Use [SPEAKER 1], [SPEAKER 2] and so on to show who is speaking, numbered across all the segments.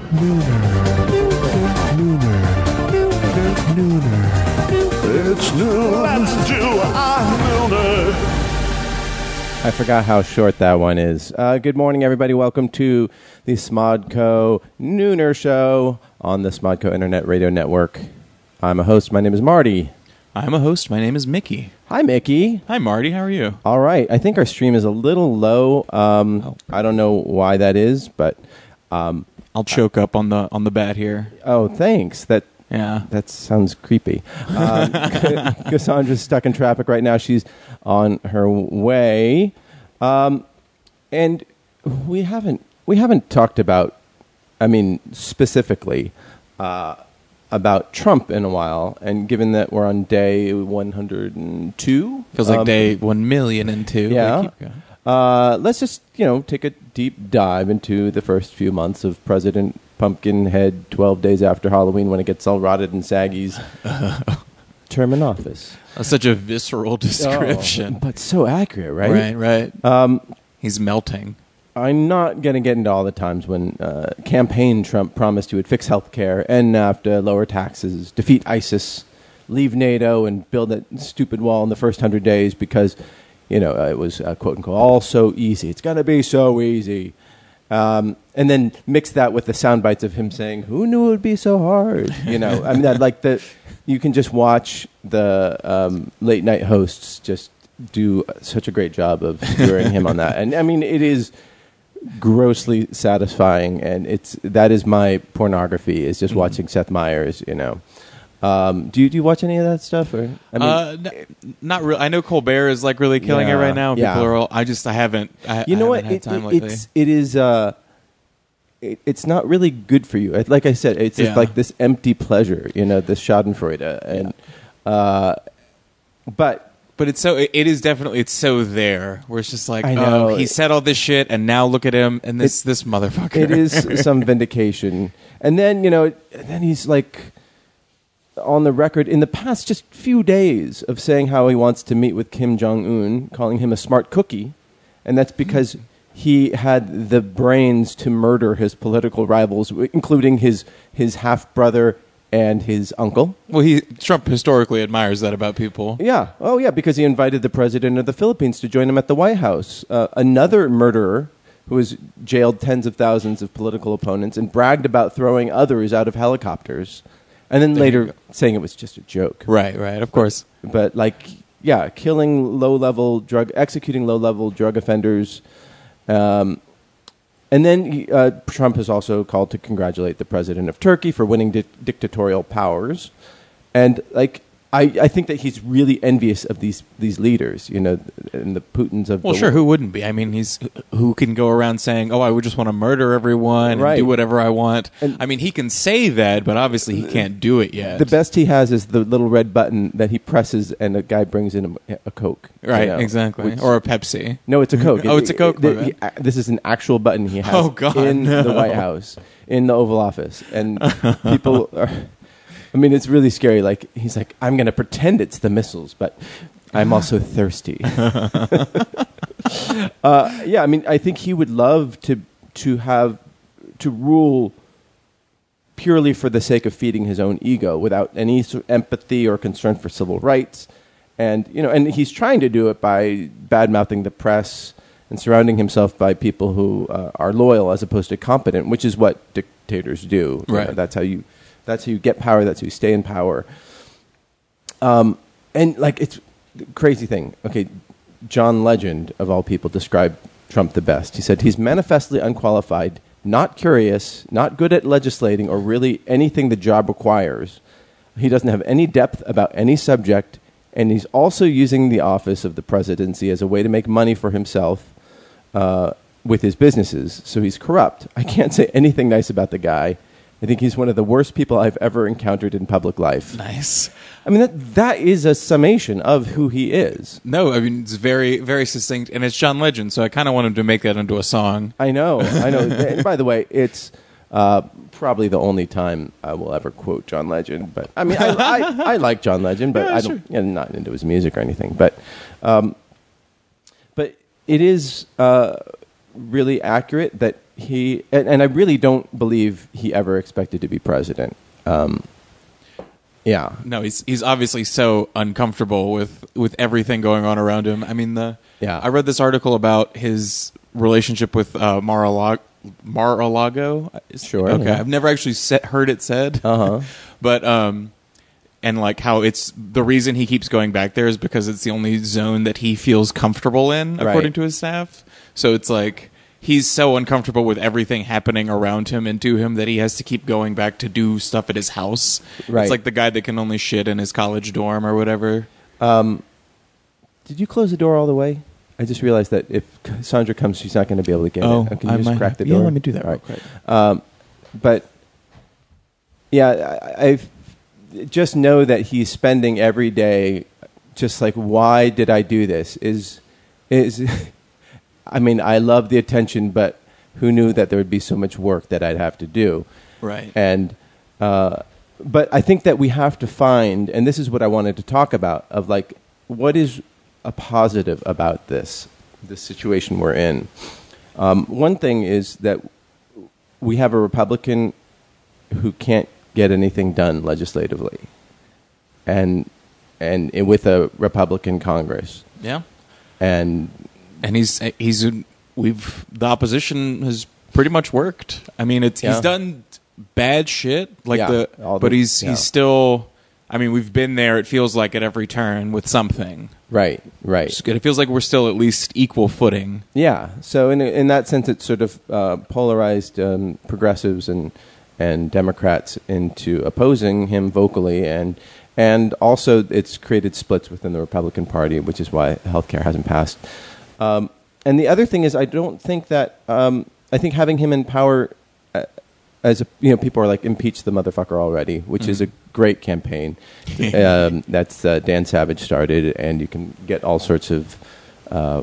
[SPEAKER 1] Nooner. Nooner. Nooner. It's noon. Let's do a nooner.
[SPEAKER 2] I forgot how short that one is. Uh, good morning, everybody. Welcome to the Smodco Nooner Show on the Smodco Internet Radio Network. I'm a host. My name is Marty.
[SPEAKER 3] I'm a host. My name is Mickey.
[SPEAKER 2] Hi, Mickey.
[SPEAKER 3] Hi, Marty. How are you?
[SPEAKER 2] All right. I think our stream is a little low. Um,
[SPEAKER 3] Oh.
[SPEAKER 2] I don't know why that is, but um,
[SPEAKER 3] I'll choke up on the on the bat here.
[SPEAKER 2] oh, thanks. That
[SPEAKER 3] Yeah.
[SPEAKER 2] That sounds creepy. Um, Cassandra's stuck in traffic right now. She's on her way, um, and we haven't we haven't talked about, I mean, specifically uh, about Trump in a while. And given that we're on day one hundred and two,
[SPEAKER 3] Feels like day one million and two.
[SPEAKER 2] um, yeah.
[SPEAKER 3] Keep going.
[SPEAKER 2] Uh, let's just you know take a deep dive into the first few months of President Pumpkinhead, twelve days after Halloween, when it gets all rotted and saggy's term in office.
[SPEAKER 3] That's such a visceral description.
[SPEAKER 2] Oh, but so accurate, right?
[SPEAKER 3] right, right. Um, He's melting.
[SPEAKER 2] I'm not going to get into all the times when uh, campaign Trump promised he would fix health care, end NAFTA, lower taxes, defeat ISIS, leave NATO, and build that stupid wall in the first 100 days because, you know, uh, it was, uh, quote unquote, all so easy. It's going to be so easy. Um, and then mix that with the sound bites of him saying, who knew it would be so hard? You know, I mean, I'd like the, you can just watch the um, late night hosts just do such a great job of hearing him on that. And I mean, it is grossly satisfying, and it's that is my pornography is
[SPEAKER 3] Mm-hmm.
[SPEAKER 2] just watching Seth Meyers. You know, um, do you do you watch any of that stuff? Or I mean,
[SPEAKER 3] uh, n- not real. I know Colbert is like really killing
[SPEAKER 2] Yeah,
[SPEAKER 3] it right now. People
[SPEAKER 2] yeah.
[SPEAKER 3] are all. I just. I haven't. I,
[SPEAKER 2] you
[SPEAKER 3] I
[SPEAKER 2] know what?
[SPEAKER 3] haven't
[SPEAKER 2] It,
[SPEAKER 3] Had time
[SPEAKER 2] it-
[SPEAKER 3] lately.
[SPEAKER 2] it's it is. Uh, it, it's not really good for you. It- Like I said, it's just
[SPEAKER 3] Yeah.
[SPEAKER 2] like this empty pleasure. You know, this Schadenfreude, and uh, but
[SPEAKER 3] But it's so. It, it is definitely. It's so there. Where it's just like.
[SPEAKER 2] I know.
[SPEAKER 3] Oh, he said all this shit, and now look at him, and this this motherfucker.
[SPEAKER 2] it is some vindication. And then you know, then he's like on the record in the past just few days of saying how he wants to meet with Kim Jong Un, calling him a smart cookie, and that's because he had the brains to murder his political rivals, w- including his his half brother and his uncle.
[SPEAKER 3] Well, he Trump historically admires that about people.
[SPEAKER 2] Yeah. Oh, yeah, because he invited the president of the Philippines to join him at the White House. Uh, another murderer who has jailed tens of thousands of political opponents and bragged about throwing others out of helicopters. And then later saying it was just a joke.
[SPEAKER 3] Right, right. Of course.
[SPEAKER 2] But, like, yeah, killing low level drug, executing low level drug offenders. Um, and then uh, Trump has also called to congratulate the president of Turkey for winning di- dictatorial powers, and like I, I think that he's really envious of these these leaders, you know, and the Putins of
[SPEAKER 3] Well,
[SPEAKER 2] the
[SPEAKER 3] sure. Who wouldn't be? I mean, he's who can go around saying, "Oh, I would just want to murder everyone and
[SPEAKER 2] Right.
[SPEAKER 3] do whatever I want."
[SPEAKER 2] And-
[SPEAKER 3] I mean, he can say that, but obviously he can't do it yet.
[SPEAKER 2] The best he has is the little red button that he presses, and a guy brings in a, a Coke. you
[SPEAKER 3] right?
[SPEAKER 2] know,
[SPEAKER 3] exactly.
[SPEAKER 2] which-
[SPEAKER 3] or a Pepsi.
[SPEAKER 2] No, it's a Coke.
[SPEAKER 3] Oh, it's a Coke, my
[SPEAKER 2] the- he-
[SPEAKER 3] bad.
[SPEAKER 2] uh, this is an actual button he has
[SPEAKER 3] Oh, God,
[SPEAKER 2] in the White House, in the Oval Office, and people are. I mean, it's really scary. Like he's like, I'm going to pretend it's the missiles, but I'm also thirsty. uh, yeah, I mean, I think he would love to to have to rule purely for the sake of feeding his own ego without any sort of empathy or concern for civil rights. And, you know, and he's trying to do it by bad mouthing the press and surrounding himself by people who uh, are loyal as opposed to competent, which is what dictators do. You know,
[SPEAKER 3] Right.
[SPEAKER 2] that's how you that's how you get power, that's how you stay in power. And like it's the crazy thing. Okay, John Legend of all people described Trump the best. He said he's manifestly unqualified, not curious, not good at legislating or really anything the job requires. He doesn't have any depth about any subject, and he's also using the office of the presidency as a way to make money for himself uh, with his businesses. So he's corrupt. I can't say anything nice about the guy. I think he's one of the worst people I've ever encountered in public life.
[SPEAKER 3] Nice.
[SPEAKER 2] I mean, that, that is a summation of who he is.
[SPEAKER 3] No, I mean it's very, very succinct, and it's John Legend, so I kind of want him to make that into a song.
[SPEAKER 2] I know, I know. and by the way, it's uh, probably the only time I will ever quote John Legend. But I mean, I, I, I like John Legend, but I don't, you know, not into his music or anything. But, um, but it is uh, really accurate that he and, and I really don't believe he ever expected to be president. Um, yeah,
[SPEAKER 3] No, he's he's obviously so uncomfortable with with everything going on around him. I mean, the
[SPEAKER 2] Yeah.
[SPEAKER 3] I read this article about his relationship with uh, Mar-a-Lago. Mar-a-Lago. Is-
[SPEAKER 2] Sure,
[SPEAKER 3] Okay,
[SPEAKER 2] yeah.
[SPEAKER 3] I've never actually se- heard it said.
[SPEAKER 2] Uh-huh.
[SPEAKER 3] but um, and like how it's the reason he keeps going back there is because it's the only zone that he feels comfortable in,
[SPEAKER 2] Right.
[SPEAKER 3] according to his staff. So it's like. He's so uncomfortable with everything happening around him and to him that he has to keep going back to do stuff at his house.
[SPEAKER 2] Right.
[SPEAKER 3] It's like the guy that can only shit in his college dorm or whatever.
[SPEAKER 2] Did you close the door all the way? I just realized that if Sandra comes, she's not going to be able to get
[SPEAKER 3] Oh,
[SPEAKER 2] it. Can you
[SPEAKER 3] I
[SPEAKER 2] just
[SPEAKER 3] might-
[SPEAKER 2] crack the
[SPEAKER 3] yeah,
[SPEAKER 2] door?
[SPEAKER 3] let me do that
[SPEAKER 2] All
[SPEAKER 3] real
[SPEAKER 2] right.
[SPEAKER 3] quick.
[SPEAKER 2] Um, but yeah, I, I've just know that he's spending every day just like, why did I do this? Is is I mean, I love the attention, but who knew that there would be so much work that I'd have to do?
[SPEAKER 3] Right.
[SPEAKER 2] and uh, but I think that we have to find, and this is what I wanted to talk about, of like what is a positive about this this situation we're in. Um, one thing is that we have a Republican who can't get anything done legislatively, and and it- with a Republican Congress,
[SPEAKER 3] Yeah.
[SPEAKER 2] and
[SPEAKER 3] And he's he's we've the opposition has pretty much worked. I mean, it's
[SPEAKER 2] Yeah.
[SPEAKER 3] he's done bad shit like
[SPEAKER 2] Yeah,
[SPEAKER 3] the,
[SPEAKER 2] all
[SPEAKER 3] but
[SPEAKER 2] the-
[SPEAKER 3] he's
[SPEAKER 2] yeah.
[SPEAKER 3] he's still. I mean, we've been there. It feels like at every turn with something.
[SPEAKER 2] right, right,
[SPEAKER 3] It's good. It feels like we're still at least equal footing.
[SPEAKER 2] Yeah. So in in that sense, it's sort of uh, polarized um, progressives and and Democrats into opposing him vocally, and and also it's created splits within the Republican Party, which is why healthcare hasn't passed. Um, and the other thing is, I don't think that um, I think having him in power uh, as a, you know, people are like impeach the motherfucker already, which is a great campaign. um, that's uh, Dan Savage started, and you can get all sorts of uh,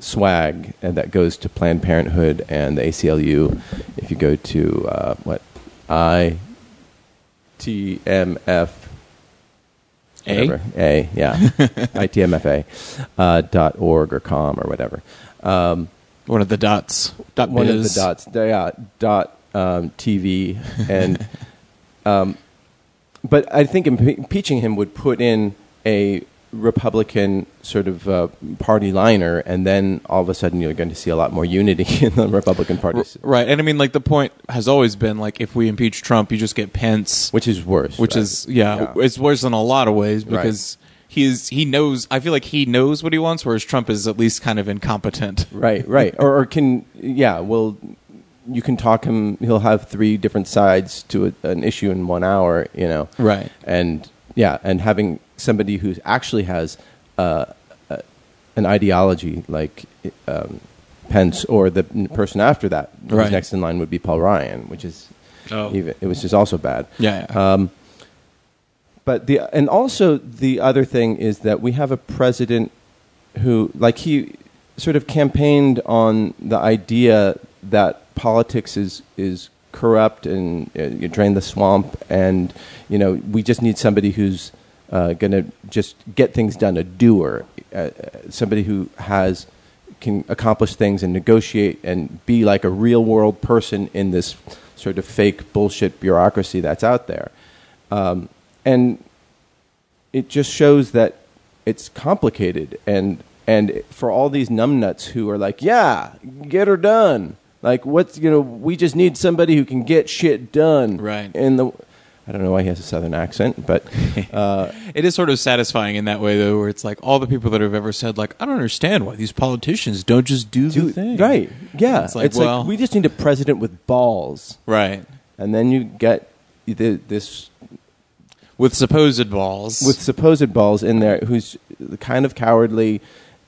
[SPEAKER 2] swag and that goes to Planned Parenthood and the ACLU. If you go to uh, what I T M F
[SPEAKER 3] A?
[SPEAKER 2] whatever. A, yeah, ITMFA uh, dot org or com or whatever. Um,
[SPEAKER 3] One of the dots. Dot
[SPEAKER 2] one of
[SPEAKER 3] biz.
[SPEAKER 2] the dots. Yeah, dot um, TV and um, but I think impe- impeaching him would put in a Republican sort of uh, party liner, and then all of a sudden you're going to see a lot more unity in the Republican Party,
[SPEAKER 3] R- Right. And I mean, like the point has always been like if we impeach Trump, you just get Pence.
[SPEAKER 2] which is worse.
[SPEAKER 3] which
[SPEAKER 2] right?
[SPEAKER 3] is yeah, it's worse in a lot of ways because he is he knows I feel like he knows what he wants, whereas Trump is at least kind of incompetent.
[SPEAKER 2] right, right, or, or can yeah, well. You can talk him. He'll have three different sides to a, an issue in one hour. You know,
[SPEAKER 3] Right.
[SPEAKER 2] and yeah, and having somebody who actually has uh, uh, an ideology like um, Pence or the n- person after that, who's
[SPEAKER 3] Right.
[SPEAKER 2] next in line would be Paul Ryan, which is
[SPEAKER 3] Oh.
[SPEAKER 2] even, it was just also bad.
[SPEAKER 3] Yeah, yeah.
[SPEAKER 2] Um, but the and also the other thing is that we have a president who like he sort of campaigned on the idea that politics is is corrupt and uh, you drain the swamp and you know we just need somebody who's uh, going to just get things done a doer uh, uh, somebody who has can accomplish things and negotiate and be like a real world person in this sort of fake bullshit bureaucracy that's out there um, and it just shows that it's complicated and and for all these numbnuts who are like yeah get her done like what's you know we just need somebody who can get shit done
[SPEAKER 3] Right.
[SPEAKER 2] and the i don't know why he has a southern accent but uh,
[SPEAKER 3] It is sort of satisfying in that way though, where it's like all the people that have ever said like I don't understand why these politicians don't just do, the thing.
[SPEAKER 2] right yeah
[SPEAKER 3] It's like, well-
[SPEAKER 2] we just need a president with balls
[SPEAKER 3] Right.
[SPEAKER 2] and then you get the, this
[SPEAKER 3] With supposed balls.
[SPEAKER 2] with supposed balls in there who's kind of cowardly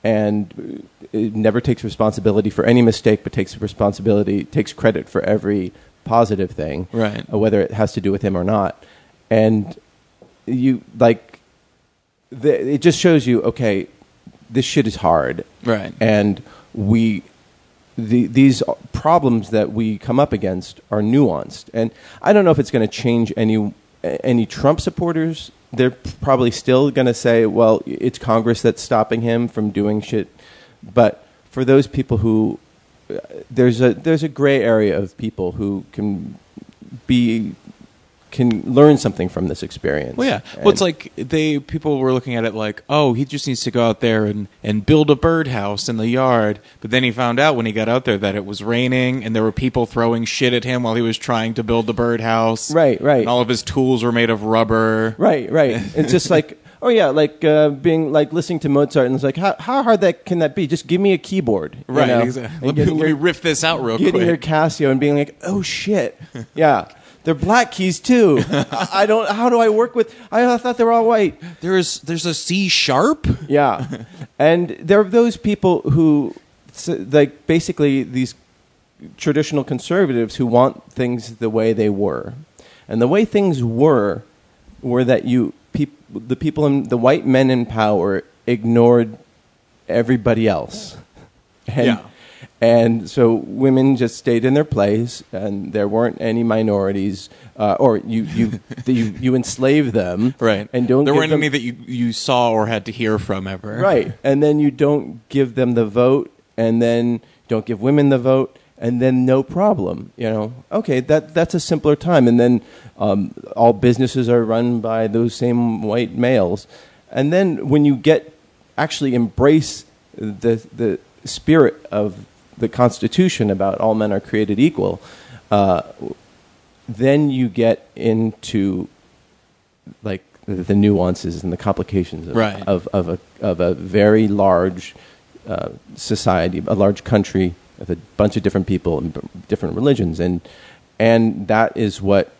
[SPEAKER 2] and uh, never takes responsibility for any mistake but takes responsibility takes credit for every positive thing
[SPEAKER 3] Right.
[SPEAKER 2] uh, whether it has to do with him or not and you like the, it just shows you okay this shit is hard
[SPEAKER 3] Right.
[SPEAKER 2] and we the, these problems that we come up against are nuanced and i don't know if it's going to change any any trump supporters they're probably still going to say well it's congress that's stopping him from doing shit but for those people who there's a there's a gray area of people who can be can learn something from this experience.
[SPEAKER 3] Well, yeah.
[SPEAKER 2] And-
[SPEAKER 3] Well, it's like they people were looking at it like, oh, he just needs to go out there and and build a birdhouse in the yard. But then he found out when he got out there that it was raining and there were people throwing shit at him while he was trying to build the birdhouse.
[SPEAKER 2] Right, right.
[SPEAKER 3] And all of his tools were made of rubber.
[SPEAKER 2] Right, right. It's just like, oh yeah, like uh, being like listening to Mozart, and it's like, how how hard that can that be? Just give me a keyboard, you
[SPEAKER 3] Right.
[SPEAKER 2] know?
[SPEAKER 3] Exactly.
[SPEAKER 2] And
[SPEAKER 3] Let, me,
[SPEAKER 2] getting
[SPEAKER 3] let me
[SPEAKER 2] your-
[SPEAKER 3] riff this out real
[SPEAKER 2] getting
[SPEAKER 3] quick.
[SPEAKER 2] your Casio and being like, oh shit, yeah, they're black keys too. I I don't. How do I work with? I thought they were all white.
[SPEAKER 3] There's there's a C sharp.
[SPEAKER 2] Yeah, and there are those people who, s- like, basically these traditional conservatives who want things the way they were, and the way things were were that you peop, the people in the white men in power ignored everybody else, and
[SPEAKER 3] Yeah.
[SPEAKER 2] and so women just stayed in their place, and there weren't any minorities, uh, or you you, you you enslave them,
[SPEAKER 3] Right.
[SPEAKER 2] And don't
[SPEAKER 3] there
[SPEAKER 2] give
[SPEAKER 3] weren't
[SPEAKER 2] them-
[SPEAKER 3] any that you you saw or had to hear from ever.
[SPEAKER 2] Right. And then you don't give them the vote, and then don't give women the vote, and then no problem. You know, okay, that that's a simpler time. And then um, all businesses are run by those same white males. And then when you get actually embrace the the spirit of the Constitution about all men are created equal, uh, then you get into like the, the nuances and the complications of,
[SPEAKER 3] Right.
[SPEAKER 2] of, of, a, of a very large uh, society, a large country with a bunch of different people and b- different religions. And, and that is what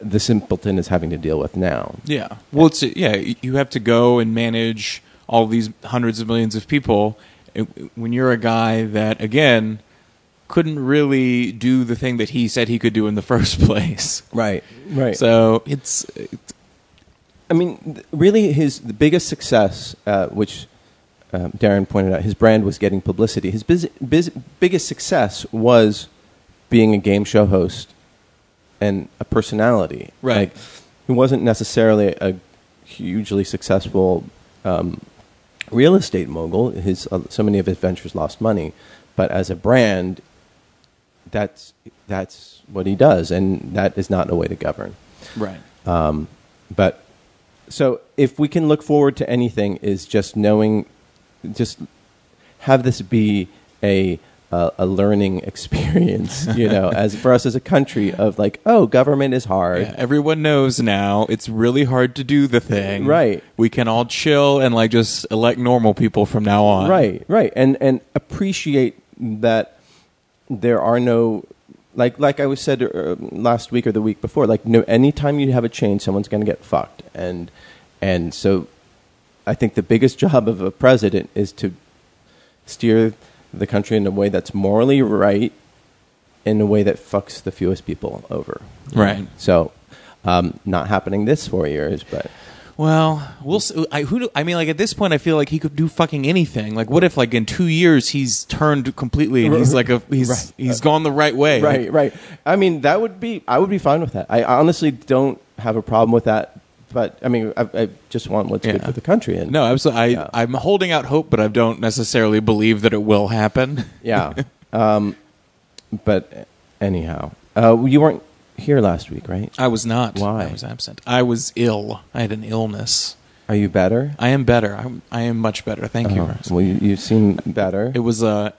[SPEAKER 2] the simpleton is having to deal with now.
[SPEAKER 3] Yeah. Well, it's yeah. You have to go and manage all these hundreds of millions of people uh, when you're a guy that again couldn't really do the thing that he said he could do in the first place.
[SPEAKER 2] Right. Right.
[SPEAKER 3] So it's, it's
[SPEAKER 2] I mean, th- really, his the biggest success, uh, which um, Darren pointed out, his brand was getting publicity. His biz- biz- biggest success was being a game show host and a personality.
[SPEAKER 3] Right.
[SPEAKER 2] Like, he wasn't necessarily a hugely successful um, real estate mogul. His uh, so many of his ventures lost money, but as a brand, that's that's what he does, and that is not a way to govern.
[SPEAKER 3] right.
[SPEAKER 2] But so if we can look forward to anything, is just knowing, just have this be a uh, a learning experience, you know, as for us as a country of like, oh, government is hard.
[SPEAKER 3] Yeah, everyone knows now it's really hard to do the thing.
[SPEAKER 2] Right.
[SPEAKER 3] We can all chill and like just elect normal people from now on.
[SPEAKER 2] Right, right, and and appreciate that there are no like like I was said uh, last week or the week before. Like no, anytime you have a change, someone's going to get fucked, and and so I think the biggest job of a president is to steer the country in a way that's morally right, in a way that fucks the fewest people over.
[SPEAKER 3] Right.
[SPEAKER 2] So, um, not happening this four years, but.
[SPEAKER 3] Well, we'll. s I who do, I mean, like at this point, I feel like he could do fucking anything. Like, what if, like in two years, he's turned completely and he's like a he's
[SPEAKER 2] Right.
[SPEAKER 3] he's gone the right way.
[SPEAKER 2] Right, right. I mean, that would be. I would be fine with that. I honestly don't have a problem with that. But I mean, I, I just want what's good
[SPEAKER 3] Yeah.
[SPEAKER 2] for the country. And
[SPEAKER 3] No, absolutely. I
[SPEAKER 2] Yeah.
[SPEAKER 3] I'm holding out hope, but I don't necessarily believe that it will happen.
[SPEAKER 2] yeah. um, but anyhow, uh, you weren't here last week, right?
[SPEAKER 3] I was not.
[SPEAKER 2] Why?
[SPEAKER 3] I was absent. I was ill. I had an illness.
[SPEAKER 2] Are you better?
[SPEAKER 3] I am better. I'm, I am much better. Thank you.
[SPEAKER 2] Oh,
[SPEAKER 3] Russ.
[SPEAKER 2] well, you, you seem better.
[SPEAKER 3] It was a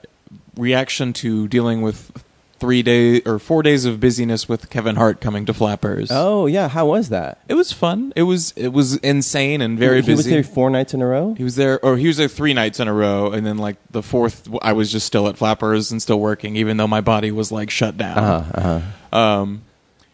[SPEAKER 3] reaction to dealing with three day or four days of busyness with Kevin Hart coming to Flappers.
[SPEAKER 2] oh yeah, how was that?
[SPEAKER 3] It was fun. It was it was insane and very
[SPEAKER 2] he
[SPEAKER 3] busy.
[SPEAKER 2] was there four nights in a row.
[SPEAKER 3] He was there, or he was there three nights in a row, and then like the fourth, w- I was just still at Flappers and still working, even though my body was like shut down.
[SPEAKER 2] Uh-huh.
[SPEAKER 3] Um,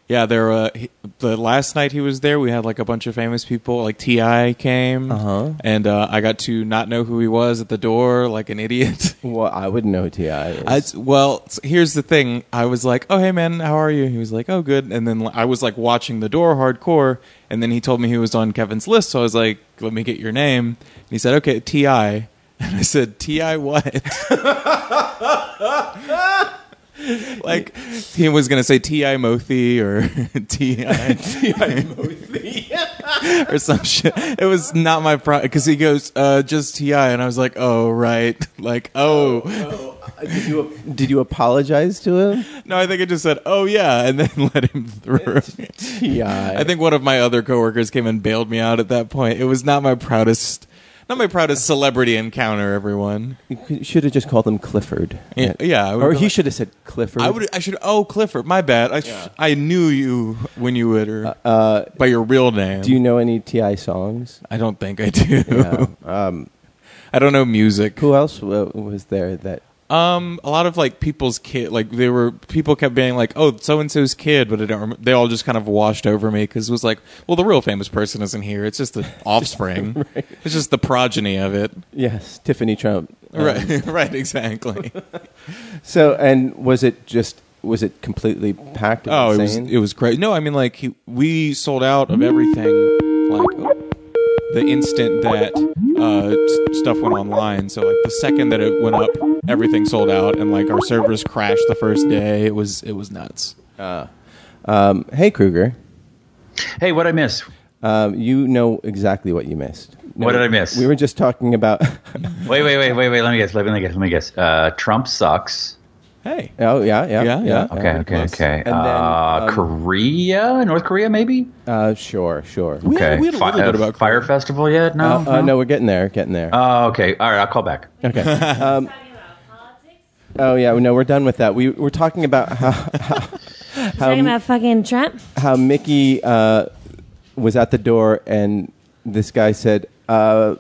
[SPEAKER 3] yeah, there. Uh, he, the last night he was there, we had like a bunch of famous people. Like Ti came,
[SPEAKER 2] Uh-huh.
[SPEAKER 3] and uh, I got to not know who he was at the door, like an idiot.
[SPEAKER 2] Well, I wouldn't know who Ti. is.
[SPEAKER 3] I, well, s- here's the thing. I was like, "Oh, hey, man, how are you?" He was like, "Oh, good." And then I was like watching the door hardcore, and then he told me he was on Kevin's list. So I was like, "Let me get your name." And he said, "Okay, Ti." And I said, "Ti what?" like he was gonna say Ti Mothi or Ti or some shit. It was not my problem because he goes, uh, "Just Ti," and I was like, "Oh, right." Like, oh.
[SPEAKER 4] Did you, did you apologize to him?
[SPEAKER 3] No, I think I just said, "Oh yeah," and then let him through.
[SPEAKER 4] Yeah.
[SPEAKER 3] I think one of my other coworkers came and bailed me out at that point. It was not my proudest, not my proudest celebrity encounter. Everyone,
[SPEAKER 4] You should have just called him Clifford.
[SPEAKER 3] Yeah, yeah, I would
[SPEAKER 4] or
[SPEAKER 3] go
[SPEAKER 4] he
[SPEAKER 3] like-
[SPEAKER 4] should have said Clifford.
[SPEAKER 3] I would, I should. Oh, Clifford, my bad. I, sh- I knew you when you would, or by your real name.
[SPEAKER 4] Uh, Do you know any Ti E songs?
[SPEAKER 3] I don't think I do.
[SPEAKER 4] Yeah. um,
[SPEAKER 3] I don't know music.
[SPEAKER 4] Who else wa- was there that?
[SPEAKER 3] Um, a lot of like people's kid, like they were people kept being like, "Oh, so and so's kid," but I don't. Rem- they all just kind of washed over me because it was like, "Well, the real famous person isn't here. It's just the offspring. It's just the progeny of it."
[SPEAKER 4] Yes, Tiffany Trump.
[SPEAKER 3] right, right, exactly.
[SPEAKER 4] So, and was it just was it completely packed?
[SPEAKER 3] oh, it was
[SPEAKER 4] insane?
[SPEAKER 3] it was crazy. No, I mean like he, we sold out of everything. Like oh, the instant that uh, s- stuff went online, so like the second that it went up, everything sold out, and like our servers crashed the first day. It was it was nuts.
[SPEAKER 4] Um, hey, Kruger,
[SPEAKER 5] Hey, what I miss?
[SPEAKER 4] um, you know exactly what you missed.
[SPEAKER 5] What did I miss?
[SPEAKER 4] We were just talking about.
[SPEAKER 5] Wait, wait, wait, wait, wait. Let me guess. Let me guess. Let me guess. Uh, Trump sucks.
[SPEAKER 3] Hey,
[SPEAKER 4] Oh yeah, yeah,
[SPEAKER 3] Yeah, yeah.
[SPEAKER 5] Okay, okay,
[SPEAKER 3] close.
[SPEAKER 5] okay.
[SPEAKER 4] And then,
[SPEAKER 5] uh,
[SPEAKER 4] um,
[SPEAKER 5] Korea, North Korea, maybe.
[SPEAKER 4] Uh, sure, sure.
[SPEAKER 3] We
[SPEAKER 5] Okay.
[SPEAKER 3] had, we had a
[SPEAKER 5] Fi-
[SPEAKER 3] little bit
[SPEAKER 5] uh,
[SPEAKER 3] about
[SPEAKER 5] Fire Festival yet? No.
[SPEAKER 4] Uh, uh, no, we're getting there, getting there.
[SPEAKER 5] Oh, okay. All right. I'll call back.
[SPEAKER 4] okay. Um,
[SPEAKER 6] talking about politics?
[SPEAKER 4] oh yeah, no, we're done with that. We we're talking about how
[SPEAKER 6] talking
[SPEAKER 4] um,
[SPEAKER 6] about fucking Trump?
[SPEAKER 4] how Mickey uh, was at the door and this guy said, uh,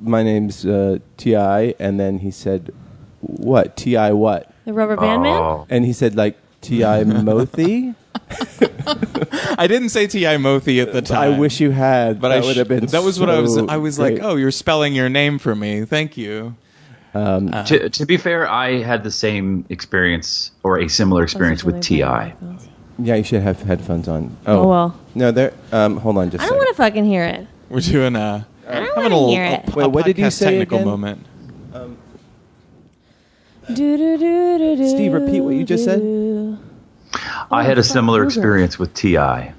[SPEAKER 4] "My name's uh, Ti," and then he said, "What Ti what?"
[SPEAKER 6] The rubber band man?
[SPEAKER 5] Oh.
[SPEAKER 4] And he said like Ti Mothi.
[SPEAKER 3] I didn't say Ti Mothi at the
[SPEAKER 4] I
[SPEAKER 3] time.
[SPEAKER 4] wish you had,
[SPEAKER 3] but
[SPEAKER 4] that
[SPEAKER 3] I
[SPEAKER 4] would have been.
[SPEAKER 3] That was what I was.
[SPEAKER 4] so
[SPEAKER 3] I was like,
[SPEAKER 4] great.
[SPEAKER 3] oh, you're spelling your name for me. Thank you.
[SPEAKER 5] to, to be fair, I had the same experience or a similar experience with Ti.
[SPEAKER 6] I
[SPEAKER 4] yeah, you should have headphones on.
[SPEAKER 6] Oh, well.
[SPEAKER 4] no, there. Um, hold on, just.
[SPEAKER 6] don't want to fucking hear it.
[SPEAKER 3] We're doing a.
[SPEAKER 6] I don't
[SPEAKER 3] having
[SPEAKER 6] want
[SPEAKER 3] a,
[SPEAKER 6] to
[SPEAKER 3] little-
[SPEAKER 6] hear
[SPEAKER 3] a
[SPEAKER 6] it.
[SPEAKER 3] po-
[SPEAKER 4] Wait, what did he
[SPEAKER 3] podcast
[SPEAKER 4] say
[SPEAKER 3] Technical
[SPEAKER 4] again?
[SPEAKER 3] moment.
[SPEAKER 6] Do, do, do, do, do,
[SPEAKER 4] Steve, repeat what you just said.
[SPEAKER 6] do.
[SPEAKER 5] I had a similar
[SPEAKER 6] Uber.
[SPEAKER 5] experience with Ti. I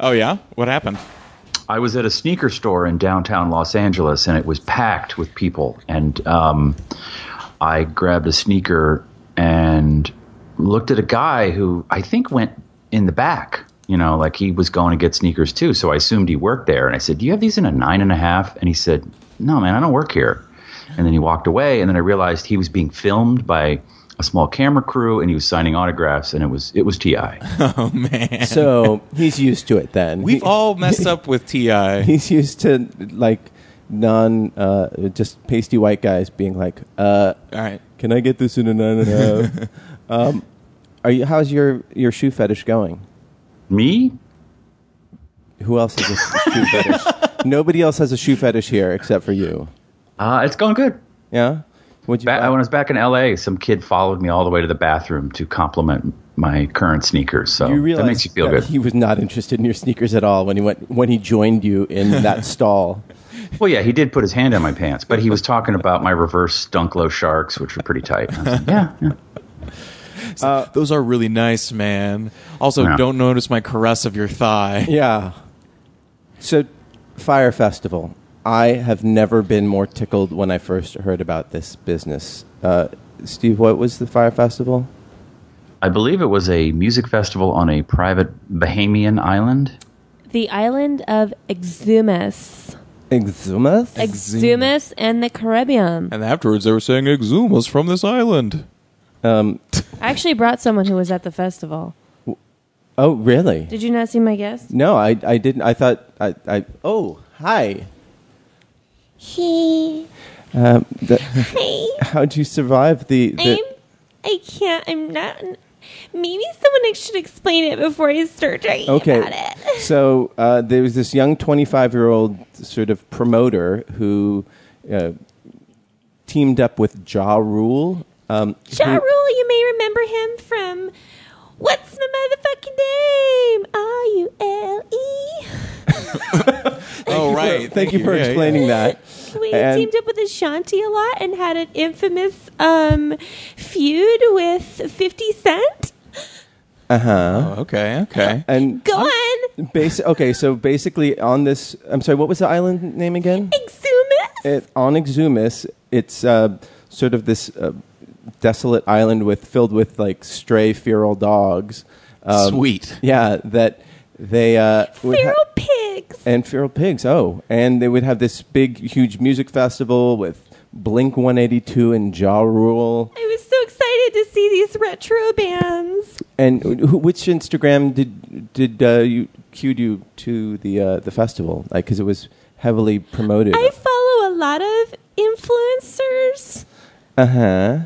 [SPEAKER 3] Oh yeah, what happened?
[SPEAKER 5] was at a sneaker store in downtown Los Angeles, and it was packed with people. And um, I grabbed a sneaker and looked at a guy who I think went in the back. You know, like he was going to get sneakers too. So I assumed he worked there. And I said, Do you have these in a nine and a half? And he said, No, man, I don't work here. And then he walked away. And then I realized he was being filmed by a small camera crew and he was signing autographs. And it was, it was T.I.
[SPEAKER 3] Oh man,
[SPEAKER 4] So he's used to it then.
[SPEAKER 3] we've
[SPEAKER 4] He-
[SPEAKER 3] all messed up with Ti.
[SPEAKER 4] He's used to like non, uh, just pasty white guys being like, uh,
[SPEAKER 3] All right.
[SPEAKER 4] "Can I get this in a nine and a half?" um, are you? How's your your shoe fetish going?
[SPEAKER 5] Me?
[SPEAKER 4] Who else has a shoe fetish? Nobody else has a shoe fetish here except for you.
[SPEAKER 5] Uh, it's going good.
[SPEAKER 4] Yeah. Would you?
[SPEAKER 5] Ba- when I was back in LA, some kid followed me all the way to the bathroom to compliment my current sneakers. So
[SPEAKER 4] You realize
[SPEAKER 5] that makes you feel
[SPEAKER 4] that
[SPEAKER 5] good.
[SPEAKER 4] He was not interested in your sneakers at all when he went when he joined you in that stall.
[SPEAKER 5] Well, yeah, he did put his hand in my pants, but he was talking about my reverse Dunklo sharks, which were pretty tight. I was like, yeah, yeah.
[SPEAKER 3] Those are really nice, man. Also,
[SPEAKER 5] Yeah.
[SPEAKER 3] don't notice my caress of your thigh.
[SPEAKER 4] Yeah. So, Fire Festival. I have never been more tickled when I first heard about this business. Uh, Steve, what was the Fire Festival?
[SPEAKER 5] I believe it was a music festival on a private Bahamian island.
[SPEAKER 6] The island of Exumas.
[SPEAKER 4] Exumas?
[SPEAKER 6] Exumas and the Caribbean.
[SPEAKER 3] And afterwards, they were saying Exuma's from this island.
[SPEAKER 6] I actually brought someone who was at the festival.
[SPEAKER 4] oh, really?
[SPEAKER 6] Did you not see my guest?
[SPEAKER 4] No, I, I didn't. I thought I. I oh, hi.
[SPEAKER 6] He.
[SPEAKER 3] Uh,
[SPEAKER 4] Um, the,
[SPEAKER 6] Hey.
[SPEAKER 4] how'd you survive the? the
[SPEAKER 6] I'm. I can't. I'm not. Maybe someone should explain it before I start talking about
[SPEAKER 4] okay.
[SPEAKER 6] it.
[SPEAKER 4] So uh, there was this young 25 year old sort of promoter who uh, teamed up with Ja Rule. Um,
[SPEAKER 6] Ja
[SPEAKER 4] who-
[SPEAKER 6] Rule, you may remember him from What's My Motherfucking Name? R U L E.
[SPEAKER 3] Oh right,
[SPEAKER 4] Thank you for
[SPEAKER 3] Yeah, yeah.
[SPEAKER 4] explaining that.
[SPEAKER 6] We
[SPEAKER 4] And-
[SPEAKER 6] teamed up with Ashanti a lot and had an infamous um, feud with 50 Cent.
[SPEAKER 3] Oh, okay, okay.
[SPEAKER 4] And
[SPEAKER 6] Go on,
[SPEAKER 4] basi- okay, so basically on this, I'm sorry, what was the island name again?
[SPEAKER 6] Exumas.
[SPEAKER 4] It, on Exumas, it's uh, sort of this uh, desolate island with filled with like stray feral dogs. Um,
[SPEAKER 3] Sweet.
[SPEAKER 4] Yeah, that they uh, would ha-
[SPEAKER 6] Feral pigs.
[SPEAKER 4] and feral pigs. Oh, and they would have this big, huge music festival with Blink One Eighty Two and Jaw Rule.
[SPEAKER 6] I was so excited to see these retro bands.
[SPEAKER 4] And who, which Instagram did did uh, you cued you to the uh, the festival? Like, because it was heavily promoted.
[SPEAKER 6] I follow a lot of influencers.
[SPEAKER 4] Uh-huh.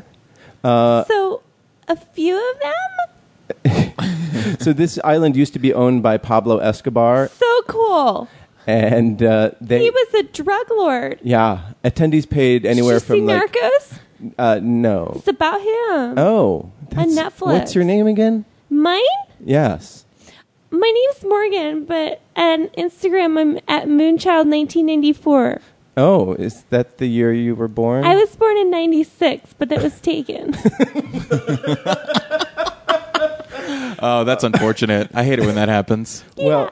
[SPEAKER 6] Uh huh. So, a few of them?
[SPEAKER 4] so this island used to be owned by Pablo Escobar,
[SPEAKER 6] So cool.
[SPEAKER 4] and uh, they
[SPEAKER 6] He was a drug lord.
[SPEAKER 4] yeah attendees paid anywhere
[SPEAKER 6] Did you
[SPEAKER 4] from
[SPEAKER 6] see
[SPEAKER 4] like
[SPEAKER 6] Narcos?
[SPEAKER 4] uh, no
[SPEAKER 6] It's about him.
[SPEAKER 4] oh that's-
[SPEAKER 6] Netflix.
[SPEAKER 4] What's your name again?
[SPEAKER 6] Mine?
[SPEAKER 4] Yes.
[SPEAKER 6] My name's Morgan, but on Instagram I'm at Moonchild1994.
[SPEAKER 4] Oh, is that the year you were born?
[SPEAKER 6] I was born in 96, but that was taken.
[SPEAKER 3] Oh, that's unfortunate. I hate it when that happens.
[SPEAKER 4] well,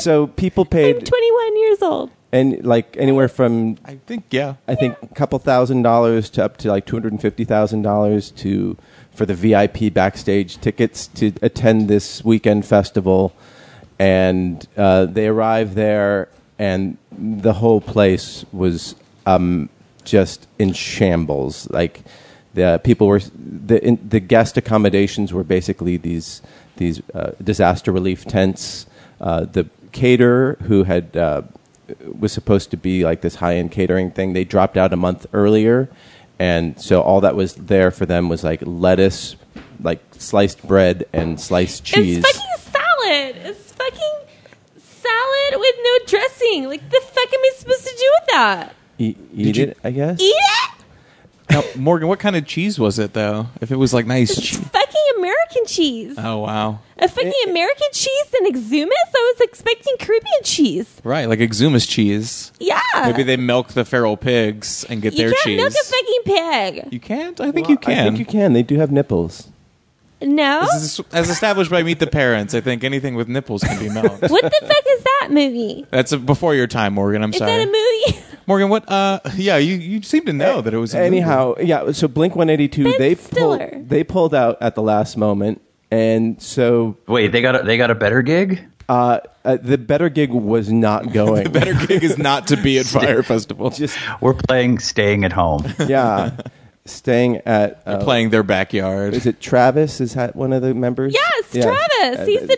[SPEAKER 4] so people
[SPEAKER 6] I'm
[SPEAKER 4] paid
[SPEAKER 6] 21 years old.
[SPEAKER 4] and like anywhere from
[SPEAKER 3] I think yeah.
[SPEAKER 4] I think a couple thousand dollars to up to like two hundred and fifty thousand dollars to for the VIP backstage tickets to attend this weekend festival, and uh, they arrive there, and the whole place was um, just in shambles. Like the uh, people were the in, the guest accommodations were basically these these uh, disaster relief tents. Uh, the caterer who had uh, was supposed to be like this high end catering thing. They dropped out a month earlier, and so all that was there for them was like lettuce, like sliced bread and sliced cheese.
[SPEAKER 6] It's fucking salad. It's fucking salad with no dressing. Like, the fuck am I supposed to do with that?
[SPEAKER 4] E- eat it, I guess.
[SPEAKER 6] Eat it?
[SPEAKER 3] Now, Morgan, what kind of cheese was it though? If it was like nice
[SPEAKER 6] It's
[SPEAKER 3] cheese.
[SPEAKER 6] fucking American cheese.
[SPEAKER 4] Uh,
[SPEAKER 3] Oh wow.
[SPEAKER 6] A fucking
[SPEAKER 4] eh,
[SPEAKER 6] American cheese and exhumus? I was expecting Caribbean cheese.
[SPEAKER 3] Right, like Exumas cheese.
[SPEAKER 6] Yeah.
[SPEAKER 3] Maybe they milk the feral pigs and get
[SPEAKER 6] Uh, you
[SPEAKER 3] their
[SPEAKER 6] can't
[SPEAKER 3] cheese.
[SPEAKER 6] milk a fucking pig.
[SPEAKER 3] you can't? I think you
[SPEAKER 4] I
[SPEAKER 3] can.
[SPEAKER 4] think you can. They do have nipples.
[SPEAKER 6] No?
[SPEAKER 3] This is- as established by Meet the Parents, I think anything with nipples can be milked.
[SPEAKER 6] what the fuck is that movie?
[SPEAKER 3] That's a, before your time, Morgan. I'm
[SPEAKER 6] Is
[SPEAKER 3] sorry.
[SPEAKER 6] that a movie?
[SPEAKER 3] Morgan, what? Uh, yeah, you, you seem to know Oh, that it was. A
[SPEAKER 4] Anyhow, yeah. So Blink One Eighty Two,
[SPEAKER 6] Ben
[SPEAKER 4] they
[SPEAKER 6] Stiller.
[SPEAKER 4] pulled they pulled out at the last moment, and so
[SPEAKER 5] Wait, they got a, they got a better gig.
[SPEAKER 4] uh, uh, the better gig was not going.
[SPEAKER 3] movie. better gig is not to be at Fire Festival. Just
[SPEAKER 4] Just
[SPEAKER 5] We're playing staying at home.
[SPEAKER 4] yeah, staying at uh,
[SPEAKER 3] playing their backyard.
[SPEAKER 4] is it Travis? Is that one of the members?
[SPEAKER 6] yes,
[SPEAKER 4] Yeah.
[SPEAKER 6] Travis.
[SPEAKER 4] Uh,
[SPEAKER 6] He's the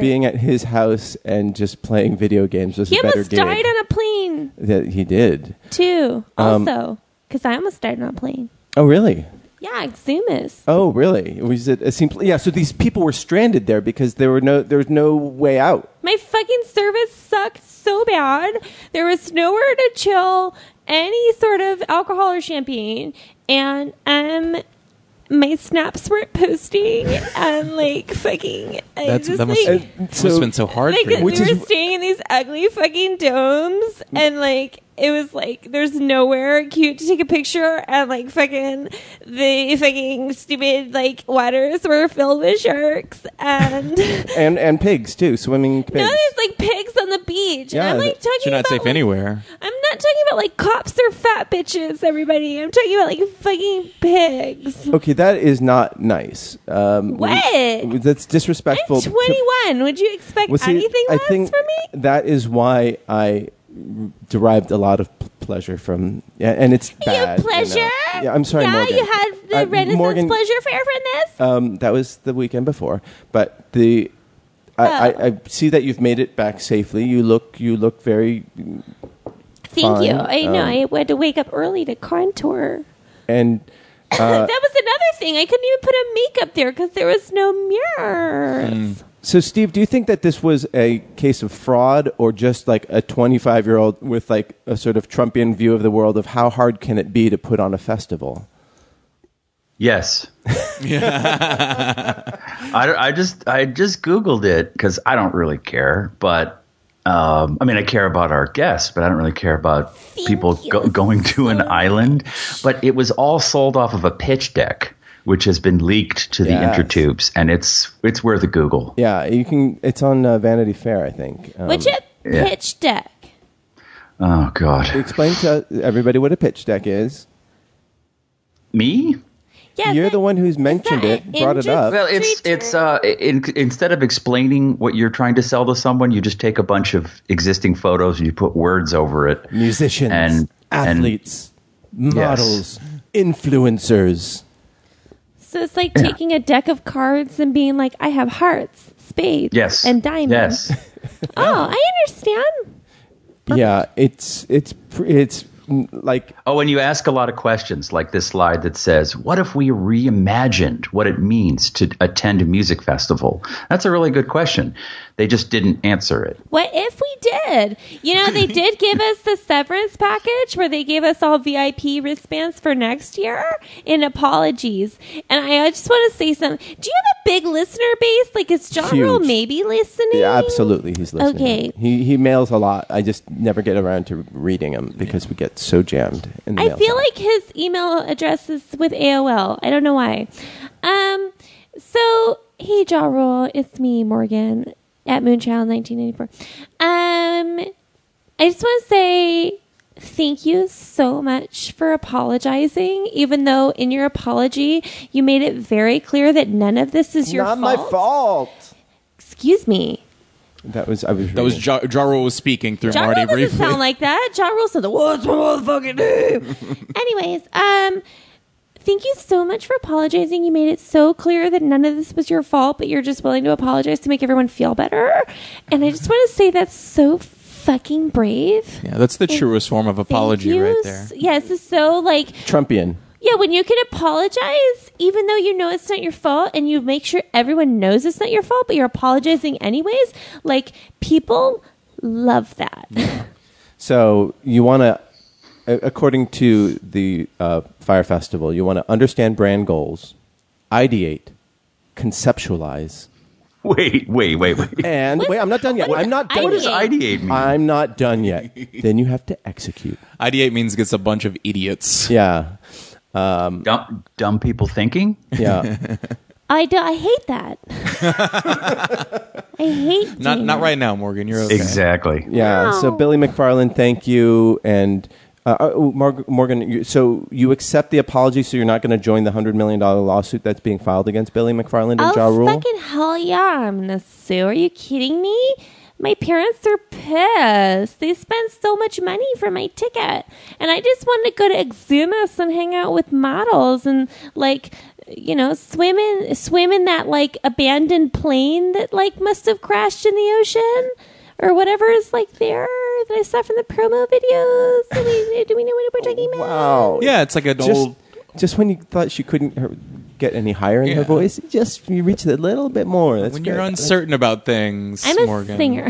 [SPEAKER 4] being at his house and just playing video games was
[SPEAKER 6] he
[SPEAKER 4] a better
[SPEAKER 6] almost
[SPEAKER 4] gig
[SPEAKER 6] died on a plane,
[SPEAKER 4] that he did.
[SPEAKER 6] too.
[SPEAKER 4] Um,
[SPEAKER 6] Also, because I almost died on a plane.
[SPEAKER 4] Oh, really?
[SPEAKER 6] Yeah, exhumus.
[SPEAKER 4] Oh, really? Was it a simple? Yeah. So these people were stranded there because there were no there was no way out.
[SPEAKER 6] My fucking service sucked so bad. There was nowhere to chill any sort of alcohol or champagne, and um, my snaps weren't posting, and like fucking, I
[SPEAKER 3] That's-
[SPEAKER 6] just
[SPEAKER 3] that must-
[SPEAKER 6] like.
[SPEAKER 4] And
[SPEAKER 3] It must have been so hard
[SPEAKER 6] like
[SPEAKER 3] for you.
[SPEAKER 6] we were staying in these ugly fucking domes, and like it was like there's nowhere cute to take a picture, and like fucking the fucking stupid like waters were filled with sharks, and
[SPEAKER 4] and and pigs too, swimming pigs.
[SPEAKER 6] now there's like pigs on the beach.
[SPEAKER 4] Yeah,
[SPEAKER 6] and I'm like
[SPEAKER 4] that-
[SPEAKER 6] talking
[SPEAKER 3] You're not
[SPEAKER 6] about
[SPEAKER 3] safe
[SPEAKER 6] like-
[SPEAKER 3] anywhere.
[SPEAKER 6] I'm not talking about like cops or fat bitches, everybody. I'm talking about like fucking pigs.
[SPEAKER 4] okay, that is not nice. Um,
[SPEAKER 6] What?
[SPEAKER 4] That's
[SPEAKER 6] I'm
[SPEAKER 4] disrespectful. to-
[SPEAKER 6] 21. Would you expect
[SPEAKER 4] Well, see,
[SPEAKER 6] anything
[SPEAKER 4] I
[SPEAKER 6] less
[SPEAKER 4] think
[SPEAKER 6] from me?
[SPEAKER 4] That is why I derived a lot of p- pleasure from, yeah, and it's bad.
[SPEAKER 6] Your
[SPEAKER 4] you know.
[SPEAKER 6] pleasure?
[SPEAKER 4] Yeah, I'm sorry,
[SPEAKER 6] Yeah,
[SPEAKER 4] Morgan.
[SPEAKER 6] you had the
[SPEAKER 4] Uh,
[SPEAKER 6] Renaissance
[SPEAKER 4] Morgan,
[SPEAKER 6] pleasure fair from this.
[SPEAKER 4] Um, that was the weekend before, but the I, I, I see that you've made it back safely. You look you look very
[SPEAKER 6] Thank you.
[SPEAKER 4] fine,
[SPEAKER 6] I know.
[SPEAKER 4] um,
[SPEAKER 6] I had to wake up early to contour.
[SPEAKER 4] and Uh,
[SPEAKER 6] that was another thing. I couldn't even put a makeup there because there was no mirrors.
[SPEAKER 4] Hmm. so Steve. Do you think that this was a case of fraud or just like a 25 year old with like a sort of Trumpian view of the world of how hard can it be to put on a festival?
[SPEAKER 5] Yes. I, don't- I just I just googled it because I don't really care, but um, I mean I care about our guests, but I don't really care about people go- going to an island. But it was all sold off of a pitch deck, which has been leaked to the
[SPEAKER 4] Yes.
[SPEAKER 5] intertubes, and it's it's worth a Google.
[SPEAKER 4] Yeah, you can. It's on uh, Vanity Fair, I think. Um,
[SPEAKER 6] Which a
[SPEAKER 5] yeah.
[SPEAKER 6] pitch deck.
[SPEAKER 5] Oh God,
[SPEAKER 4] explain to everybody what a pitch deck is.
[SPEAKER 5] me?
[SPEAKER 6] Yes,
[SPEAKER 4] You're
[SPEAKER 6] that-
[SPEAKER 4] the one who's mentioned
[SPEAKER 6] that
[SPEAKER 4] it, brought it up.
[SPEAKER 5] Well, it's
[SPEAKER 6] Teacher.
[SPEAKER 5] it's uh, in, instead of explaining what you're trying to sell to someone, you just take a bunch of existing photos and you put words over it.
[SPEAKER 4] Musicians,
[SPEAKER 5] and- and-
[SPEAKER 4] athletes, models, influencers.
[SPEAKER 6] So it's like taking a deck of cards and being like, I have hearts, spades,
[SPEAKER 5] Yes,
[SPEAKER 6] and diamonds.
[SPEAKER 5] Yes,
[SPEAKER 6] Oh, I understand.
[SPEAKER 4] Yeah, it's it's pr- it's mm, like
[SPEAKER 5] Oh, and you ask a lot of questions, like this slide that says, What if we reimagined what it means to attend a music festival? That's a really good question. They just didn't answer it.
[SPEAKER 6] What if we did? You know, they did give us the severance package where they gave us all VIP wristbands for next year in apologies. And I, I just want to say something. Do you have a big listener base? Like, is John
[SPEAKER 4] Huge.
[SPEAKER 6] Rule maybe listening?
[SPEAKER 4] yeah, absolutely he's listening.
[SPEAKER 6] Okay.
[SPEAKER 4] He he mails a lot. I just never get around to reading them because we get so jammed in the
[SPEAKER 6] I
[SPEAKER 4] mail
[SPEAKER 6] feel
[SPEAKER 4] time.
[SPEAKER 6] like his email address is with AOL. I don't know why. Um, so hey, Jaw Rule, it's me, Morgan at Moonchild 1984. Um, I just want to say thank you so much for apologizing, even though in your apology you made it very clear that none of this is your
[SPEAKER 4] not
[SPEAKER 6] fault.
[SPEAKER 4] my fault.
[SPEAKER 6] Excuse me.
[SPEAKER 4] That was I was
[SPEAKER 3] That was ja, ja Rule was speaking through
[SPEAKER 6] Ja Rule
[SPEAKER 3] Marty
[SPEAKER 6] doesn't
[SPEAKER 3] briefly.
[SPEAKER 6] sound like that. Ja Rule said, "What's my motherfucking name?" Anyways, um, thank you so much for apologizing. You made it so clear that none of this was your fault, but you're just willing to apologize to make everyone feel better. And I just want to say that's so fucking brave.
[SPEAKER 3] yeah, that's the
[SPEAKER 6] Thank-
[SPEAKER 3] truest form of
[SPEAKER 6] Thank
[SPEAKER 3] apology
[SPEAKER 6] you.
[SPEAKER 3] right there.
[SPEAKER 6] Yeah, this is so like
[SPEAKER 4] Trumpian.
[SPEAKER 6] yeah, when you can apologize, even though you know it's not your fault, and you make sure everyone knows it's not your fault, but you're apologizing anyways, like people love that.
[SPEAKER 4] So you want to, according to the uh, Fire Festival, you want to understand brand goals, ideate, conceptualize,
[SPEAKER 5] Wait, wait, wait, wait.
[SPEAKER 4] and wait, I'm not done yet.
[SPEAKER 6] what
[SPEAKER 4] I'm not
[SPEAKER 6] is
[SPEAKER 4] done
[SPEAKER 6] ideate?
[SPEAKER 4] yet.
[SPEAKER 5] Ideate me.
[SPEAKER 4] I'm not done yet. then you have to execute.
[SPEAKER 3] Ideate means gets a bunch of idiots.
[SPEAKER 4] Yeah,
[SPEAKER 5] dumb, dumb people thinking?
[SPEAKER 4] yeah.
[SPEAKER 6] I do. I hate that. I hate
[SPEAKER 3] Not
[SPEAKER 6] doing
[SPEAKER 3] not
[SPEAKER 6] that.
[SPEAKER 3] right now, Morgan. You're okay.
[SPEAKER 5] Exactly.
[SPEAKER 4] Yeah.
[SPEAKER 6] Wow.
[SPEAKER 4] So Billy McFarland, thank you, and uh, oh, Mar- Morgan. You, so you accept the apology, so you're not going to join the hundred million dollar lawsuit that's being filed against Billy McFarland and
[SPEAKER 6] Oh
[SPEAKER 4] Ja Rule.
[SPEAKER 6] fucking hell yeah! I'm gonna sue. Are you kidding me? My parents are pissed. They spent so much money for my ticket, and I just wanted to go to Exumas and hang out with models and like you know swim in swim in that like abandoned plane that like must have crashed in the ocean. Or whatever is like there that I saw from the promo videos. Do we, do we know what we're talking about?
[SPEAKER 4] wow.
[SPEAKER 3] Yeah, it's like an
[SPEAKER 4] just,
[SPEAKER 3] old.
[SPEAKER 4] just when you thought she couldn't her, get any higher in her
[SPEAKER 3] Yeah.
[SPEAKER 4] voice, just you reach a little bit more. That's
[SPEAKER 3] When you're
[SPEAKER 4] great.
[SPEAKER 3] uncertain about things,
[SPEAKER 6] I'm a
[SPEAKER 3] Morgan.
[SPEAKER 6] singer.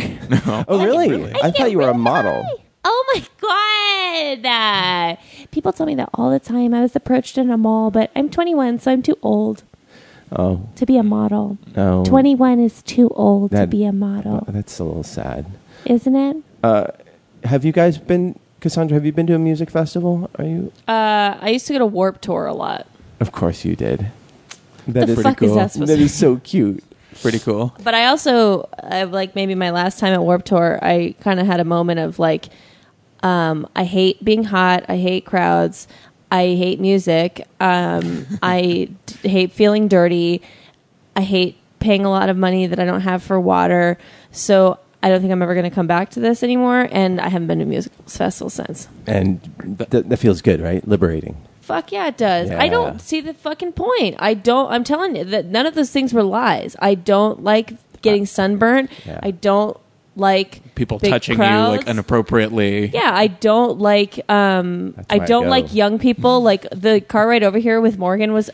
[SPEAKER 4] Oh, really? I,
[SPEAKER 6] get
[SPEAKER 4] thought you were a
[SPEAKER 6] really
[SPEAKER 4] model.
[SPEAKER 6] high. Oh my god! People tell me that all the time. I was approached in a mall, but I'm 21, so I'm too old
[SPEAKER 4] Oh,
[SPEAKER 6] to be a model.
[SPEAKER 4] No.
[SPEAKER 6] 21 is too old to
[SPEAKER 4] That-
[SPEAKER 6] be a model,
[SPEAKER 4] well, Oh, that's a little sad.
[SPEAKER 6] isn't it?
[SPEAKER 4] Have you guys been, Cassandra? Have you been to a music festival? Are you?
[SPEAKER 7] Uh, I used to go to Warp Tour a lot,
[SPEAKER 4] Of course you did. That is
[SPEAKER 7] The fuck is
[SPEAKER 4] cool.
[SPEAKER 7] that supposed
[SPEAKER 4] that
[SPEAKER 7] to
[SPEAKER 4] is so cute.
[SPEAKER 3] Pretty cool.
[SPEAKER 7] but I also I've like maybe my last time at Warp Tour, I kind of had a moment of like, um, I hate being hot, I hate crowds, I hate music, um, I d- hate feeling dirty, I hate paying a lot of money that I don't have for water, so. I don't think I'm ever going to come back to this anymore, and I haven't been to music festivals since.
[SPEAKER 4] And th- that feels good, right? Liberating.
[SPEAKER 7] Fuck yeah, it does. I
[SPEAKER 4] Yeah.
[SPEAKER 7] don't see the fucking point. I don't. I'm telling you that none of those things were lies. I don't like getting sunburned.
[SPEAKER 4] Yeah.
[SPEAKER 7] I don't like
[SPEAKER 3] People
[SPEAKER 7] big
[SPEAKER 3] touching you
[SPEAKER 7] crowds.
[SPEAKER 3] like inappropriately.
[SPEAKER 7] yeah, I don't like. Um,
[SPEAKER 4] That's
[SPEAKER 7] I
[SPEAKER 4] why I
[SPEAKER 7] don't
[SPEAKER 4] go. Mm-hmm.
[SPEAKER 7] like young people. like the car ride over here with Morgan was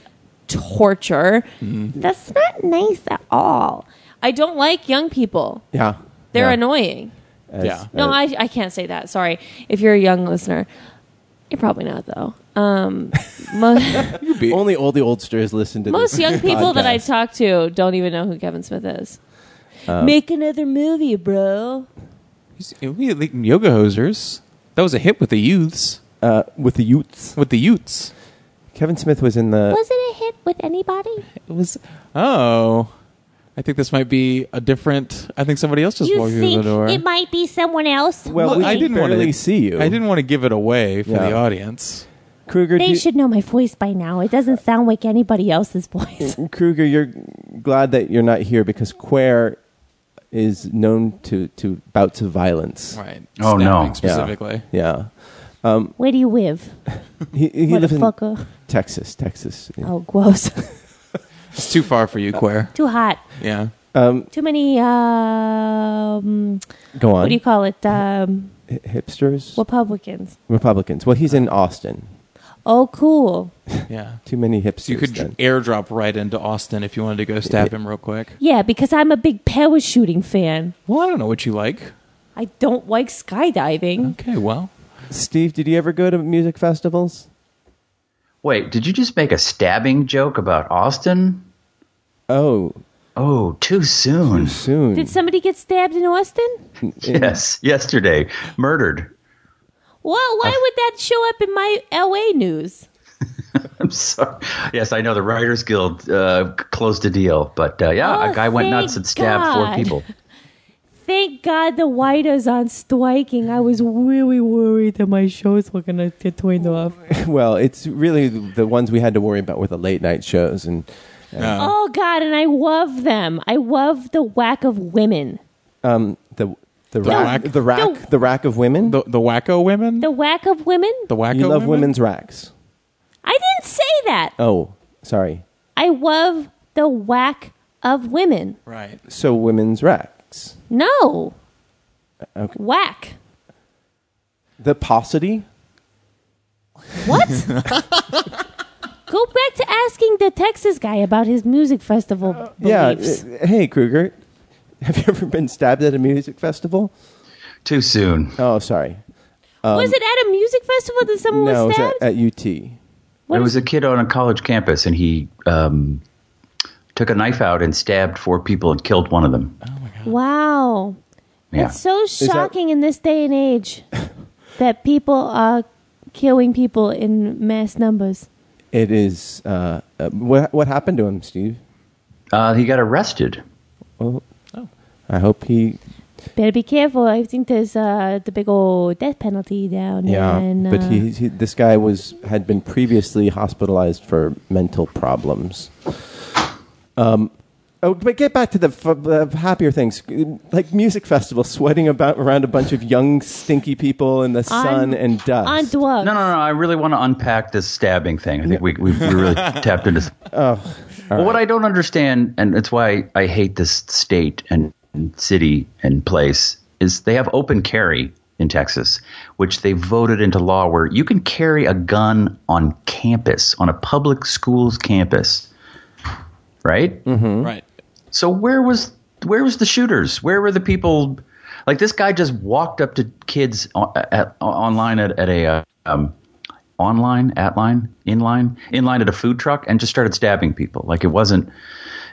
[SPEAKER 7] torture.
[SPEAKER 4] Mm-hmm.
[SPEAKER 6] That's not nice at all.
[SPEAKER 7] I don't like young people.
[SPEAKER 4] Yeah.
[SPEAKER 7] They're
[SPEAKER 4] yeah.
[SPEAKER 7] annoying.
[SPEAKER 4] As-
[SPEAKER 3] Yeah.
[SPEAKER 7] No,
[SPEAKER 4] uh,
[SPEAKER 7] I, I can't say that. Sorry. If you're a young listener, you're probably not though. Um, mo-
[SPEAKER 3] Be-
[SPEAKER 4] only all the oldsters listen to
[SPEAKER 7] Most
[SPEAKER 4] this
[SPEAKER 7] young people that I
[SPEAKER 4] podcast.
[SPEAKER 7] talk to don't even know who Kevin Smith is.
[SPEAKER 2] Um,
[SPEAKER 7] Make another movie, bro.
[SPEAKER 3] We like yoga hosers. That was a hit with the youths.
[SPEAKER 4] uh, with the youths.
[SPEAKER 3] With the youths.
[SPEAKER 4] Kevin Smith was in
[SPEAKER 3] Uh,
[SPEAKER 4] the
[SPEAKER 6] Was it a hit with anybody?
[SPEAKER 3] It was. Oh. I think this might be a different. I think somebody else just
[SPEAKER 6] you
[SPEAKER 3] walked through
[SPEAKER 6] think
[SPEAKER 3] the door.
[SPEAKER 6] it might be someone else?
[SPEAKER 4] Well,
[SPEAKER 3] Look,
[SPEAKER 4] we
[SPEAKER 3] I
[SPEAKER 4] can
[SPEAKER 3] didn't
[SPEAKER 4] barely
[SPEAKER 3] want to
[SPEAKER 4] see you.
[SPEAKER 3] I didn't want to give it away for
[SPEAKER 4] Yeah.
[SPEAKER 3] the audience.
[SPEAKER 2] Kruger,
[SPEAKER 6] They
[SPEAKER 2] do-
[SPEAKER 6] should know my voice by now. It doesn't sound like anybody else's voice.
[SPEAKER 2] Kruger, you're glad that you're not here because Quare is known to, to bouts of violence.
[SPEAKER 3] Right.
[SPEAKER 5] Oh, no.
[SPEAKER 3] Stabbing
[SPEAKER 5] Yeah.
[SPEAKER 2] Yeah.
[SPEAKER 3] Specifically.
[SPEAKER 2] Yeah.
[SPEAKER 6] Where do you live?
[SPEAKER 2] He, he lives in
[SPEAKER 6] Motherfucker.
[SPEAKER 2] Texas, Texas. Yeah.
[SPEAKER 6] Oh, gross.
[SPEAKER 3] It's too far for you, Quare.
[SPEAKER 6] Too hot.
[SPEAKER 3] Yeah.
[SPEAKER 6] Too many, um,
[SPEAKER 2] Go on.
[SPEAKER 6] what do you call it? Um,
[SPEAKER 2] Hi- Hipsters?
[SPEAKER 6] Republicans.
[SPEAKER 2] Republicans. Well, he's in Austin.
[SPEAKER 6] Oh, cool.
[SPEAKER 3] Yeah.
[SPEAKER 2] Too many hipsters.
[SPEAKER 3] So you could
[SPEAKER 2] then.
[SPEAKER 3] airdrop right into Austin if you wanted to go stab him real quick.
[SPEAKER 6] Yeah, because I'm a big parachuting fan.
[SPEAKER 3] Well, I don't know what you like.
[SPEAKER 6] I don't like
[SPEAKER 2] Uh-huh.
[SPEAKER 6] skydiving.
[SPEAKER 3] Okay, well.
[SPEAKER 2] Steve, did you ever go to music festivals?
[SPEAKER 5] Wait, did you just make a stabbing joke about Austin?
[SPEAKER 2] Oh,
[SPEAKER 5] Oh, too soon.
[SPEAKER 2] soon.
[SPEAKER 6] Did somebody get stabbed in Austin?
[SPEAKER 5] Yes, yesterday, murdered.
[SPEAKER 6] Well, why
[SPEAKER 2] Uh,
[SPEAKER 6] would that show up in my LA news?
[SPEAKER 5] I'm sorry. Yes, I know the Writers Guild uh, closed a deal, but uh, yeah,
[SPEAKER 6] Oh,
[SPEAKER 5] a guy went
[SPEAKER 6] thank
[SPEAKER 5] nuts and stabbed
[SPEAKER 6] God.
[SPEAKER 5] four people.
[SPEAKER 6] Thank God the writers aren't striking. I was really worried that my shows were gonna get turned off.
[SPEAKER 2] well, it's really the ones we had to worry about were the late night shows, and
[SPEAKER 6] Oh God, and I love them. I love the whack of women.
[SPEAKER 2] the the, rack,
[SPEAKER 3] whack-
[SPEAKER 2] the rack,
[SPEAKER 6] the-
[SPEAKER 2] the rack of women.
[SPEAKER 3] The, the wacko women?
[SPEAKER 6] The whack of women?
[SPEAKER 3] The wacko
[SPEAKER 2] you love
[SPEAKER 3] women?
[SPEAKER 2] women's racks.
[SPEAKER 6] I didn't say that.
[SPEAKER 3] Uh,
[SPEAKER 2] Oh, sorry.
[SPEAKER 6] I love the whack of women.
[SPEAKER 3] Right.
[SPEAKER 2] So women's racks.
[SPEAKER 6] No.
[SPEAKER 3] Uh,
[SPEAKER 6] Whack.
[SPEAKER 2] The paucity.
[SPEAKER 6] What? Go back to asking the Texas guy about his music festival beliefs.
[SPEAKER 2] Yeah. uh, Hey, Kruger, have you ever been stabbed at a music festival?
[SPEAKER 5] Too soon.
[SPEAKER 2] Oh, sorry.
[SPEAKER 6] was it at a music festival that someone
[SPEAKER 2] Um, no,
[SPEAKER 6] was
[SPEAKER 2] it was
[SPEAKER 6] stabbed?
[SPEAKER 2] at, at UT.
[SPEAKER 6] What
[SPEAKER 5] There
[SPEAKER 6] is-
[SPEAKER 5] was a kid on a college campus, and he um, took a knife out and stabbed four people and killed one of them.
[SPEAKER 6] wow.
[SPEAKER 5] Yeah.
[SPEAKER 6] It's Oh. so
[SPEAKER 2] that-
[SPEAKER 6] shocking in this day and age that people are killing people in mass numbers.
[SPEAKER 2] It is. Uh, uh, what what happened to him, Steve?
[SPEAKER 5] uh, he got arrested.
[SPEAKER 2] I hope he.
[SPEAKER 6] Better be careful. I think there's uh, the big old death penalty down
[SPEAKER 2] Yeah,
[SPEAKER 6] in,
[SPEAKER 2] but
[SPEAKER 6] uh,
[SPEAKER 2] he, he this guy was had been previously hospitalized for mental problems. Um, oh, but get back to the f- uh, happier things, like music festival, sweating about around a bunch of young stinky people in the sun and dust.
[SPEAKER 6] on drugs.
[SPEAKER 5] No, no, no. I really want to unpack this stabbing thing. I think we, we, we really tapped into. This. well, what I don't understand, and it's why I hate this state and, and city and place, is they have open carry in Texas, which they voted into law where you can carry a gun on campus, on a public school's campus, right?
[SPEAKER 2] Hmm?
[SPEAKER 3] Right.
[SPEAKER 5] So where was where was the shooters? Where were the people? Like this guy just walked up to kids on, at, online at, at a uh, um, online at line in line in line at a food truck and just started stabbing people. Like it wasn't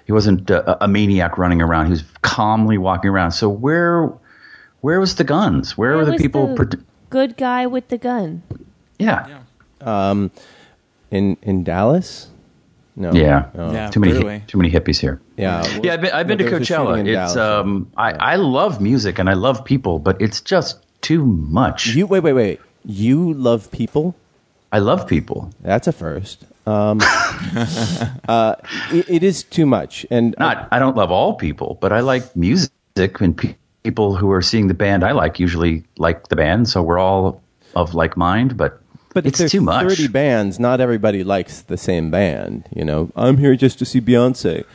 [SPEAKER 5] he wasn't uh, a, a maniac running around. He was calmly walking around. So where where was the guns? Where,
[SPEAKER 6] Where
[SPEAKER 5] were the
[SPEAKER 6] was
[SPEAKER 5] people?
[SPEAKER 6] the-
[SPEAKER 5] prote-
[SPEAKER 6] Good guy with the gun.
[SPEAKER 5] yeah.
[SPEAKER 2] in in Dallas. No.
[SPEAKER 5] Yeah.
[SPEAKER 3] Yeah,
[SPEAKER 5] too many
[SPEAKER 3] clearly.
[SPEAKER 5] too many hippies here.
[SPEAKER 2] Yeah.
[SPEAKER 5] Yeah, I've been, I've
[SPEAKER 2] Well,
[SPEAKER 5] been to
[SPEAKER 2] there was a shooting
[SPEAKER 5] Coachella.
[SPEAKER 2] in
[SPEAKER 5] It's
[SPEAKER 2] Dallas.
[SPEAKER 5] um, I, I love music and I love people, but it's just too much.
[SPEAKER 2] You wait, wait, wait. You love people.
[SPEAKER 5] I love people,
[SPEAKER 2] That's a first. Um, uh, it, it is too much, and
[SPEAKER 5] not I don't love all people, but I like music and pe- people who are seeing the band I like usually like the band, so we're all of like mind. But
[SPEAKER 2] But if
[SPEAKER 5] it's
[SPEAKER 2] there's
[SPEAKER 5] too much.
[SPEAKER 2] Thirty bands. Not everybody likes the same band. You know, I'm here just to see Beyonce.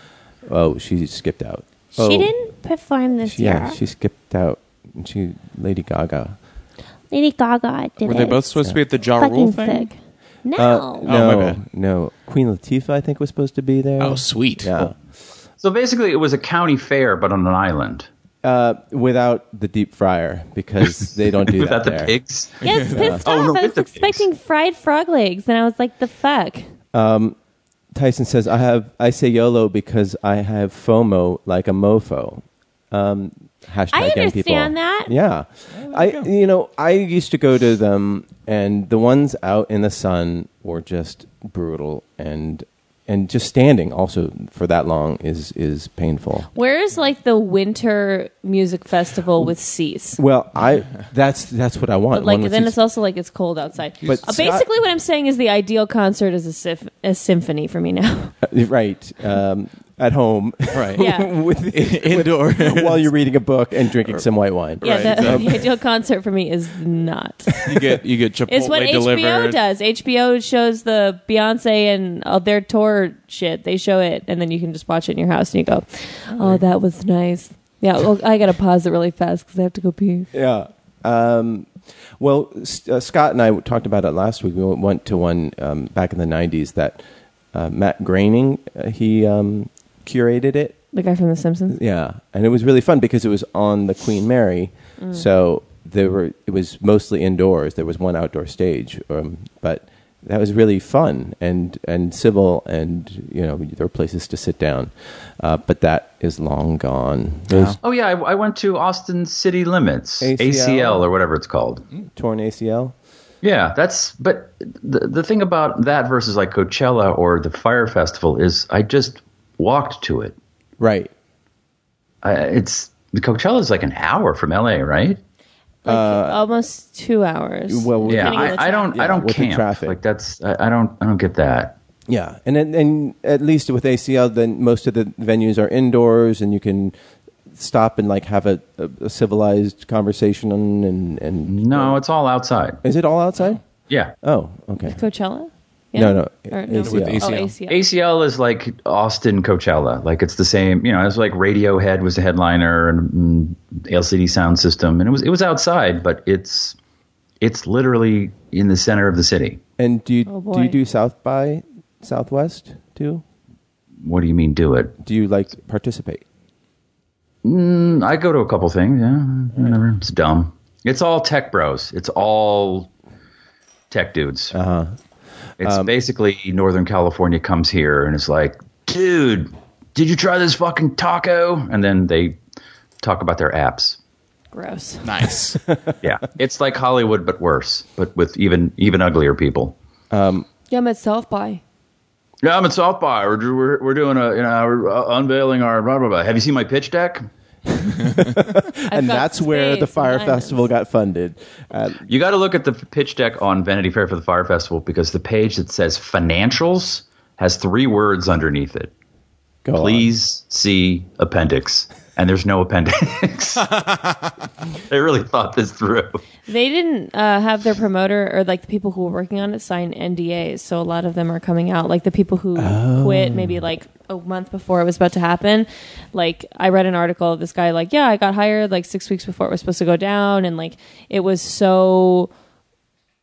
[SPEAKER 2] Oh, she skipped out. Oh,
[SPEAKER 6] She didn't perform this
[SPEAKER 2] Yeah,
[SPEAKER 6] year.
[SPEAKER 2] she skipped out. She Lady Gaga.
[SPEAKER 6] Lady Gaga did
[SPEAKER 3] Were they
[SPEAKER 6] it.
[SPEAKER 3] both supposed to be at the Ja Rule
[SPEAKER 6] fucking
[SPEAKER 3] thing? Oh,
[SPEAKER 2] Uh,
[SPEAKER 6] sick? No.
[SPEAKER 5] Oh,
[SPEAKER 2] no,
[SPEAKER 3] my bad.
[SPEAKER 2] no. Queen Latifah, I think, was supposed to be there.
[SPEAKER 3] Oh, sweet.
[SPEAKER 2] yeah,
[SPEAKER 5] so basically, it was a county fair, but on an island
[SPEAKER 2] Uh, without the deep fryer because they don't do that
[SPEAKER 5] without the
[SPEAKER 2] there.
[SPEAKER 5] pigs.
[SPEAKER 6] Yeah, I was pissed
[SPEAKER 5] Oh,
[SPEAKER 6] off.
[SPEAKER 5] we're
[SPEAKER 6] I
[SPEAKER 5] with
[SPEAKER 6] was
[SPEAKER 5] the
[SPEAKER 6] expecting fried frog legs, and I was like, the fuck?
[SPEAKER 2] Tyson says, "I have I say YOLO because I have FOMO like a mofo." Um, hashtag
[SPEAKER 6] I
[SPEAKER 2] young people.
[SPEAKER 6] understand that.
[SPEAKER 2] Yeah, I you know I used to go to them, and the ones out in the sun were just brutal, and and just standing also for that long is is painful.
[SPEAKER 6] Where is like the winter music festival with seats?
[SPEAKER 2] Well, I that's that's what I want.
[SPEAKER 6] But like
[SPEAKER 2] One with
[SPEAKER 6] then
[SPEAKER 2] these-
[SPEAKER 6] it's also like it's cold outside.
[SPEAKER 2] But
[SPEAKER 6] Uh,
[SPEAKER 2] Scott-
[SPEAKER 6] basically, what I'm saying is the ideal concert is a, syf- a symphony for me now.
[SPEAKER 2] right um, at home, right?
[SPEAKER 6] Yeah.
[SPEAKER 2] with,
[SPEAKER 3] Indoor.
[SPEAKER 2] while you're reading a book and drinking some white wine.
[SPEAKER 6] yeah,
[SPEAKER 3] Right,
[SPEAKER 6] the,
[SPEAKER 3] exactly.
[SPEAKER 6] the ideal concert for me is not.
[SPEAKER 3] you get you get Chipotle
[SPEAKER 6] It's what HBO
[SPEAKER 3] delivered.
[SPEAKER 6] does. HBO shows the Beyonce and uh, their tour shit. They show it, and then you can just watch it in your house, and you go, "Oh, that was nice." Yeah, well, I gotta pause it really fast because I have to go pee.
[SPEAKER 2] Yeah. Um, well, S- uh, Scott and I talked about it last week. We went- went to one um, back in the '90s that uh, Matt Groening uh, he um, curated it.
[SPEAKER 6] The guy from The Simpsons.
[SPEAKER 2] Yeah, and it was really fun because it was on the Queen Mary, so there were it was mostly indoors. There was one outdoor stage, um, but that was really fun and and civil, and you know there were places to sit down, uh, but that is long gone. Those
[SPEAKER 5] Oh yeah, I, I went to Austin City Limits,
[SPEAKER 2] ACL.
[SPEAKER 5] ACL. or whatever it's called.
[SPEAKER 2] torn ACL.
[SPEAKER 5] Yeah, that's. But the the thing about that versus like Coachella or the Fire Festival is, I just walked to it.
[SPEAKER 2] Right.
[SPEAKER 5] I, it's the Coachella is like an hour from LA, right?
[SPEAKER 2] Uh,
[SPEAKER 6] Like, almost two hours.
[SPEAKER 2] Well, we-
[SPEAKER 5] yeah,
[SPEAKER 6] depending on the
[SPEAKER 5] I, I don't.
[SPEAKER 2] Yeah,
[SPEAKER 5] I don't
[SPEAKER 2] with the
[SPEAKER 5] camp.
[SPEAKER 2] traffic.
[SPEAKER 5] Like that's. I, I don't. I don't get that.
[SPEAKER 2] Yeah, and then- and at least with ACL, then most of the venues are indoors, and you can stop and like have a, a, a civilized conversation and and
[SPEAKER 5] No, it's all outside.
[SPEAKER 2] is it all outside?
[SPEAKER 5] Mm-hmm. Yeah.
[SPEAKER 2] Oh, okay.
[SPEAKER 6] Coachella.
[SPEAKER 2] No, no,
[SPEAKER 6] Or, no.
[SPEAKER 2] ACL. With
[SPEAKER 6] Oh,
[SPEAKER 3] ACL.
[SPEAKER 6] ACL.
[SPEAKER 5] ACL is like Austin Coachella. Like it's the same, you know, it's like Radiohead was the headliner and, mm LCD Sound System and it was it was outside, but it's it's literally in the center of the city.
[SPEAKER 2] And do you
[SPEAKER 6] Oh,
[SPEAKER 2] do you
[SPEAKER 6] boy.
[SPEAKER 2] do South by Southwest too?
[SPEAKER 5] What do you mean do it?
[SPEAKER 2] Do you like participate?
[SPEAKER 5] I go to a couple things, yeah, whatever. It's dumb. It's all tech bros. It's all tech dudes. Uh-huh. It's basically Northern California comes here and it's like, dude, did you try this fucking taco? And then they talk about their apps.
[SPEAKER 6] Gross.
[SPEAKER 3] Nice.
[SPEAKER 5] yeah, it's like Hollywood, but worse, but with even even uglier people.
[SPEAKER 6] Yeah, I'm at South by.
[SPEAKER 5] Yeah, I'm at South by. We're, we're, we're doing a you know we're uh, unveiling our blah blah blah. Have you seen my pitch deck?
[SPEAKER 2] and that's where the Fire Festival got funded. Uh,
[SPEAKER 5] You got to look at the f- pitch deck on Vanity Fair for the Fire Festival because the page that says financials has three words underneath it.
[SPEAKER 2] go on.
[SPEAKER 5] Please see appendix, and there's no appendix. they really thought this through.
[SPEAKER 6] They didn't uh, have their promoter or like the people who were working on it sign NDAs, so a lot of them are coming out. Like the people who
[SPEAKER 2] Oh.
[SPEAKER 6] quit maybe like a month before it was about to happen. Like I read an article of this guy like, yeah, I got hired like six weeks before it was supposed to go down, and like it was so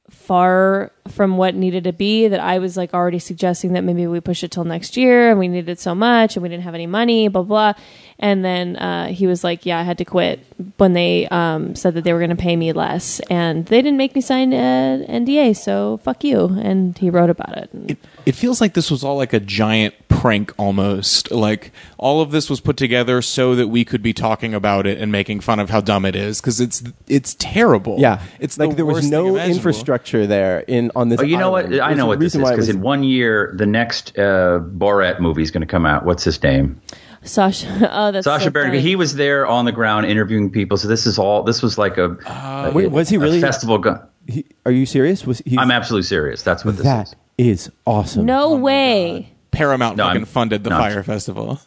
[SPEAKER 6] far from what needed to be that I was like already suggesting that maybe we push it till next year and we needed so much and we didn't have any money, blah blah. And then uh, he was like, "Yeah, I had to quit when they um, said that they were going to pay me less, and they didn't make me sign an NDA, so fuck you." And he wrote about it.
[SPEAKER 3] it, it feels like this was all like a giant prank almost like all of this was put together so that we could be talking about it and making fun of how dumb it is because it's it's terrible
[SPEAKER 2] Yeah,
[SPEAKER 3] it's
[SPEAKER 2] like
[SPEAKER 3] the
[SPEAKER 2] there was
[SPEAKER 3] worst
[SPEAKER 2] no
[SPEAKER 3] thing imaginable.
[SPEAKER 2] infrastructure there in on this.
[SPEAKER 5] Oh, you know what?
[SPEAKER 2] island.
[SPEAKER 5] I
[SPEAKER 2] There's
[SPEAKER 5] know
[SPEAKER 2] a
[SPEAKER 5] what this is
[SPEAKER 2] reason why it
[SPEAKER 5] because
[SPEAKER 2] was-
[SPEAKER 5] in one year, the next uh, Borat movie is going to come out. What's his name?
[SPEAKER 6] Sasha, oh, that's
[SPEAKER 5] Sasha
[SPEAKER 6] so
[SPEAKER 5] Baron,
[SPEAKER 6] funny.
[SPEAKER 5] he was there on the ground interviewing people. So this is all. This was like a. a-
[SPEAKER 2] Oh. Wait, was he
[SPEAKER 5] a
[SPEAKER 2] really-
[SPEAKER 5] festival? Gun.
[SPEAKER 2] He- are you serious? Was he?
[SPEAKER 5] I'm absolutely serious. That's what this is.
[SPEAKER 2] That is awesome.
[SPEAKER 5] Oh
[SPEAKER 6] no way.
[SPEAKER 3] paramount
[SPEAKER 5] No,
[SPEAKER 3] fucking
[SPEAKER 5] I'm
[SPEAKER 3] funded the
[SPEAKER 5] not.
[SPEAKER 3] fire festival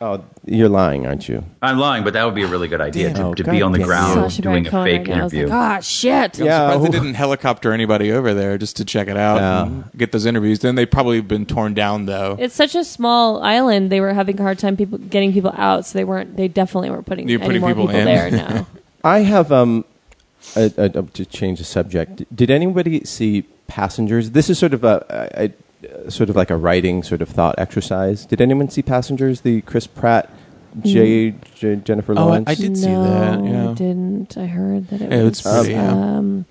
[SPEAKER 2] Oh,
[SPEAKER 5] Mm-hmm.
[SPEAKER 2] you're lying, aren't you?
[SPEAKER 5] I'm lying, but that would be a really good idea to,
[SPEAKER 2] Damn.
[SPEAKER 5] to
[SPEAKER 2] Oh,
[SPEAKER 5] be on the
[SPEAKER 2] God
[SPEAKER 5] ground
[SPEAKER 6] Sasha Baron
[SPEAKER 5] doing a
[SPEAKER 6] Cohen
[SPEAKER 5] fake
[SPEAKER 6] right now. I was
[SPEAKER 5] interview.
[SPEAKER 6] like, ah, shit.
[SPEAKER 2] Yeah,
[SPEAKER 3] surprised
[SPEAKER 2] who-
[SPEAKER 3] they didn't helicopter anybody over there just to check it out and get those interviews then they probably have been torn down though
[SPEAKER 6] It's such a small island. They were having a hard time people getting people out, so they weren't. They definitely weren't putting
[SPEAKER 3] You're
[SPEAKER 6] any
[SPEAKER 3] putting
[SPEAKER 6] more
[SPEAKER 3] people
[SPEAKER 6] people,
[SPEAKER 3] in.
[SPEAKER 6] there now.
[SPEAKER 2] I have um, a, a, a- to change the subject. Did anybody see Passengers? This is sort of a, a, a sort of like a writing sort of thought exercise. Did anyone see Passengers? The Chris Pratt, J, J Jennifer
[SPEAKER 3] Mm-hmm. Oh, I-
[SPEAKER 2] Lawrence.
[SPEAKER 3] I did- see
[SPEAKER 6] no,
[SPEAKER 3] that, yeah.
[SPEAKER 6] I didn't. I heard that it
[SPEAKER 3] Yeah,
[SPEAKER 6] was
[SPEAKER 3] it's pretty, yeah.
[SPEAKER 6] um,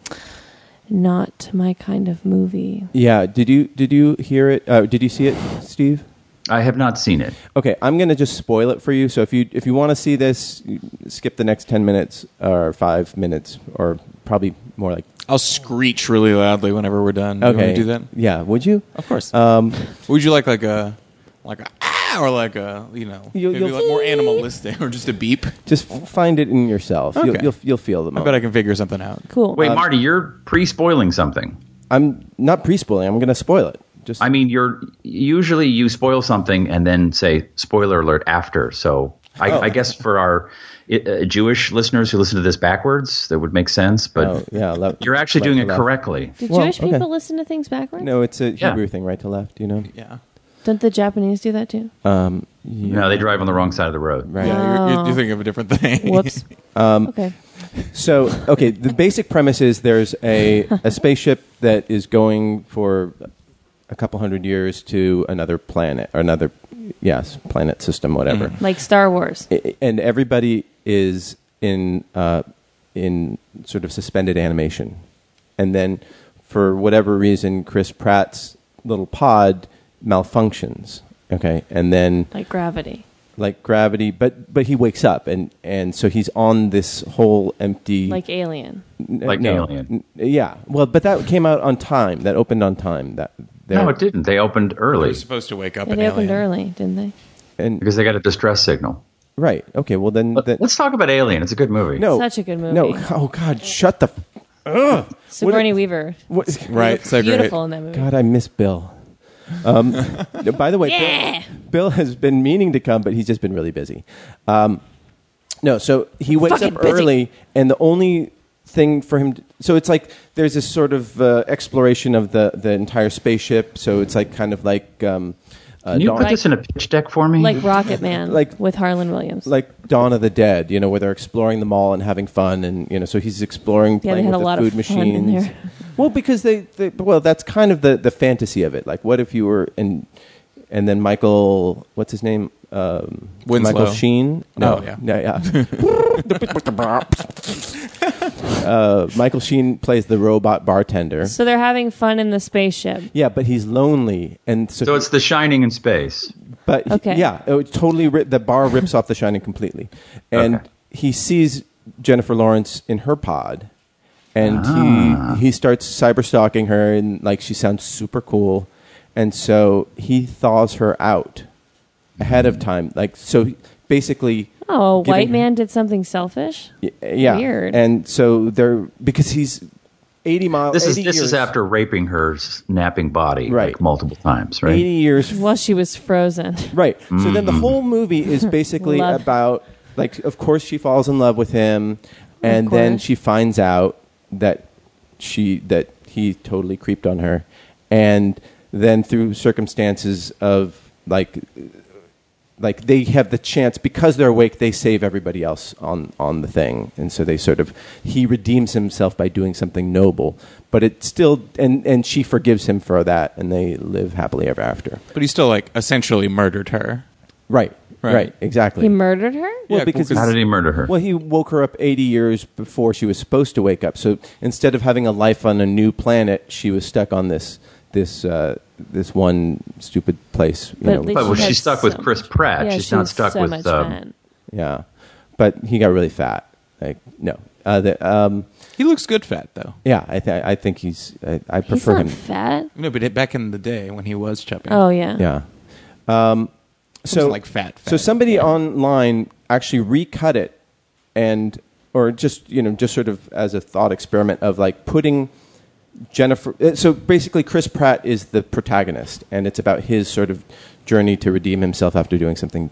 [SPEAKER 6] not my kind of movie.
[SPEAKER 2] Yeah. Did you did you hear it? Uh, did you see it, Steve?
[SPEAKER 5] I have not seen it.
[SPEAKER 2] Okay, I'm going to just spoil it for you. So if you if you want to see this, you skip the next ten minutes or five minutes or probably more like.
[SPEAKER 3] I'll screech really loudly whenever we're done. You wanna
[SPEAKER 2] Okay,
[SPEAKER 3] do that?
[SPEAKER 2] Yeah, would you?
[SPEAKER 3] Of course. Um, Would you like like a like a ah or like a you know
[SPEAKER 2] You'll-
[SPEAKER 3] maybe
[SPEAKER 2] you'll-
[SPEAKER 3] like more animalistic or just a beep?
[SPEAKER 2] Just f- find it in yourself. You'll,
[SPEAKER 3] Okay.
[SPEAKER 2] you'll you'll feel the
[SPEAKER 3] I
[SPEAKER 2] moment.
[SPEAKER 3] bet I can figure something out.
[SPEAKER 6] Cool.
[SPEAKER 2] Um,
[SPEAKER 5] Wait, Marty, you're pre-spoiling something.
[SPEAKER 2] I'm not pre-spoiling. I'm going to spoil it. Just
[SPEAKER 5] I mean, you're usually you spoil something and then say spoiler alert after. So I,
[SPEAKER 2] Oh.
[SPEAKER 5] I guess for our uh, Jewish listeners who listen to this backwards, that would make sense. But
[SPEAKER 2] oh, yeah. le-
[SPEAKER 5] you're actually
[SPEAKER 2] left
[SPEAKER 5] doing
[SPEAKER 2] to
[SPEAKER 5] it
[SPEAKER 2] left.
[SPEAKER 5] correctly.
[SPEAKER 6] Do
[SPEAKER 2] Well,
[SPEAKER 6] Jewish
[SPEAKER 2] okay.
[SPEAKER 6] people listen to things backwards?
[SPEAKER 2] No, it's a
[SPEAKER 5] Yeah.
[SPEAKER 2] Hebrew thing, right to left. You know.
[SPEAKER 3] Yeah.
[SPEAKER 6] Don't the Japanese do that too?
[SPEAKER 5] No, they drive on the wrong side of the road.
[SPEAKER 2] Right.
[SPEAKER 3] Oh, Yeah, you're, Um, you're thinking of a different thing.
[SPEAKER 6] Oh. Whoops. okay.
[SPEAKER 2] So, okay, the basic premise is there's a, a spaceship that is going for a couple hundred years to another planet, or another, yes, planet system, whatever.
[SPEAKER 6] Like Star Wars.
[SPEAKER 2] I- And everybody is in, uh, in sort of suspended animation. And then, for whatever reason, Chris Pratt's little pod malfunctions. Okay, and then
[SPEAKER 6] Like gravity.
[SPEAKER 2] like gravity, but but he wakes up, and and so he's on this whole empty
[SPEAKER 6] Like Alien.
[SPEAKER 5] Like
[SPEAKER 2] no.
[SPEAKER 5] Alien.
[SPEAKER 2] N- yeah. Well, but that came out on time. That opened on time. That there.
[SPEAKER 5] No, it didn't. They opened
[SPEAKER 3] You're
[SPEAKER 5] early
[SPEAKER 3] supposed to wake up
[SPEAKER 6] Yeah,
[SPEAKER 3] an
[SPEAKER 6] they opened
[SPEAKER 3] alien.
[SPEAKER 6] early, didn't they?
[SPEAKER 2] And
[SPEAKER 5] because they got a distress signal.
[SPEAKER 2] right. Okay. Well, then.
[SPEAKER 5] But
[SPEAKER 2] then
[SPEAKER 5] let's talk about Alien. It's a good movie.
[SPEAKER 2] no. uh,
[SPEAKER 6] Such a good movie.
[SPEAKER 2] No. Oh God. Shut the. f-
[SPEAKER 6] Sigourney Weaver.
[SPEAKER 2] What,
[SPEAKER 3] Right. So great.
[SPEAKER 6] Beautiful in that movie.
[SPEAKER 2] God, I miss Bill. Um, by the way, Bill-
[SPEAKER 6] Yeah.
[SPEAKER 2] Bill, has been meaning to come, but he's just been really busy. Um, no, so he wakes
[SPEAKER 6] Fucking
[SPEAKER 2] up
[SPEAKER 6] busy.
[SPEAKER 2] early, and the only thing for him, to, so it's like there's this sort of uh, exploration of the the entire spaceship. So it's like kind of like um, uh,
[SPEAKER 5] Can you
[SPEAKER 2] Dawn-
[SPEAKER 5] put this in a pitch deck for me?
[SPEAKER 6] Like Rocket Man.
[SPEAKER 2] Like-
[SPEAKER 6] like with Harlan Williams.
[SPEAKER 2] like Dawn of the Dead, you know, where they're exploring the mall and having fun, and you know, so he's exploring
[SPEAKER 6] Yeah, they
[SPEAKER 2] playing
[SPEAKER 6] had
[SPEAKER 2] with
[SPEAKER 6] a
[SPEAKER 2] the
[SPEAKER 6] lot of
[SPEAKER 2] food
[SPEAKER 6] fun in
[SPEAKER 2] machines.
[SPEAKER 6] there.
[SPEAKER 2] Well, because they, they, well, that's kind of the the fantasy of it. Like, what if you were and and then Michael, what's his name? Um,
[SPEAKER 3] Winslow.
[SPEAKER 2] Michael Sheen. No,
[SPEAKER 3] Oh, yeah.
[SPEAKER 2] no, yeah. uh, Michael Sheen plays the robot bartender.
[SPEAKER 6] so they're having fun in the spaceship.
[SPEAKER 2] Yeah, but he's lonely, and so,
[SPEAKER 5] so it's The Shining in space.
[SPEAKER 2] but he-
[SPEAKER 6] Okay.
[SPEAKER 2] yeah, it was totally ri- the bar rips off The Shining completely, and
[SPEAKER 5] Okay.
[SPEAKER 2] he sees Jennifer Lawrence in her pod, and
[SPEAKER 5] Ah.
[SPEAKER 2] he he starts cyber stalking her, and like she sounds super cool, and so he thaws her out ahead of time, like so basically.
[SPEAKER 6] Oh, a
[SPEAKER 2] giving
[SPEAKER 6] white
[SPEAKER 2] her-
[SPEAKER 6] man did something selfish?
[SPEAKER 2] Y- Yeah,
[SPEAKER 6] Weird.
[SPEAKER 2] and so they're because he's eighty miles.
[SPEAKER 5] This is this
[SPEAKER 2] 80 years,
[SPEAKER 5] is after raping her napping body
[SPEAKER 2] Right.
[SPEAKER 5] like multiple times, right?
[SPEAKER 2] eighty years
[SPEAKER 6] Well, she was frozen.
[SPEAKER 2] Right. So then the whole movie is basically
[SPEAKER 6] Mm-hmm. Love.
[SPEAKER 2] about like of course she falls in love with him and
[SPEAKER 6] Of
[SPEAKER 2] then
[SPEAKER 6] course.
[SPEAKER 2] she finds out that she that he totally creeped on her and then through circumstances of like like they have the chance because they're awake they save everybody else on on the thing and so they sort of he redeems himself by doing something noble but it still and and she forgives him for that and they live happily ever after
[SPEAKER 3] But he still like essentially murdered her.
[SPEAKER 2] Right. Right.
[SPEAKER 3] Right.
[SPEAKER 2] exactly.
[SPEAKER 6] He murdered her?
[SPEAKER 2] well,
[SPEAKER 3] Yeah,
[SPEAKER 2] because
[SPEAKER 5] How did he murder her?
[SPEAKER 2] well, he woke her up 80 years before she was supposed to wake up. So instead of having a life on a new planet, she was stuck on this this uh, this one stupid place. You
[SPEAKER 6] But
[SPEAKER 2] know.
[SPEAKER 6] at least
[SPEAKER 5] But well,
[SPEAKER 6] she had
[SPEAKER 5] she's stuck with
[SPEAKER 6] so
[SPEAKER 5] Chris
[SPEAKER 6] much-
[SPEAKER 5] Pratt.
[SPEAKER 6] Yeah,
[SPEAKER 5] She's
[SPEAKER 6] she
[SPEAKER 5] not
[SPEAKER 6] was
[SPEAKER 5] stuck
[SPEAKER 6] so
[SPEAKER 5] with,
[SPEAKER 6] much
[SPEAKER 5] um,
[SPEAKER 6] fun.
[SPEAKER 2] yeah, but he got really fat. Like no, uh, the, um,
[SPEAKER 3] He looks good fat though.
[SPEAKER 2] yeah, I, th- I think he's. I, I
[SPEAKER 6] He's
[SPEAKER 2] prefer
[SPEAKER 6] not
[SPEAKER 2] him.
[SPEAKER 6] fat.
[SPEAKER 3] No, but it, back in the day when he was chubby.
[SPEAKER 6] Oh yeah.
[SPEAKER 2] Yeah. Um, so
[SPEAKER 3] Wasn't like fat,
[SPEAKER 2] So
[SPEAKER 3] fat.
[SPEAKER 2] somebody online actually recut it, and or just you know just sort of as a thought experiment of like putting Jennifer. uh, So basically, Chris Pratt is the protagonist, and it's about his sort of journey to redeem himself after doing something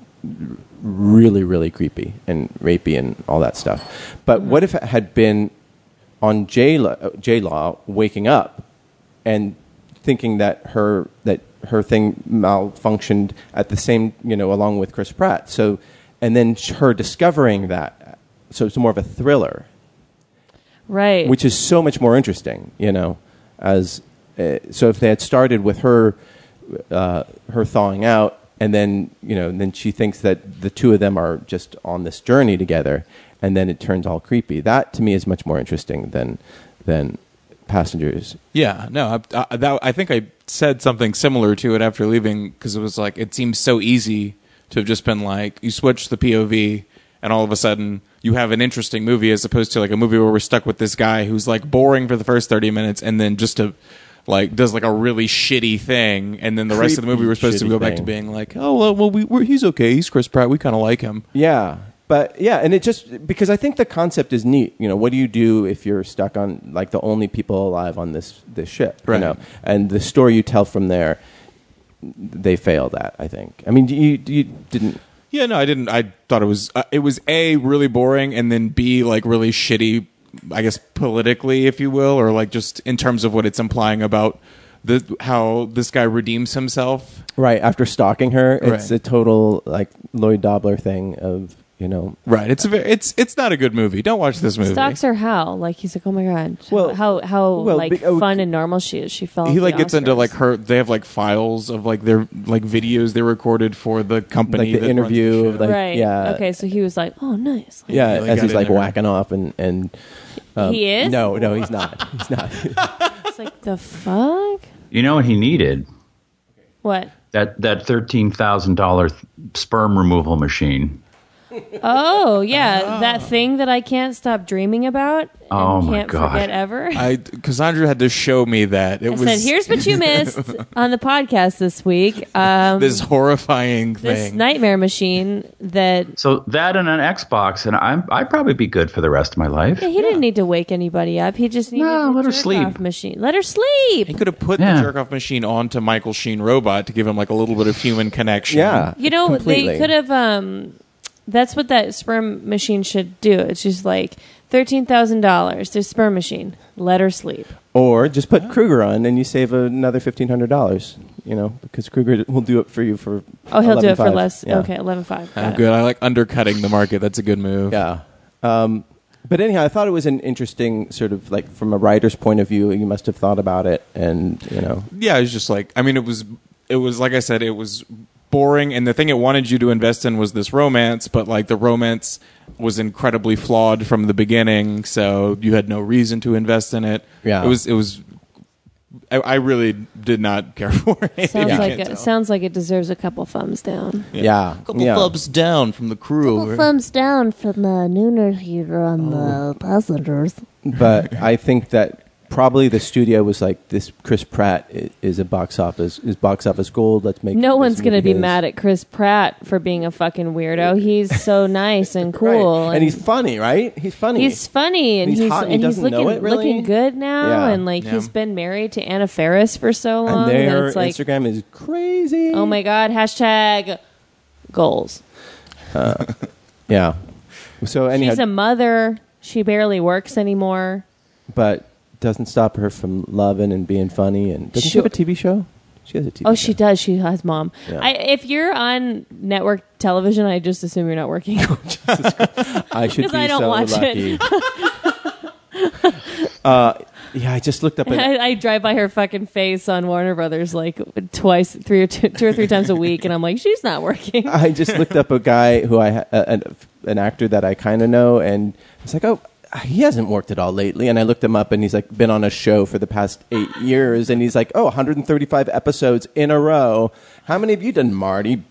[SPEAKER 2] really really creepy and rapey and all that stuff. But what if it had been on J Law waking up and thinking that her that her thing malfunctioned at the same you know along with Chris Pratt. So and then sh- her discovering that so it's more of a thriller,
[SPEAKER 6] Right.
[SPEAKER 2] which is so much more interesting. You know, as uh, so if they had started with her uh, her thawing out. And then you know, and then she thinks that the two of them are just on this journey together, and then it turns all creepy. That to me is much more interesting than than passengers
[SPEAKER 3] Yeah, no, I, I, that, I think I said something similar to it after leaving because it was like it seems so easy to have just been like you switch the POV and all of a sudden you have an interesting movie as opposed to like a movie where we're stuck with this guy who's like boring for the first 30 minutes and then just to like does like a really shitty thing and then the rest of the movie we're supposed to
[SPEAKER 2] Creepy,
[SPEAKER 3] go
[SPEAKER 2] shitty
[SPEAKER 3] back to
[SPEAKER 2] thing.
[SPEAKER 3] being like oh well, well we, we're, he's okay he's Chris Pratt we kind of like him
[SPEAKER 2] Yeah. But yeah, and it just because I think the concept is neat. You know, what do you do if you're stuck on like the only people alive on this this ship?
[SPEAKER 3] Right.
[SPEAKER 2] You know, and the story you tell from there, they fail that. I think. I mean, you you didn't.
[SPEAKER 3] Yeah, no, I didn't. I thought it was uh, it was a really boring, and then b like really shitty. I guess politically, if you will, or like just in terms of what it's implying about the how this guy redeems himself.
[SPEAKER 2] Right after stalking her, it's
[SPEAKER 3] Right.
[SPEAKER 2] a total like Lloyd Dobler thing of you know.
[SPEAKER 3] Right. It's a ve- it's it's not a good movie. Don't watch this movie.
[SPEAKER 6] Stalks her how? Like he's like, oh my god,
[SPEAKER 2] Well-
[SPEAKER 6] how how
[SPEAKER 2] well,
[SPEAKER 6] like
[SPEAKER 2] be- oh,
[SPEAKER 6] fun and normal she is. She fell. off
[SPEAKER 3] He
[SPEAKER 6] the
[SPEAKER 3] like gets into
[SPEAKER 6] Oscars.
[SPEAKER 3] like her. They have like files of like their like videos they recorded for the company.
[SPEAKER 2] Like the
[SPEAKER 3] that runs
[SPEAKER 2] interview
[SPEAKER 3] show.
[SPEAKER 2] of, like-
[SPEAKER 6] right.
[SPEAKER 2] yeah.
[SPEAKER 6] Okay, so he was like, oh nice. Like,
[SPEAKER 2] Yeah,
[SPEAKER 3] really
[SPEAKER 2] as
[SPEAKER 3] got
[SPEAKER 2] he's
[SPEAKER 3] in
[SPEAKER 2] like
[SPEAKER 3] there. Oh,
[SPEAKER 2] whacking off and and um,
[SPEAKER 6] He is?
[SPEAKER 2] No, no, he's not. He's not.
[SPEAKER 6] It's like the fuck.
[SPEAKER 5] You know what he needed?
[SPEAKER 6] What?
[SPEAKER 5] That that thirteen thousand dollar sperm removal machine.
[SPEAKER 6] Oh yeah, that thing that I can't stop dreaming about. And
[SPEAKER 5] Oh, my
[SPEAKER 6] can't
[SPEAKER 5] God.
[SPEAKER 6] Forget ever. I,
[SPEAKER 3] I Cassandra had to show me that it was
[SPEAKER 6] said, here's what you missed on the podcast this week. Um,
[SPEAKER 3] this horrifying
[SPEAKER 6] this
[SPEAKER 3] thing.
[SPEAKER 6] nightmare machine that
[SPEAKER 5] So that and an Xbox, and I'm I'd probably be good for the rest of my life.
[SPEAKER 6] he didn't need to wake anybody up. He just needed
[SPEAKER 5] No,
[SPEAKER 6] a
[SPEAKER 5] let her
[SPEAKER 6] jerk
[SPEAKER 5] sleep.
[SPEAKER 6] off machine. Let her sleep.
[SPEAKER 3] He could have put
[SPEAKER 5] Yeah.
[SPEAKER 3] the jerk off machine onto Michael Sheen robot to give him like a little bit of human connection.
[SPEAKER 2] Yeah,
[SPEAKER 6] You know,
[SPEAKER 2] completely.
[SPEAKER 6] they could have. Um, that's what that sperm machine should do. It's just like thirteen thousand dollars. There's sperm machine. Let her sleep.
[SPEAKER 2] Or just put Kruger on and you save another fifteen hundred dollars. You know, because Kruger will do it for you for.
[SPEAKER 6] Oh, he'll do it for
[SPEAKER 2] 11.5.
[SPEAKER 6] less.
[SPEAKER 2] Yeah.
[SPEAKER 6] Okay, eleven five.
[SPEAKER 3] I'm Oh, good. I like undercutting the market. That's a good move.
[SPEAKER 2] Yeah. Um, but anyhow, I thought it was an interesting sort of like from a writer's point of view. You must have thought about it, and you know,
[SPEAKER 3] Yeah, it was just like I mean, it was it was like I said, it was boring, and the thing it wanted you to invest in was this romance, but like the romance was incredibly flawed from the beginning, so you had no reason to invest in it.
[SPEAKER 2] Yeah.
[SPEAKER 3] it was it was. I, I really did not care for it.
[SPEAKER 6] Sounds
[SPEAKER 3] You
[SPEAKER 6] like
[SPEAKER 3] can't tell.
[SPEAKER 6] it sounds like it deserves a couple thumbs down.
[SPEAKER 2] yeah, yeah.
[SPEAKER 3] Couple thumbs down from the crew.
[SPEAKER 8] Well, thumbs down from the Nooner here on the passengers.
[SPEAKER 2] But I think that probably the studio was like, "This Chris Pratt i- is a box office is box office gold. Let's make."
[SPEAKER 6] No one's gonna be mad at Chris Pratt for being a fucking weirdo. He's so nice and cool,
[SPEAKER 2] and, he's funny, right? He's funny.
[SPEAKER 6] He's funny and
[SPEAKER 2] He's
[SPEAKER 6] he's,
[SPEAKER 2] hot and
[SPEAKER 6] and
[SPEAKER 2] he
[SPEAKER 6] he's
[SPEAKER 2] doesn't know
[SPEAKER 6] looking
[SPEAKER 2] it, really.
[SPEAKER 6] looking good now
[SPEAKER 2] Yeah.
[SPEAKER 6] and like
[SPEAKER 3] Yeah.
[SPEAKER 6] he's been married to Anna Faris for so long
[SPEAKER 2] and their
[SPEAKER 6] that it's like
[SPEAKER 2] Instagram is crazy.
[SPEAKER 6] oh my god hashtag goals.
[SPEAKER 2] Yeah. So anyhow,
[SPEAKER 6] She's a mother. She barely works anymore.
[SPEAKER 2] but doesn't stop her from loving and being funny. And doesn't she
[SPEAKER 6] Sure.
[SPEAKER 2] have a TV show? She has a TV.
[SPEAKER 6] Oh,
[SPEAKER 2] show.
[SPEAKER 6] she does. She has mom.
[SPEAKER 2] Yeah.
[SPEAKER 6] I, if you're on network television, I just assume you're not working.
[SPEAKER 2] I should
[SPEAKER 6] 'Cause
[SPEAKER 2] be
[SPEAKER 6] I don't
[SPEAKER 2] so
[SPEAKER 6] watch
[SPEAKER 2] lucky.
[SPEAKER 6] it.
[SPEAKER 2] uh, yeah, I just looked up. An,
[SPEAKER 6] I, I drive by her fucking face on Warner Brothers like twice, three or two, two or three times a week, and I'm like, she's not working.
[SPEAKER 2] I just looked up a guy who I ha- a- an, an actor that I kind of know, and it's like, oh, he hasn't worked at all lately. And I looked him up, and he's like been on a show for the past eight years, and he's like, oh, 135 episodes in a row. How many have you done, Marty?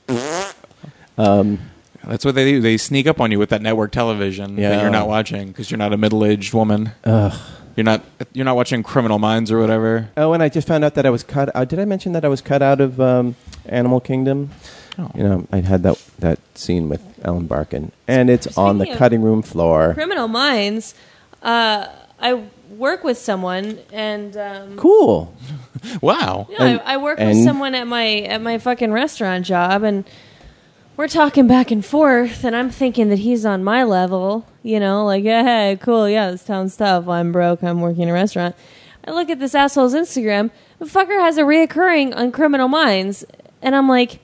[SPEAKER 3] That's what they do. They sneak up on you with that network television
[SPEAKER 2] Yeah.
[SPEAKER 3] that you're not watching because you're not a middle-aged woman. You're not. You're not watching Criminal Minds or whatever.
[SPEAKER 2] Oh, and I just found out that I was cut. Uh, did I mention that I was cut out of um, Animal Kingdom?
[SPEAKER 3] Oh.
[SPEAKER 2] You know, I had that that scene with Ellen Barkin, and it's on the
[SPEAKER 6] Speaking of-
[SPEAKER 2] cutting room floor.
[SPEAKER 6] Criminal Minds. Uh, I work with someone, and um,
[SPEAKER 2] Cool.
[SPEAKER 3] Wow.
[SPEAKER 6] no,
[SPEAKER 2] And-
[SPEAKER 6] I, I work
[SPEAKER 2] and-
[SPEAKER 6] with someone at my at my fucking restaurant job, and we're talking back and forth, and I'm thinking that he's on my level, you know, like yeah, hey, cool, yeah, this town's tough. I'm broke. I'm working in a restaurant. I look at this asshole's Instagram. The fucker has a reoccurring on Criminal Minds, and I'm like.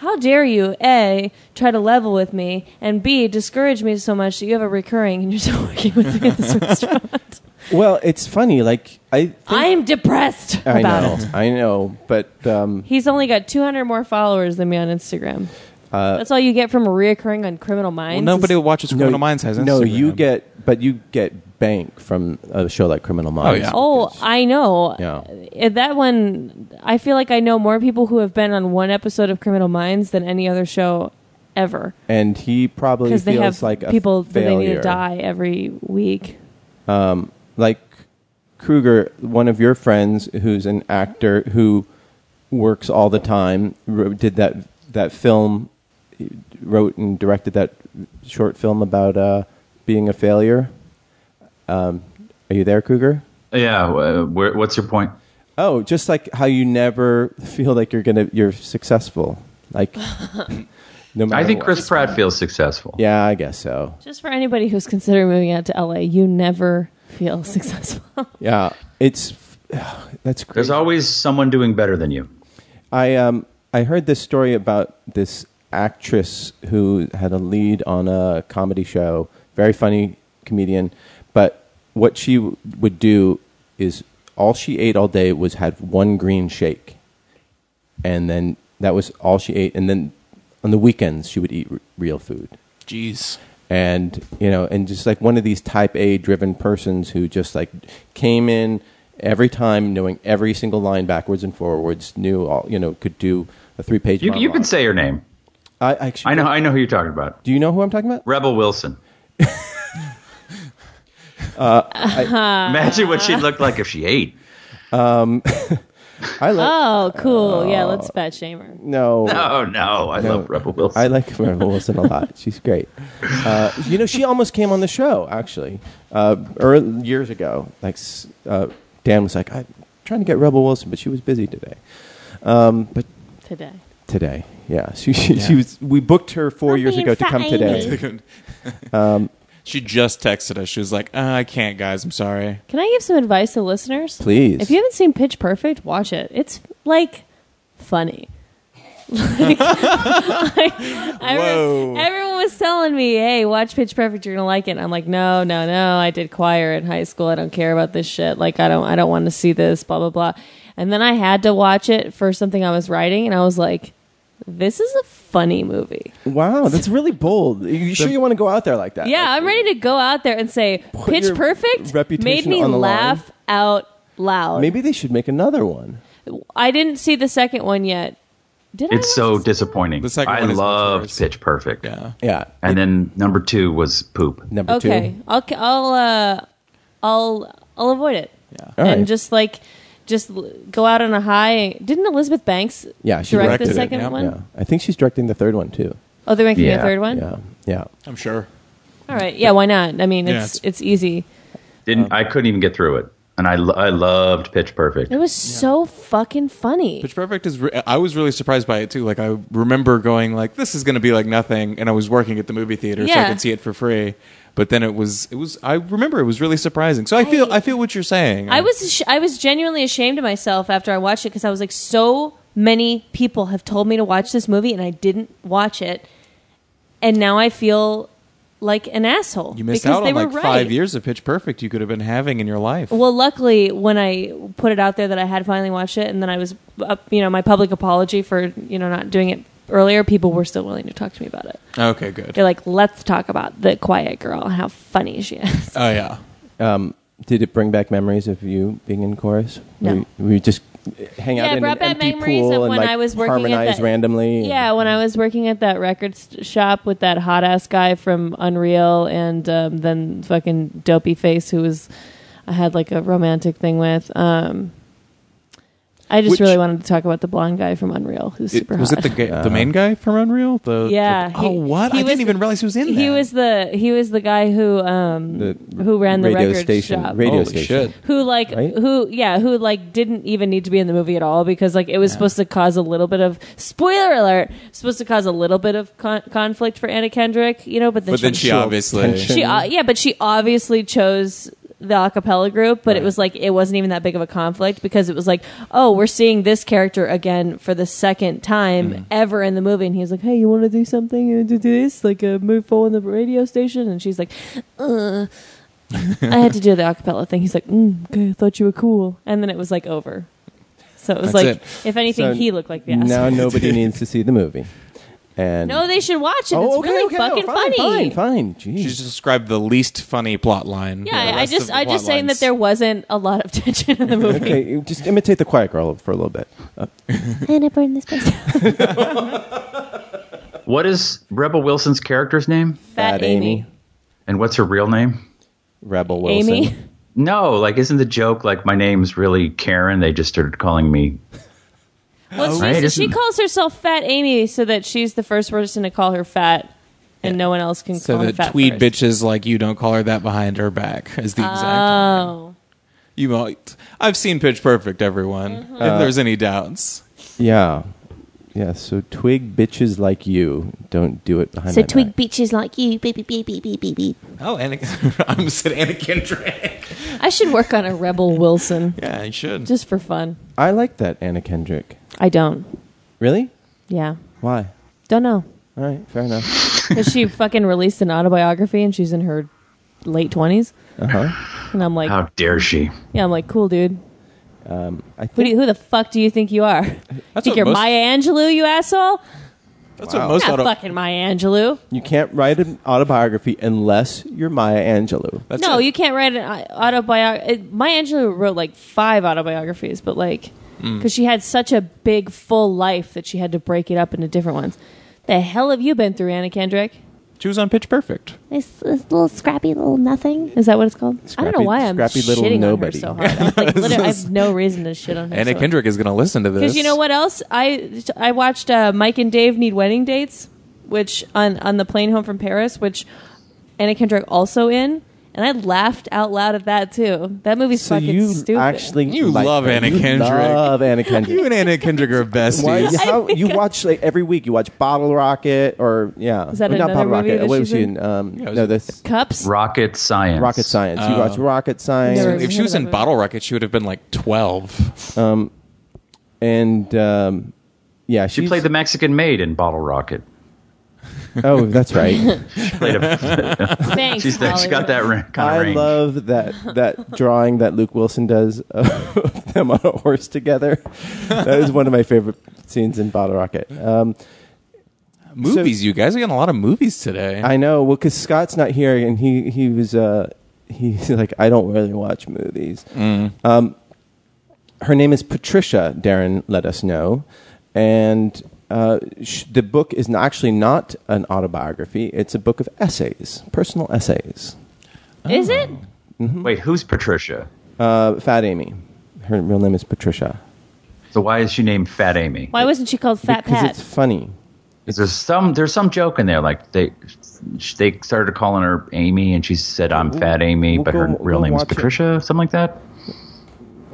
[SPEAKER 6] How dare you, A, try to level with me, and B, discourage me so much that you have a recurring and you're still working with me at this restaurant?
[SPEAKER 2] Well, it's funny. Like I, think,
[SPEAKER 6] I am depressed
[SPEAKER 2] I
[SPEAKER 6] about
[SPEAKER 2] know,
[SPEAKER 6] it.
[SPEAKER 2] I know, but um,
[SPEAKER 6] He's only got 200 more followers than me on Instagram.
[SPEAKER 2] Uh,
[SPEAKER 6] That's all you get from reoccurring on Criminal
[SPEAKER 3] Well,
[SPEAKER 6] Minds.
[SPEAKER 3] nobody
[SPEAKER 6] is-
[SPEAKER 3] watches Criminal Minds has Instagram.
[SPEAKER 2] no, you get but you get bank from a show like Criminal Minds.
[SPEAKER 3] yeah.
[SPEAKER 6] Oh, I know.
[SPEAKER 2] Yeah.
[SPEAKER 6] Uh, That one, I feel like I know more people who have been on one episode of Criminal Minds than any other show ever.
[SPEAKER 2] and he probably feels
[SPEAKER 6] Because they have
[SPEAKER 2] like a
[SPEAKER 6] people that
[SPEAKER 2] failure.
[SPEAKER 6] they need to die every week.
[SPEAKER 2] like Kruger, one of your friends who's an actor who works all the time, wro- did that that film, wrote and directed that short film about uh, being a failure. Um, are you there, Kruger?
[SPEAKER 5] Yeah. Uh, where, what's your point?
[SPEAKER 2] Oh, just like how you never feel like you're gonna you're successful, like no matter.
[SPEAKER 5] I think
[SPEAKER 2] what.
[SPEAKER 5] Chris Pratt feels successful.
[SPEAKER 2] Yeah, I guess so.
[SPEAKER 6] Just for anybody who's considering moving out to LA, you never feel successful.
[SPEAKER 2] Yeah, it's that's crazy.
[SPEAKER 5] There's always someone doing better than you.
[SPEAKER 2] I um I heard this story about this actress who had a lead on a comedy show, very funny comedian, but what she w- would do is all she ate all day was had one green shake. And then that was all she ate and then on the weekends she would eat r- real food
[SPEAKER 3] Jeez.
[SPEAKER 2] and you know and just like one of these type a driven persons who just like came in every time knowing every single line backwards and forwards knew all you know could do a three page
[SPEAKER 5] You, you can say your name.
[SPEAKER 2] I, actually,
[SPEAKER 5] I know. I know who you're talking about.
[SPEAKER 2] do you know who i'm talking about
[SPEAKER 5] Rebel Wilson. Imagine what she looked like if she ate.
[SPEAKER 2] i like
[SPEAKER 6] oh, cool. yeah,
[SPEAKER 2] uh,
[SPEAKER 6] let's fat shame her.
[SPEAKER 2] no
[SPEAKER 5] Oh no, I love Rebel Wilson.
[SPEAKER 2] I like Rebel Wilson a lot. She's great. Uh, you know, she almost came on the show actually, uh, ear- years ago. Like s- uh, Dan was like, "I'm trying to get Rebel Wilson, but she was busy today." Um, but
[SPEAKER 6] Today.
[SPEAKER 2] today. Yeah, she she, she was. We booked her four
[SPEAKER 4] I'm
[SPEAKER 2] years
[SPEAKER 4] being
[SPEAKER 2] ago to come today. um,
[SPEAKER 3] She just texted us. She was like, uh, "I can't, guys. I'm sorry."
[SPEAKER 6] Can I give some advice to listeners?
[SPEAKER 2] Please.
[SPEAKER 6] If you haven't seen Pitch Perfect, watch it. It's like funny. like, I- I
[SPEAKER 3] Whoa.
[SPEAKER 6] remember- everyone was telling me, "Hey, watch Pitch Perfect. You're gonna like it." And I'm like, "No, no, no. I did choir in high school. I don't care about this shit. Like, I don't, I don't want to see this. Blah blah blah." And then I had to watch it for something I was writing, and I was like, "This is a funny movie."
[SPEAKER 2] Wow, that's really bold. Are you sure you want to go out there like that?
[SPEAKER 6] Yeah, I'm ready to go out there and say,
[SPEAKER 2] Put
[SPEAKER 6] "Pitch
[SPEAKER 2] your
[SPEAKER 6] Perfect made
[SPEAKER 2] reputation
[SPEAKER 6] me
[SPEAKER 2] on the line."
[SPEAKER 6] laugh out loud."
[SPEAKER 2] Maybe they should make another one.
[SPEAKER 6] I didn't see the second one yet. Did I?
[SPEAKER 5] it's so disappointing.
[SPEAKER 3] The second
[SPEAKER 5] I
[SPEAKER 3] one is much
[SPEAKER 5] loved
[SPEAKER 3] worse.
[SPEAKER 5] Pitch Perfect.
[SPEAKER 3] Yeah.
[SPEAKER 2] Yeah.
[SPEAKER 5] And then number two was poop.
[SPEAKER 2] Number
[SPEAKER 6] Okay,
[SPEAKER 2] two.
[SPEAKER 6] I'll I'll uh, I'll I'll avoid it. Yeah,
[SPEAKER 2] All right.
[SPEAKER 6] and just like just l- go out on a high. Didn't Elizabeth Banks?
[SPEAKER 2] Yeah, she
[SPEAKER 6] direct
[SPEAKER 2] directed
[SPEAKER 6] the
[SPEAKER 2] it,
[SPEAKER 6] second
[SPEAKER 3] yeah.
[SPEAKER 6] one.
[SPEAKER 2] Yeah, I think she's directing the third one too.
[SPEAKER 6] Oh, they're making
[SPEAKER 5] Yeah,
[SPEAKER 6] a third one.
[SPEAKER 2] Yeah, yeah.
[SPEAKER 3] I'm sure.
[SPEAKER 6] All right. Yeah. Why not? I mean,
[SPEAKER 3] Yeah,
[SPEAKER 6] it's
[SPEAKER 3] it's-
[SPEAKER 6] it's easy.
[SPEAKER 5] Didn't I couldn't even get through it. And I, lo- I loved Pitch Perfect.
[SPEAKER 6] It was so fucking funny.
[SPEAKER 3] Pitch Perfect is. Re- I was really surprised by it too. Like I remember going like, "This is going to be like nothing," and I was working at the movie theater, so I
[SPEAKER 6] Yeah.
[SPEAKER 3] could see it for free. But then it was. It was. I remember it was really surprising. So I feel. I, feel what you're saying.
[SPEAKER 6] I was ash- I was genuinely ashamed of myself after I watched it because I was like, so many people have told me to watch this movie and I didn't watch it, and now I feel like an asshole.
[SPEAKER 3] You missed
[SPEAKER 6] because
[SPEAKER 3] out
[SPEAKER 6] they
[SPEAKER 3] on
[SPEAKER 6] were
[SPEAKER 3] like five
[SPEAKER 6] right.
[SPEAKER 3] years of Pitch Perfect. You could have been having in your life.
[SPEAKER 6] Well, luckily, when I put it out there that I had finally watched it, and then I was, up, you know, my public apology for you know not doing it earlier, people were still willing to talk to me about it.
[SPEAKER 3] okay. Good.
[SPEAKER 6] They're like, "Let's talk about the Quiet Girl and how funny she is."
[SPEAKER 3] Oh yeah.
[SPEAKER 2] Did it bring back memories of you being in chorus?
[SPEAKER 6] No.
[SPEAKER 2] We, we just hang
[SPEAKER 6] Yeah,
[SPEAKER 2] out
[SPEAKER 6] it
[SPEAKER 2] in an
[SPEAKER 6] brought back
[SPEAKER 2] empty
[SPEAKER 6] memories
[SPEAKER 2] pool
[SPEAKER 6] of
[SPEAKER 2] and
[SPEAKER 6] when
[SPEAKER 2] like
[SPEAKER 6] I was working at
[SPEAKER 2] harmonize
[SPEAKER 6] the-
[SPEAKER 2] randomly. and-
[SPEAKER 6] Yeah, when I was working at that record st- shop with that hot ass guy from Unreal, and um, then fucking dopey face who was I had like a romantic thing with. Um, I just
[SPEAKER 3] Which-
[SPEAKER 6] really wanted to talk about the blonde guy from Unreal who's
[SPEAKER 3] It-
[SPEAKER 6] super
[SPEAKER 3] was
[SPEAKER 6] hot.
[SPEAKER 3] it the ga- the main guy from Unreal? The
[SPEAKER 6] Yeah.
[SPEAKER 3] the-
[SPEAKER 6] he-
[SPEAKER 3] oh what?
[SPEAKER 6] he
[SPEAKER 3] I
[SPEAKER 6] was
[SPEAKER 3] didn't
[SPEAKER 6] the-
[SPEAKER 3] even realize he was in.
[SPEAKER 6] He
[SPEAKER 3] that.
[SPEAKER 6] was the he was the guy who um
[SPEAKER 2] The
[SPEAKER 6] who ran the
[SPEAKER 2] radio
[SPEAKER 6] record
[SPEAKER 2] station.
[SPEAKER 6] shop.
[SPEAKER 2] Radio
[SPEAKER 3] Holy
[SPEAKER 2] station.
[SPEAKER 3] shit.
[SPEAKER 6] who like
[SPEAKER 2] right?
[SPEAKER 6] who yeah who like didn't even need to be in the movie at all because like it was supposed to cause a little bit of spoiler alert supposed to cause a little bit of con- conflict for Anna Kendrick you know but then
[SPEAKER 3] But
[SPEAKER 6] she,
[SPEAKER 3] then she
[SPEAKER 2] Sure.
[SPEAKER 3] obviously.
[SPEAKER 2] Tension.
[SPEAKER 6] she uh, yeah but she obviously chose the a cappella group but it was like it wasn't even that big of a conflict because it was like oh we're seeing this character again for the second time
[SPEAKER 2] Mm.
[SPEAKER 6] ever in the movie and he was like hey you want to do something you want to do this like a move forward on the radio station and she's like uh I had to do the acapella thing. He's like, mm, okay, I thought you were cool. And then it was like over. So it was
[SPEAKER 3] That's
[SPEAKER 6] like,
[SPEAKER 3] it.
[SPEAKER 6] if anything,
[SPEAKER 2] So
[SPEAKER 6] he looked like the asshole.
[SPEAKER 2] Now nobody needs to see the movie. And
[SPEAKER 6] No, they should watch it. it's
[SPEAKER 2] Oh, okay,
[SPEAKER 6] really
[SPEAKER 2] okay, no,
[SPEAKER 6] fucking
[SPEAKER 2] fine,
[SPEAKER 6] funny.
[SPEAKER 2] Fine, fine. Jeez.
[SPEAKER 3] She just described the least funny plot line.
[SPEAKER 6] Yeah,
[SPEAKER 3] The
[SPEAKER 6] I
[SPEAKER 3] rest of
[SPEAKER 6] just
[SPEAKER 3] the
[SPEAKER 6] I just
[SPEAKER 3] plot
[SPEAKER 6] saying that
[SPEAKER 3] lines-
[SPEAKER 6] there wasn't a lot of tension in the movie.
[SPEAKER 2] okay, you just imitate the quiet girl for a little bit. Uh,
[SPEAKER 8] And I burned this place.
[SPEAKER 5] What is Rebel Wilson's character's name?
[SPEAKER 6] Fat Amy.
[SPEAKER 5] And what's her real name?
[SPEAKER 2] Rebel Wilson.
[SPEAKER 6] Amy.
[SPEAKER 5] No, like isn't the joke like my name's really Karen? They just started calling me.
[SPEAKER 6] Well,
[SPEAKER 5] Right,
[SPEAKER 6] she, she
[SPEAKER 5] isn't-
[SPEAKER 6] calls herself Fat Amy so that she's the first person to call her fat, and no one else can
[SPEAKER 3] So
[SPEAKER 6] call her
[SPEAKER 3] that
[SPEAKER 6] fat.
[SPEAKER 3] tweed
[SPEAKER 6] first.
[SPEAKER 3] bitches like you don't call her that behind her back is the exact. line.
[SPEAKER 6] Oh,
[SPEAKER 3] You might. I've seen Pitch Perfect, everyone.
[SPEAKER 6] Mm-hmm.
[SPEAKER 3] If there's any doubts,
[SPEAKER 2] Yeah. Yeah, so twig bitches like you don't do it behind
[SPEAKER 8] So
[SPEAKER 2] my
[SPEAKER 8] twig
[SPEAKER 2] back.
[SPEAKER 8] beaches like you. Beep, beep, beep, beep, beep, beep, beep.
[SPEAKER 3] oh, Anakin. I'm said Anakin Drake.
[SPEAKER 6] I should work on a Rebel Wilson
[SPEAKER 3] Yeah, you should.
[SPEAKER 6] just for fun.
[SPEAKER 2] I like that Anna Kendrick.
[SPEAKER 6] I don't.
[SPEAKER 2] Really?
[SPEAKER 6] Yeah,
[SPEAKER 2] Why?
[SPEAKER 6] don't know.
[SPEAKER 2] All right, fair enough.
[SPEAKER 6] Because she fucking released an autobiography and she's in her late twenties,
[SPEAKER 2] Uh-huh.
[SPEAKER 6] and I'm like,
[SPEAKER 5] How dare she?
[SPEAKER 6] yeah, I'm like, cool, dude.
[SPEAKER 2] I
[SPEAKER 6] Who, do
[SPEAKER 2] think-
[SPEAKER 6] you, who the fuck do you think you are?
[SPEAKER 3] That's
[SPEAKER 6] think
[SPEAKER 3] what
[SPEAKER 6] you're
[SPEAKER 3] most-
[SPEAKER 6] Maya Angelou, you asshole?
[SPEAKER 3] That's what most
[SPEAKER 6] Not
[SPEAKER 3] auto.
[SPEAKER 6] fucking Maya Angelou.
[SPEAKER 2] You can't write an autobiography unless you're Maya Angelou.
[SPEAKER 3] That's
[SPEAKER 6] no,
[SPEAKER 3] it.
[SPEAKER 6] you can't write an autobiography. Maya Angelou wrote like five autobiographies, but like,
[SPEAKER 2] Mm.
[SPEAKER 6] because she had such a big, full life that she had to break it up into different ones. The hell have you been through, Anna Kendrick?
[SPEAKER 3] She was on Pitch Perfect.
[SPEAKER 8] This, this little scrappy little nothing.
[SPEAKER 6] Is that what it's called? I don't
[SPEAKER 2] Scrappy-
[SPEAKER 6] know why I'm
[SPEAKER 2] scrappy little
[SPEAKER 6] shitting
[SPEAKER 2] nobody.
[SPEAKER 6] on her so hard. I'm, like, literally, I have no reason to shit on her.
[SPEAKER 3] Anna
[SPEAKER 6] so
[SPEAKER 3] Kendrick is going to listen to this.
[SPEAKER 6] Because you know what else? I I watched uh, Mike and Dave Need Wedding Dates, which on on the plane home from Paris, which Anna Kendrick also in, and I laughed out loud at that too. That movie's
[SPEAKER 2] So
[SPEAKER 6] fucking
[SPEAKER 2] you
[SPEAKER 6] stupid.
[SPEAKER 2] actually
[SPEAKER 3] You
[SPEAKER 2] like
[SPEAKER 3] love
[SPEAKER 2] her.
[SPEAKER 3] Anna
[SPEAKER 2] You
[SPEAKER 3] Kendrick.
[SPEAKER 2] Love Anna
[SPEAKER 3] You
[SPEAKER 2] Kendrick.
[SPEAKER 3] and Anna Kendrick are besties.
[SPEAKER 2] Why, you, how, you watch like every week. You watch Bottle Rocket or yeah,
[SPEAKER 6] Is that
[SPEAKER 2] not
[SPEAKER 6] another
[SPEAKER 2] Bottle
[SPEAKER 6] movie
[SPEAKER 2] Rocket.
[SPEAKER 6] that
[SPEAKER 2] what was
[SPEAKER 6] she's
[SPEAKER 2] she
[SPEAKER 6] in?
[SPEAKER 2] in? Um,
[SPEAKER 3] it was- Oh.
[SPEAKER 2] no, this
[SPEAKER 6] Cups.
[SPEAKER 5] Rocket science.
[SPEAKER 2] Rocket Science. you watch Rocket Science.
[SPEAKER 6] Never-
[SPEAKER 3] If she was in Bottle Rocket, she would have been like 12.
[SPEAKER 2] and um, yeah,
[SPEAKER 5] She
[SPEAKER 2] she's-
[SPEAKER 5] played the Mexican maid in Bottle Rocket.
[SPEAKER 2] Oh, that's right.
[SPEAKER 5] She played a,
[SPEAKER 6] Thanks.
[SPEAKER 5] she's, she's got
[SPEAKER 6] Hollywood.
[SPEAKER 5] that ra- kind of
[SPEAKER 2] I
[SPEAKER 5] range.
[SPEAKER 2] love that that drawing that Luke Wilson does of them on a horse together. That is one of my favorite scenes in Bottle Rocket. Um,
[SPEAKER 3] Movies, you guys are getting a lot of movies today.
[SPEAKER 2] I know. Well, because Scott's not here, and he he was uh he's like I don't really watch movies. Um, her name is Patricia. Darren let us know, and uh, sh- the book is not, actually not an autobiography. It's a book of essays, personal essays.
[SPEAKER 6] Is it?
[SPEAKER 5] Wait, who's Patricia?
[SPEAKER 2] Uh, Fat Amy. Her real name is Patricia.
[SPEAKER 5] So why is she named Fat Amy?
[SPEAKER 6] Why wasn't she called Fat
[SPEAKER 2] because
[SPEAKER 6] Pat?
[SPEAKER 2] it's funny.
[SPEAKER 5] There's some there's some joke in there like they they started calling her Amy and she said I'm Fat Amy,
[SPEAKER 2] we'll
[SPEAKER 5] but her
[SPEAKER 2] go-
[SPEAKER 5] real
[SPEAKER 2] we'll
[SPEAKER 5] name is
[SPEAKER 2] watch it.
[SPEAKER 5] Patricia, something like that.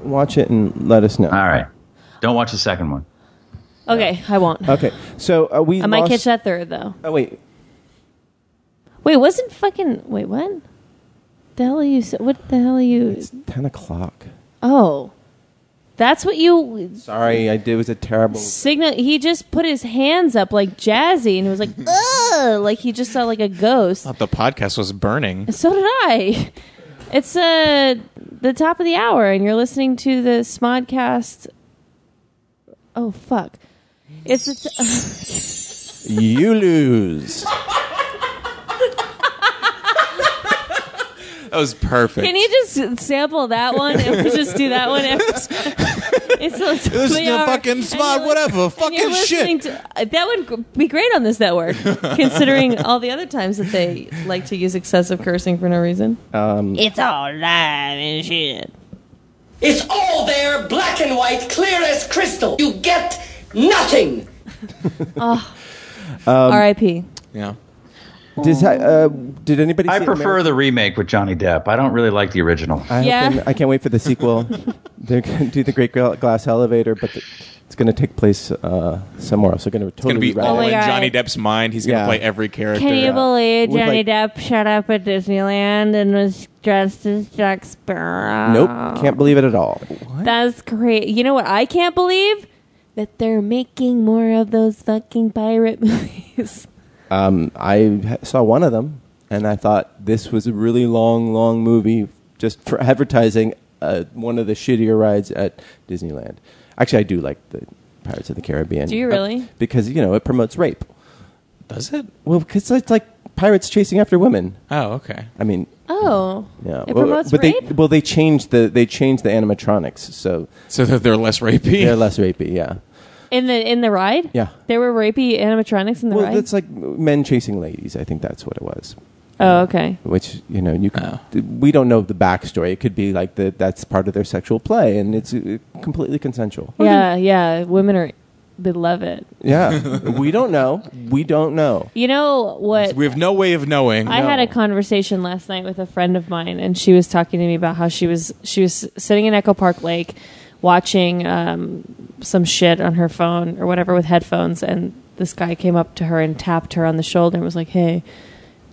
[SPEAKER 2] Watch it and let us know.
[SPEAKER 5] All right, don't watch the second one.
[SPEAKER 6] okay, I won't.
[SPEAKER 2] Okay, so uh, we
[SPEAKER 6] I might
[SPEAKER 2] lost-
[SPEAKER 6] catch that third though.
[SPEAKER 2] Oh wait,
[SPEAKER 6] Wait, wasn't fucking wait what? The hell are you? s- What the hell are you?
[SPEAKER 2] it's ten o'clock.
[SPEAKER 6] Oh, that's what you
[SPEAKER 2] Sorry, I did. It was a terrible.
[SPEAKER 6] signal he just put his hands up like jazzy and was like Ugh! like he just saw like a ghost
[SPEAKER 3] Thought the podcast was burning.
[SPEAKER 6] so did i it's uh the top of the hour and you're listening to the smodcast oh fuck it's the t-
[SPEAKER 2] you lose.
[SPEAKER 3] That was perfect.
[SPEAKER 6] can you just sample that one and we'll just do that one every time? it's the top
[SPEAKER 3] This
[SPEAKER 6] of
[SPEAKER 3] is
[SPEAKER 6] the
[SPEAKER 3] the
[SPEAKER 6] hour,
[SPEAKER 3] fucking
[SPEAKER 6] and
[SPEAKER 3] Smod
[SPEAKER 6] you're
[SPEAKER 3] whatever,
[SPEAKER 6] lis- and you're
[SPEAKER 3] fucking shit.
[SPEAKER 6] listening to- uh, that would g- be great on this network considering all the other times that they like to use excessive cursing for no reason
[SPEAKER 8] It's all live and shit.
[SPEAKER 9] It's all there, black and white, clear as crystal. You get nothing.
[SPEAKER 6] rip
[SPEAKER 3] yeah.
[SPEAKER 2] Does, I- uh, did anybody?
[SPEAKER 5] I
[SPEAKER 2] see
[SPEAKER 5] prefer
[SPEAKER 2] Ameri-
[SPEAKER 5] the remake with Johnny Depp. I don't really like the original.
[SPEAKER 2] I, hope
[SPEAKER 6] Yeah.
[SPEAKER 2] they- I can't wait for the sequel. They're going to do the Great Gra- Glass Elevator, but the, it's going to take place uh, somewhere else. They're going to
[SPEAKER 3] It's going to
[SPEAKER 2] totally
[SPEAKER 3] be all
[SPEAKER 2] rewrite
[SPEAKER 3] in
[SPEAKER 2] it.
[SPEAKER 6] God.
[SPEAKER 3] Johnny Depp's mind. He's going to
[SPEAKER 2] Yeah.
[SPEAKER 3] play every character.
[SPEAKER 6] Can you believe
[SPEAKER 2] With,
[SPEAKER 6] Johnny
[SPEAKER 2] like-
[SPEAKER 6] Depp shut up at Disneyland and was dressed as Jack Sparrow?
[SPEAKER 2] Nope, can't believe it at all.
[SPEAKER 6] That's great. You know what I can't believe? That they're making more of those fucking pirate movies.
[SPEAKER 2] I ha- saw one of them, and I thought this was a really long, long movie just for advertising uh, one of the shittier rides at Disneyland. Actually, I do like the Pirates of the Caribbean.
[SPEAKER 6] Do you
[SPEAKER 2] uh,
[SPEAKER 6] really?
[SPEAKER 2] because you know it promotes rape.
[SPEAKER 3] Does it?
[SPEAKER 2] Well, because it's like pirates chasing after women.
[SPEAKER 3] Oh, okay.
[SPEAKER 2] I mean,
[SPEAKER 6] Oh,
[SPEAKER 2] yeah.
[SPEAKER 6] It
[SPEAKER 2] well,
[SPEAKER 6] promotes
[SPEAKER 2] but
[SPEAKER 6] rape.
[SPEAKER 2] They, well, they changed the they changed the animatronics, so
[SPEAKER 3] So that they're less rapey.
[SPEAKER 2] they're less rapey. Yeah.
[SPEAKER 6] in the in the ride.
[SPEAKER 2] Yeah.
[SPEAKER 6] there were rapey animatronics in the
[SPEAKER 2] Well,
[SPEAKER 6] ride.
[SPEAKER 2] it's like men chasing ladies. I think that's what it was.
[SPEAKER 6] oh, okay.
[SPEAKER 2] Which you know you could,
[SPEAKER 3] Oh.
[SPEAKER 2] we don't know the backstory. It could be like that that's part of their sexual play, and it's uh, completely consensual.
[SPEAKER 6] Yeah, yeah. Women are they love it.
[SPEAKER 2] Yeah, we don't know. We don't know.
[SPEAKER 6] You know what?
[SPEAKER 3] we have no way of knowing.
[SPEAKER 6] I had a conversation last night with a friend of mine, and she was talking to me about how she was she was sitting in Echo Park Lake, watching um, some shit on her phone or whatever with headphones, and this guy came up to her and tapped her on the shoulder and was like, "Hey,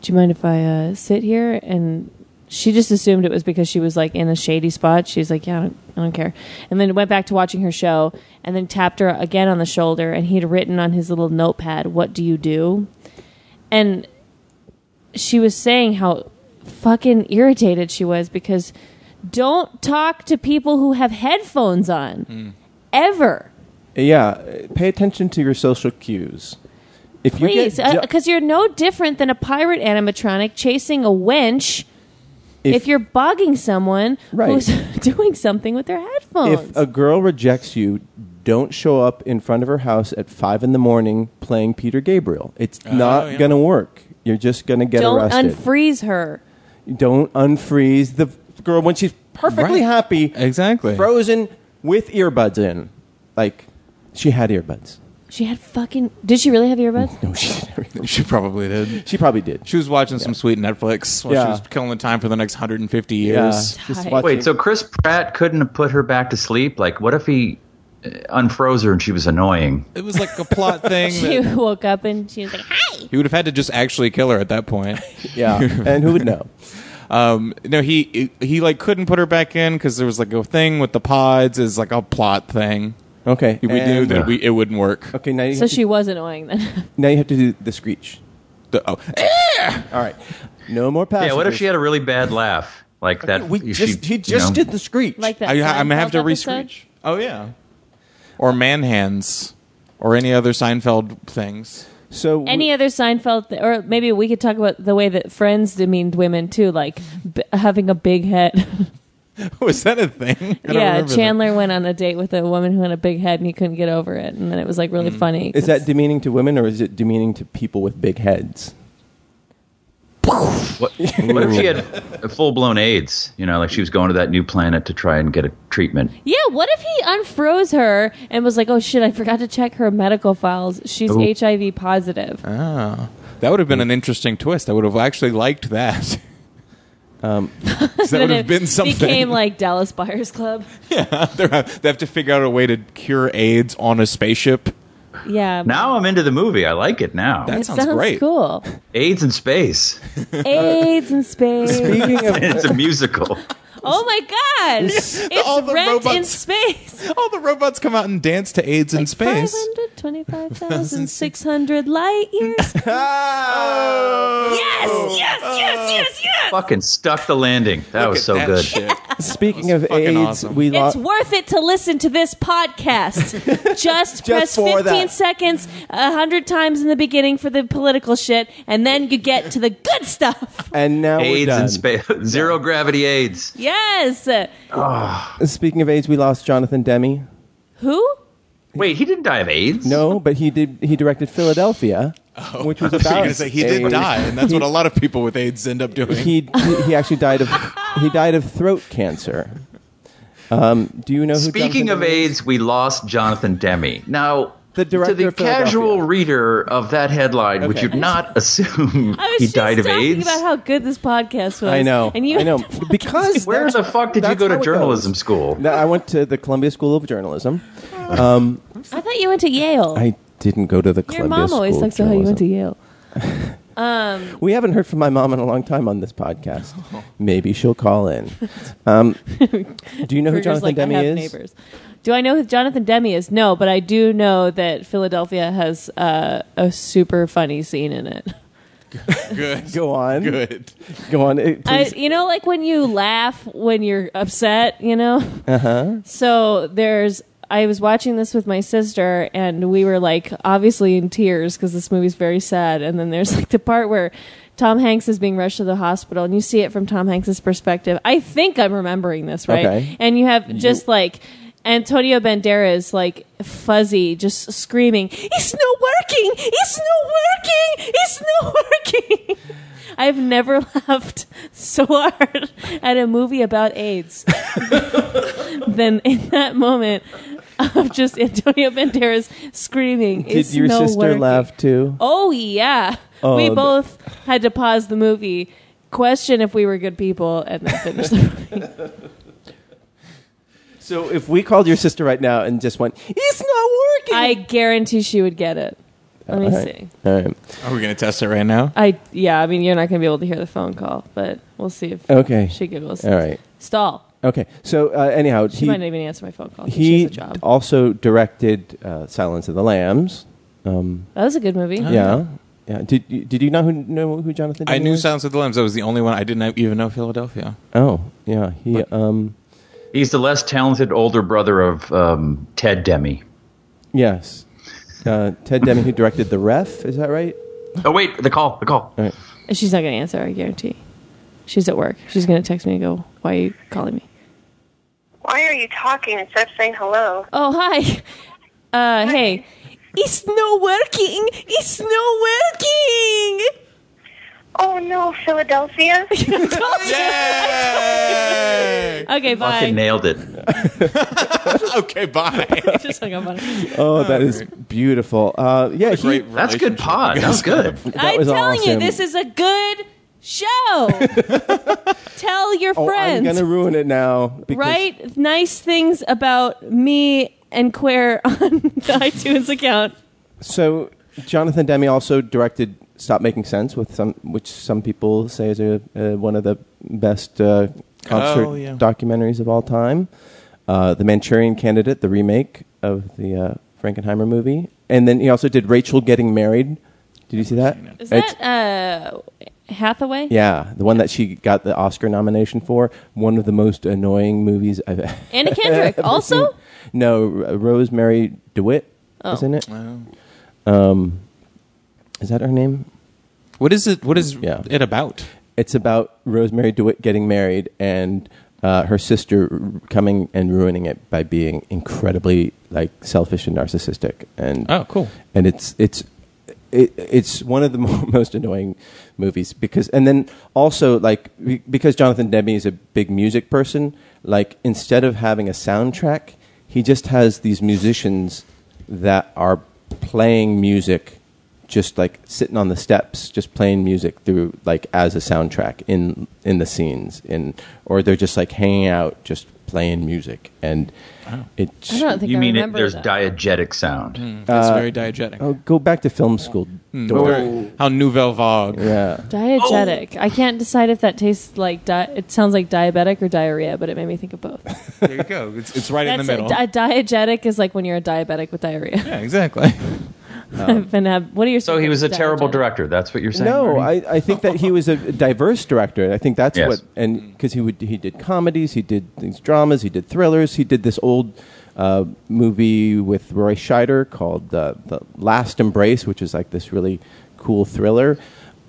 [SPEAKER 6] do you mind if I uh, sit here?" And she just assumed it was because she was like in a shady spot. She's like, "Yeah, I don't, I don't care," and then went back to watching her show, and then tapped her again on the shoulder, and he'd written on his little notepad, "What do you do?" and she was saying how fucking irritated she was because don't talk to people who have headphones on
[SPEAKER 3] Hmm.
[SPEAKER 6] ever
[SPEAKER 2] Yeah, uh, pay attention to your social cues. If
[SPEAKER 6] please uh,
[SPEAKER 2] you get,
[SPEAKER 6] because you're no different than a pirate animatronic chasing a wench if, you're bugging someone
[SPEAKER 2] Right.
[SPEAKER 6] who's doing something with their headphones
[SPEAKER 2] if a girl rejects you, don't show up in front of her house at five in the morning playing Peter Gabriel. It's not
[SPEAKER 3] Oh. yeah.
[SPEAKER 2] gonna work. You're just gonna get
[SPEAKER 6] don't
[SPEAKER 2] arrested.
[SPEAKER 6] unfreeze her
[SPEAKER 2] don't unfreeze the girl when she's perfectly
[SPEAKER 3] Right.
[SPEAKER 2] happy,
[SPEAKER 3] Exactly.
[SPEAKER 2] frozen with earbuds in. Like she had earbuds.
[SPEAKER 6] she had fucking did she really have earbuds
[SPEAKER 2] No, she didn't. have earbuds.
[SPEAKER 3] she probably did.
[SPEAKER 2] She probably did.
[SPEAKER 3] She was watching some sweet Netflix while
[SPEAKER 2] Yeah.
[SPEAKER 3] she was killing the time for the next 150 years.
[SPEAKER 6] Tight.
[SPEAKER 2] watching-
[SPEAKER 5] Wait, so Chris Pratt couldn't have put her back to sleep? Like, what if he uh, unfroze her and she was annoying?
[SPEAKER 3] It was like a plot thing.
[SPEAKER 6] she
[SPEAKER 3] that
[SPEAKER 6] woke up and she was like hi
[SPEAKER 3] he would have had to just actually kill her at that point.
[SPEAKER 2] yeah, Uh, and who would know?
[SPEAKER 3] Um, no, he he like couldn't put her back in because there was like a thing with the pods. Is like a plot thing.
[SPEAKER 2] Okay,
[SPEAKER 3] We knew
[SPEAKER 2] and-
[SPEAKER 3] that we it wouldn't work.
[SPEAKER 2] Okay, now you
[SPEAKER 6] so
[SPEAKER 2] have to-
[SPEAKER 6] she was annoying then
[SPEAKER 2] Now you have to do the screech.
[SPEAKER 3] The- oh,
[SPEAKER 2] All right. No more passes.
[SPEAKER 5] Yeah, what if she had a really bad laugh? Like that.
[SPEAKER 2] We
[SPEAKER 5] she-
[SPEAKER 2] just he
[SPEAKER 5] you
[SPEAKER 2] just
[SPEAKER 5] know.
[SPEAKER 2] did the screech.
[SPEAKER 6] like that
[SPEAKER 3] I, I'm gonna have to
[SPEAKER 6] Seinfeld episode?
[SPEAKER 3] re-screech. Oh yeah, or man hands, or any other Seinfeld things.
[SPEAKER 2] so we-
[SPEAKER 6] Any other Seinfeld, th- or maybe we could talk about the way that Friends demeaned women too, like b- having a big head.
[SPEAKER 3] Was that a thing? I don't
[SPEAKER 6] yeah,
[SPEAKER 3] remember that.
[SPEAKER 6] Chandler went on a date with a woman who had a big head and he couldn't get over it, and then it was like
[SPEAKER 3] Mm.
[SPEAKER 6] really funny.
[SPEAKER 2] is that demeaning to women or is it demeaning to people with big heads?
[SPEAKER 5] What, what if she had full blown AIDS? You know, like she was going to that new planet to try and get a treatment.
[SPEAKER 6] yeah? What if he unfroze her and was like, "Oh shit, I forgot to check her medical files. She's
[SPEAKER 3] Oh.
[SPEAKER 5] Ooh.
[SPEAKER 6] HIV positive."
[SPEAKER 3] That would have been an interesting twist. I would have actually liked that. Um, that would
[SPEAKER 6] Then
[SPEAKER 3] have
[SPEAKER 6] it
[SPEAKER 3] been something.
[SPEAKER 6] Became like Dallas Buyers Club.
[SPEAKER 3] They're- they have to figure out a way to cure AIDS on a spaceship.
[SPEAKER 6] Yeah.
[SPEAKER 5] Now I'm into the movie. I like it now.
[SPEAKER 3] That
[SPEAKER 6] it
[SPEAKER 3] sounds, great.
[SPEAKER 6] cool.
[SPEAKER 5] AIDS in space.
[SPEAKER 6] AIDS in space.
[SPEAKER 2] Speaking of
[SPEAKER 5] It's a musical.
[SPEAKER 6] Oh my god! It's
[SPEAKER 3] All the
[SPEAKER 6] rent in
[SPEAKER 3] robots.
[SPEAKER 6] space.
[SPEAKER 3] All the robots come out and dance to AIDS in space.
[SPEAKER 6] 525,600 light years.
[SPEAKER 3] Oh,
[SPEAKER 4] Yes, yes, yes, yes, yes.
[SPEAKER 2] Uh,
[SPEAKER 5] Fucking stuck the landing. That was so
[SPEAKER 3] that
[SPEAKER 5] good.
[SPEAKER 3] shit.
[SPEAKER 2] speaking of
[SPEAKER 3] fucking
[SPEAKER 2] AIDS,
[SPEAKER 3] awesome.
[SPEAKER 2] we
[SPEAKER 6] It's
[SPEAKER 2] lost
[SPEAKER 6] worth it to listen to this podcast. Just, press
[SPEAKER 2] for
[SPEAKER 6] 15
[SPEAKER 2] that.
[SPEAKER 6] seconds a hundred times in the beginning for the political shit, and then you get to the good stuff.
[SPEAKER 2] and now we're
[SPEAKER 5] AIDS
[SPEAKER 2] done.
[SPEAKER 5] in space. Zero gravity AIDS.
[SPEAKER 6] Yes.
[SPEAKER 2] Speaking of AIDS, we lost Jonathan Demi.
[SPEAKER 6] Who?
[SPEAKER 5] Wait, he didn't die of AIDS?
[SPEAKER 2] No, but he did. He directed Philadelphia, which was
[SPEAKER 3] I thought you were
[SPEAKER 2] about.
[SPEAKER 3] gonna say he did
[SPEAKER 2] AIDS.
[SPEAKER 3] die, and that's what a lot of people with AIDS end up doing.
[SPEAKER 2] He, he he actually died of he died of throat cancer. Um, do you know who
[SPEAKER 5] Speaking
[SPEAKER 2] Jonathan
[SPEAKER 5] of
[SPEAKER 2] Demme is?
[SPEAKER 5] AIDS, we lost Jonathan Demi. Now,
[SPEAKER 2] The director
[SPEAKER 5] to the
[SPEAKER 2] of Philadelphia.
[SPEAKER 5] casual reader of that headline, would
[SPEAKER 2] Okay.
[SPEAKER 5] you not assume
[SPEAKER 6] I was
[SPEAKER 5] he
[SPEAKER 6] just
[SPEAKER 5] died of
[SPEAKER 6] talking
[SPEAKER 5] AIDS?
[SPEAKER 6] about how good this podcast was.
[SPEAKER 2] I know.
[SPEAKER 6] And you
[SPEAKER 2] I know because
[SPEAKER 5] Where
[SPEAKER 2] that's-
[SPEAKER 5] the fuck did you
[SPEAKER 2] that's
[SPEAKER 5] go to
[SPEAKER 2] how it
[SPEAKER 5] journalism
[SPEAKER 2] goes.
[SPEAKER 5] school?
[SPEAKER 2] No, I went to the Columbia School of Journalism.
[SPEAKER 6] I thought you went to Yale.
[SPEAKER 2] I didn't go to the
[SPEAKER 6] Your
[SPEAKER 2] Columbia
[SPEAKER 6] mom always
[SPEAKER 2] School of
[SPEAKER 6] talks about how you went to
[SPEAKER 2] Journalism.
[SPEAKER 6] Yale.
[SPEAKER 2] We haven't heard from my mom in a long time on this podcast.
[SPEAKER 6] Oh.
[SPEAKER 2] Maybe she'll call in. Um, do you know who
[SPEAKER 6] We're
[SPEAKER 2] Jonathan
[SPEAKER 6] just like, I
[SPEAKER 2] Demme
[SPEAKER 6] have
[SPEAKER 2] is?
[SPEAKER 6] neighbors. Do I know who Jonathan Demme is? No, but I do know that Philadelphia has uh, a super funny scene in it.
[SPEAKER 3] good,
[SPEAKER 2] Go on.
[SPEAKER 3] good.
[SPEAKER 2] Go on. eh,
[SPEAKER 6] I,
[SPEAKER 2] please.
[SPEAKER 6] you know,
[SPEAKER 2] Uh-huh.
[SPEAKER 6] like when you laugh when you're upset, you know? Uh huh. So there's I was watching this with my sister, and we were like obviously in tears because this movie's very sad. And then there's like the part where Tom Hanks is being rushed to the hospital, and you see it from Tom Hanks's perspective. I think I'm remembering this right,
[SPEAKER 2] Okay.
[SPEAKER 6] and you have just like. Antonio Banderas, like fuzzy, just screaming, "It's not working! It's not working! It's not working!" I've never laughed so hard at a movie about AIDS than in that moment of just Antonio Banderas screaming.
[SPEAKER 2] Did
[SPEAKER 6] "It's
[SPEAKER 2] your
[SPEAKER 6] no
[SPEAKER 2] sister
[SPEAKER 6] working."
[SPEAKER 2] laugh too?
[SPEAKER 6] Oh yeah,
[SPEAKER 2] Oh,
[SPEAKER 6] we
[SPEAKER 2] no.
[SPEAKER 6] both had to pause the movie, question if we were good people, and then finish the movie.
[SPEAKER 2] So if we called your sister right now and just went, it's not working.
[SPEAKER 6] I guarantee she would get it. Let me
[SPEAKER 2] All right.
[SPEAKER 6] see.
[SPEAKER 2] All right.
[SPEAKER 3] Are we going to test it right now?
[SPEAKER 6] I yeah, I mean you're not gonna be able to hear the phone call, but we'll see if
[SPEAKER 2] Okay.
[SPEAKER 6] she giggles.
[SPEAKER 2] Oh. All right.
[SPEAKER 6] Stall.
[SPEAKER 2] Okay. So uh, anyhow,
[SPEAKER 6] She
[SPEAKER 2] he,
[SPEAKER 6] might not even answer my phone call. She
[SPEAKER 2] he
[SPEAKER 6] has a job.
[SPEAKER 2] also directed uh, Silence of the Lambs. Um,
[SPEAKER 6] That was a good movie.
[SPEAKER 2] yeah. Yeah. Did you, did you know who know who Jonathan?
[SPEAKER 3] I
[SPEAKER 2] Demme
[SPEAKER 3] knew
[SPEAKER 2] was?
[SPEAKER 3] Silence of the Lambs. That was the only one I didn't even know Philadelphia.
[SPEAKER 2] Oh, yeah. He um
[SPEAKER 5] He's the less talented older brother of um, Ted Demi.
[SPEAKER 2] yes. Uh, Ted Demme who directed The Ref, is that right?
[SPEAKER 5] Oh wait, the call, the call.
[SPEAKER 6] She's not gonna answer. I guarantee. She's at work. She's gonna text me and go, "Why are you calling me?"
[SPEAKER 10] Why are you talking instead of saying hello?
[SPEAKER 6] Oh hi. Uh hey. It's not working. It's not
[SPEAKER 10] Oh no, Philadelphia.
[SPEAKER 6] working.
[SPEAKER 3] Yay!
[SPEAKER 6] okay,
[SPEAKER 5] Fucking
[SPEAKER 6] bye.
[SPEAKER 5] nailed it.
[SPEAKER 3] okay, bye.
[SPEAKER 6] Just hung up on her.
[SPEAKER 2] Oh, that is beautiful. Uh, yeah, he-
[SPEAKER 3] Great
[SPEAKER 5] That's good
[SPEAKER 3] relationship.
[SPEAKER 5] pod. That was good.
[SPEAKER 2] that
[SPEAKER 6] I'm
[SPEAKER 2] was
[SPEAKER 6] telling you,
[SPEAKER 2] awesome.
[SPEAKER 6] this is a good show. Tell your
[SPEAKER 2] Oh, I'm
[SPEAKER 6] friends.
[SPEAKER 2] gonna ruin it now. Because
[SPEAKER 6] write nice things about me and queer on the iTunes account.
[SPEAKER 2] So Jonathan Demme also directed "Stop Making Sense," with some, which some people say is a, uh, one of the best uh, concert
[SPEAKER 3] Oh, yeah.
[SPEAKER 2] documentaries of all time. Uh, the Manchurian Candidate, the remake of the uh, Frankenheimer movie, and then he also did Rachel Getting Married. Did you see that?
[SPEAKER 6] Is
[SPEAKER 2] It's-
[SPEAKER 6] that uh, Hathaway?
[SPEAKER 2] yeah, the one that she got the Oscar nomination for. One of the most annoying movies I've
[SPEAKER 6] Anna Kendrick
[SPEAKER 2] ever
[SPEAKER 6] also?
[SPEAKER 2] seen. No, R- Rosemary DeWitt, isn't it? Um, is that her name?
[SPEAKER 3] What is it? What is
[SPEAKER 2] Yeah.
[SPEAKER 3] it about?
[SPEAKER 2] It's about Rosemary DeWitt getting married and uh, her sister r- coming and ruining it by being incredibly like selfish and narcissistic. And
[SPEAKER 3] Oh, cool.
[SPEAKER 2] And it's it's it, it's one of the mo- most annoying movies because and then also like be- because Jonathan Demme is a big music person. Like instead of having a soundtrack, he just has these musicians that are playing music just like sitting on the steps, just playing music through like as a soundtrack in in the scenes, in or they're just like hanging out, just playing music, and it.
[SPEAKER 6] I don't think
[SPEAKER 5] You
[SPEAKER 6] I
[SPEAKER 5] mean it,
[SPEAKER 6] remember
[SPEAKER 5] there's
[SPEAKER 6] that.
[SPEAKER 5] diegetic sound.
[SPEAKER 2] Hmm.
[SPEAKER 3] That's very diegetic.
[SPEAKER 2] oh, go back to film school.
[SPEAKER 3] Hmm.
[SPEAKER 2] Uh, dork.
[SPEAKER 3] Very- How Nouvelle Vague.
[SPEAKER 2] Yeah,
[SPEAKER 6] Oh. Diegetic. I can't decide if that tastes like di- it sounds like diabetic or diarrhea, but it made me think of both.
[SPEAKER 3] There you go. It's, it's right in the
[SPEAKER 6] That's-
[SPEAKER 3] middle.
[SPEAKER 6] a diegetic is like when you're a diabetic with diarrhea.
[SPEAKER 3] yeah, exactly.
[SPEAKER 6] and have, what are your
[SPEAKER 5] So he was a terrible
[SPEAKER 6] diegetic?
[SPEAKER 5] director. That's what you're saying.
[SPEAKER 2] no,
[SPEAKER 5] Marty?
[SPEAKER 2] I, I think that he was a diverse director. I think that's
[SPEAKER 5] Yes.
[SPEAKER 2] what, and because he would he did comedies, he did these dramas, he did thrillers, he did this old uh, movie with Roy Scheider called uh, the Last Embrace, which is like this really cool thriller.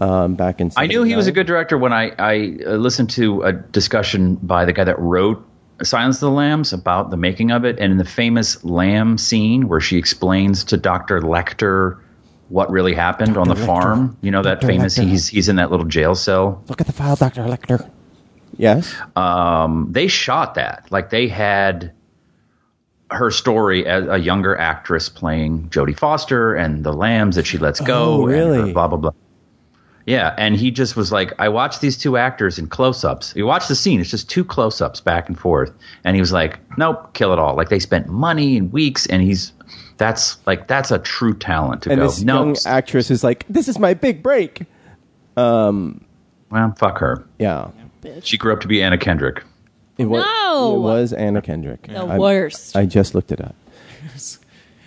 [SPEAKER 2] Um, back in
[SPEAKER 5] I knew he was a
[SPEAKER 2] 79.
[SPEAKER 5] good director when I, I uh, listened to a discussion by the guy that wrote Silence of the Lambs about the making of it. And in the famous lamb scene where she explains to Dr. Lecter what really happened on the farm, you know, that
[SPEAKER 2] Dr.
[SPEAKER 5] famous,
[SPEAKER 2] Lecter.
[SPEAKER 5] he's, he's in that little jail cell.
[SPEAKER 2] Look at the file, Dr. Lecter. Yes.
[SPEAKER 5] They shot that. Like they had her story as a younger actress playing Jodie Foster and the lambs that she lets go.
[SPEAKER 2] Oh,
[SPEAKER 5] and her
[SPEAKER 2] really?
[SPEAKER 5] blah, blah, blah. Yeah, and he just was like, I watched these two actors in close ups. You watch the scene, it's just two close ups back and forth. And he was like, Nope, kill it all. Like they spent money and weeks, and he's that's like that's a true talent to
[SPEAKER 2] and
[SPEAKER 5] go.
[SPEAKER 2] this
[SPEAKER 5] no,
[SPEAKER 2] young actress is like, "This is my big break."
[SPEAKER 5] well, fuck her.
[SPEAKER 2] Yeah,
[SPEAKER 5] She grew up to be Anna Kendrick.
[SPEAKER 2] it was.
[SPEAKER 6] No!
[SPEAKER 2] it was Anna Kendrick.
[SPEAKER 6] The
[SPEAKER 2] I-
[SPEAKER 6] worst.
[SPEAKER 2] I just looked it up.